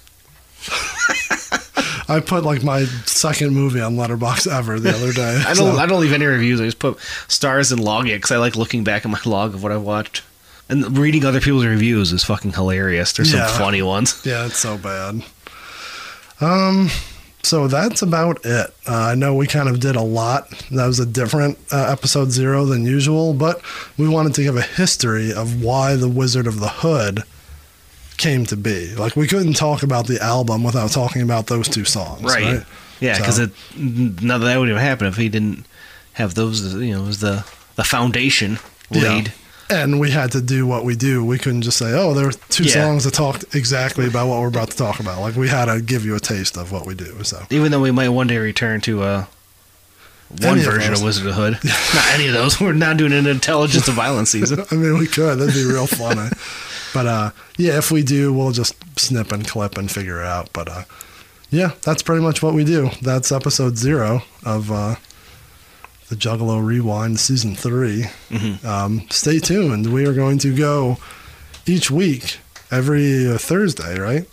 Speaker 3: I put like my second movie on Letterbox ever the other day.
Speaker 4: I don't.
Speaker 3: so-
Speaker 4: I don't leave any reviews. I just put stars and log it because I like looking back at my log of what I've watched. And reading other people's reviews is fucking hilarious. There's
Speaker 3: Yeah.
Speaker 4: some funny ones.
Speaker 3: Yeah, it's so bad. Um, so that's about it. Uh, I know we kind of did a lot. That was a different uh, episode zero than usual, but we wanted to give a history of why the Wizard of the Hood came to be. Like we couldn't talk about the album without talking about those two songs, right?
Speaker 4: Right. Yeah, because
Speaker 3: So-
Speaker 4: it none of that would even happen if he didn't have those. You know, it was the the foundation laid.
Speaker 3: And we had to do what we do. We couldn't just say, "Oh, there were two
Speaker 4: Yeah.
Speaker 3: songs that talked exactly about what we're about to talk about." Like we had to give you a taste of what we do. So
Speaker 4: Even though we might one day return to uh, one
Speaker 3: Any of
Speaker 4: version of
Speaker 3: those.
Speaker 4: Wizard of the Hood, not any of those. We're not doing an intelligence of violence season.
Speaker 3: I mean, we could. That'd be real funny. but uh, yeah, if we do, we'll just snip and clip and figure it out. But uh, yeah, that's pretty much what we do. That's episode zero of uh, the Juggalo Rewind season 3 Um, stay tuned. We are going to go each week, every uh, Thursday, right?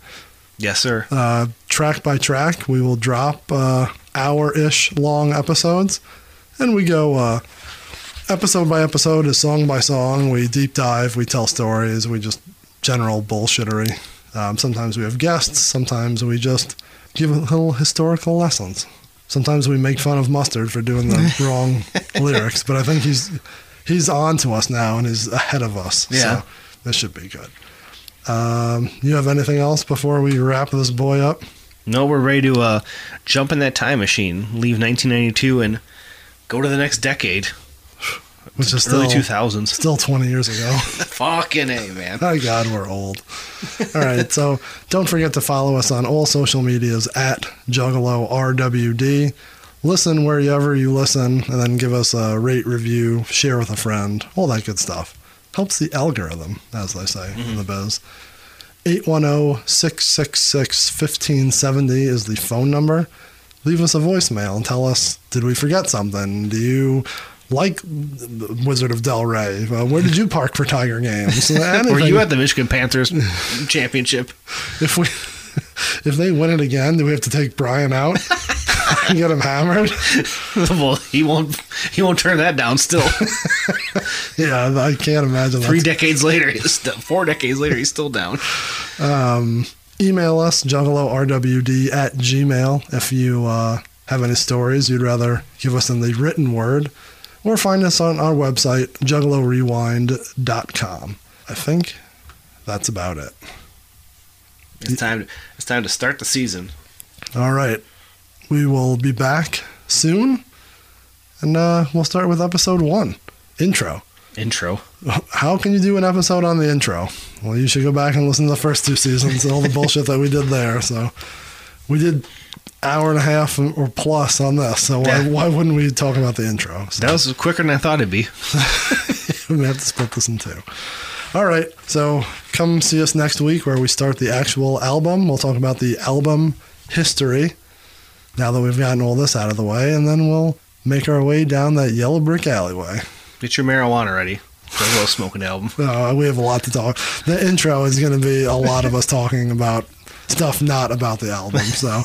Speaker 4: Yes, sir.
Speaker 3: uh, track by track. We will drop uh, hour ish long episodes, and we go uh, episode by episode, is song by song. We deep dive, we tell stories, we just general bullshittery. Um, sometimes we have guests, sometimes we just give little historical lessons. Sometimes we make fun of Mustard for doing the wrong lyrics, but I think he's he's on to us now and he's ahead of us.
Speaker 4: Yeah.
Speaker 3: So this should be good. Um, you have anything else before we wrap this boy up?
Speaker 4: No, we're ready to uh, jump in that time machine, leave 1992, and go to the next decade,
Speaker 3: Which is
Speaker 4: early
Speaker 3: still
Speaker 4: 2000s.
Speaker 3: still 20 years ago.
Speaker 4: Fucking a man.
Speaker 3: My God, we're old. All right, so don't forget to follow us on all social medias at Juggalo RWD. Listen wherever you listen, and then give us a rate, review, share with a friend, all that good stuff. Helps the algorithm, as they say in the biz. oh, 810-666-1570 is the phone number. Leave us a voicemail and tell us, did we forget something? Do you like the Wizard of Del Rey? Uh, where did you park for Tiger Games?
Speaker 4: Were
Speaker 3: Anything.
Speaker 4: you at the Michigan Panthers championship?
Speaker 3: if we if they win it again, do we have to take Brian out? get him hammered.
Speaker 4: well, he won't. He won't turn that down. Still,
Speaker 3: yeah, I can't imagine.
Speaker 4: three
Speaker 3: that's-
Speaker 4: decades later, he's still, four decades later, he's still down.
Speaker 3: Um, email us, rwd at gmail, if you uh, have any stories you'd rather give us in the written word, or find us on our website, juggalorewind.com. I think that's about it.
Speaker 4: It's time. It's time to start the season.
Speaker 3: All right. We will be back soon, and uh, we'll start with episode one intro.
Speaker 4: Intro.
Speaker 3: How can you do an episode on the intro? Well, you should go back and listen to the first two seasons and all the bullshit that we did there. So we did hour and a half or plus on this. So why,
Speaker 4: Yeah.
Speaker 3: why wouldn't we talk about the intro? So
Speaker 4: That was quicker than I thought it'd be.
Speaker 3: we have to split this in two. All right. So come see us next week where we start the actual album. We'll talk about the album history now that we've gotten all this out of the way, and then we'll make our way down that yellow brick alleyway.
Speaker 4: Get your marijuana ready. There's a little smoking album.
Speaker 3: Uh, we have a lot to talk. The intro is going to be a lot of us talking about stuff not about the album. So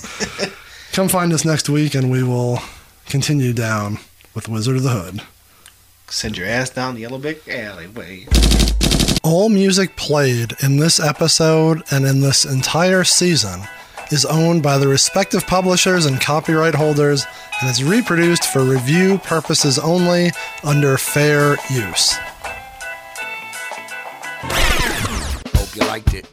Speaker 3: come find us next week, and we will continue down with Wizard of the Hood.
Speaker 4: Send your ass down the yellow brick alleyway.
Speaker 3: All music played in this episode and in this entire season is owned by the respective publishers and copyright holders and is reproduced for review purposes only under fair use.
Speaker 17: Hope you liked it.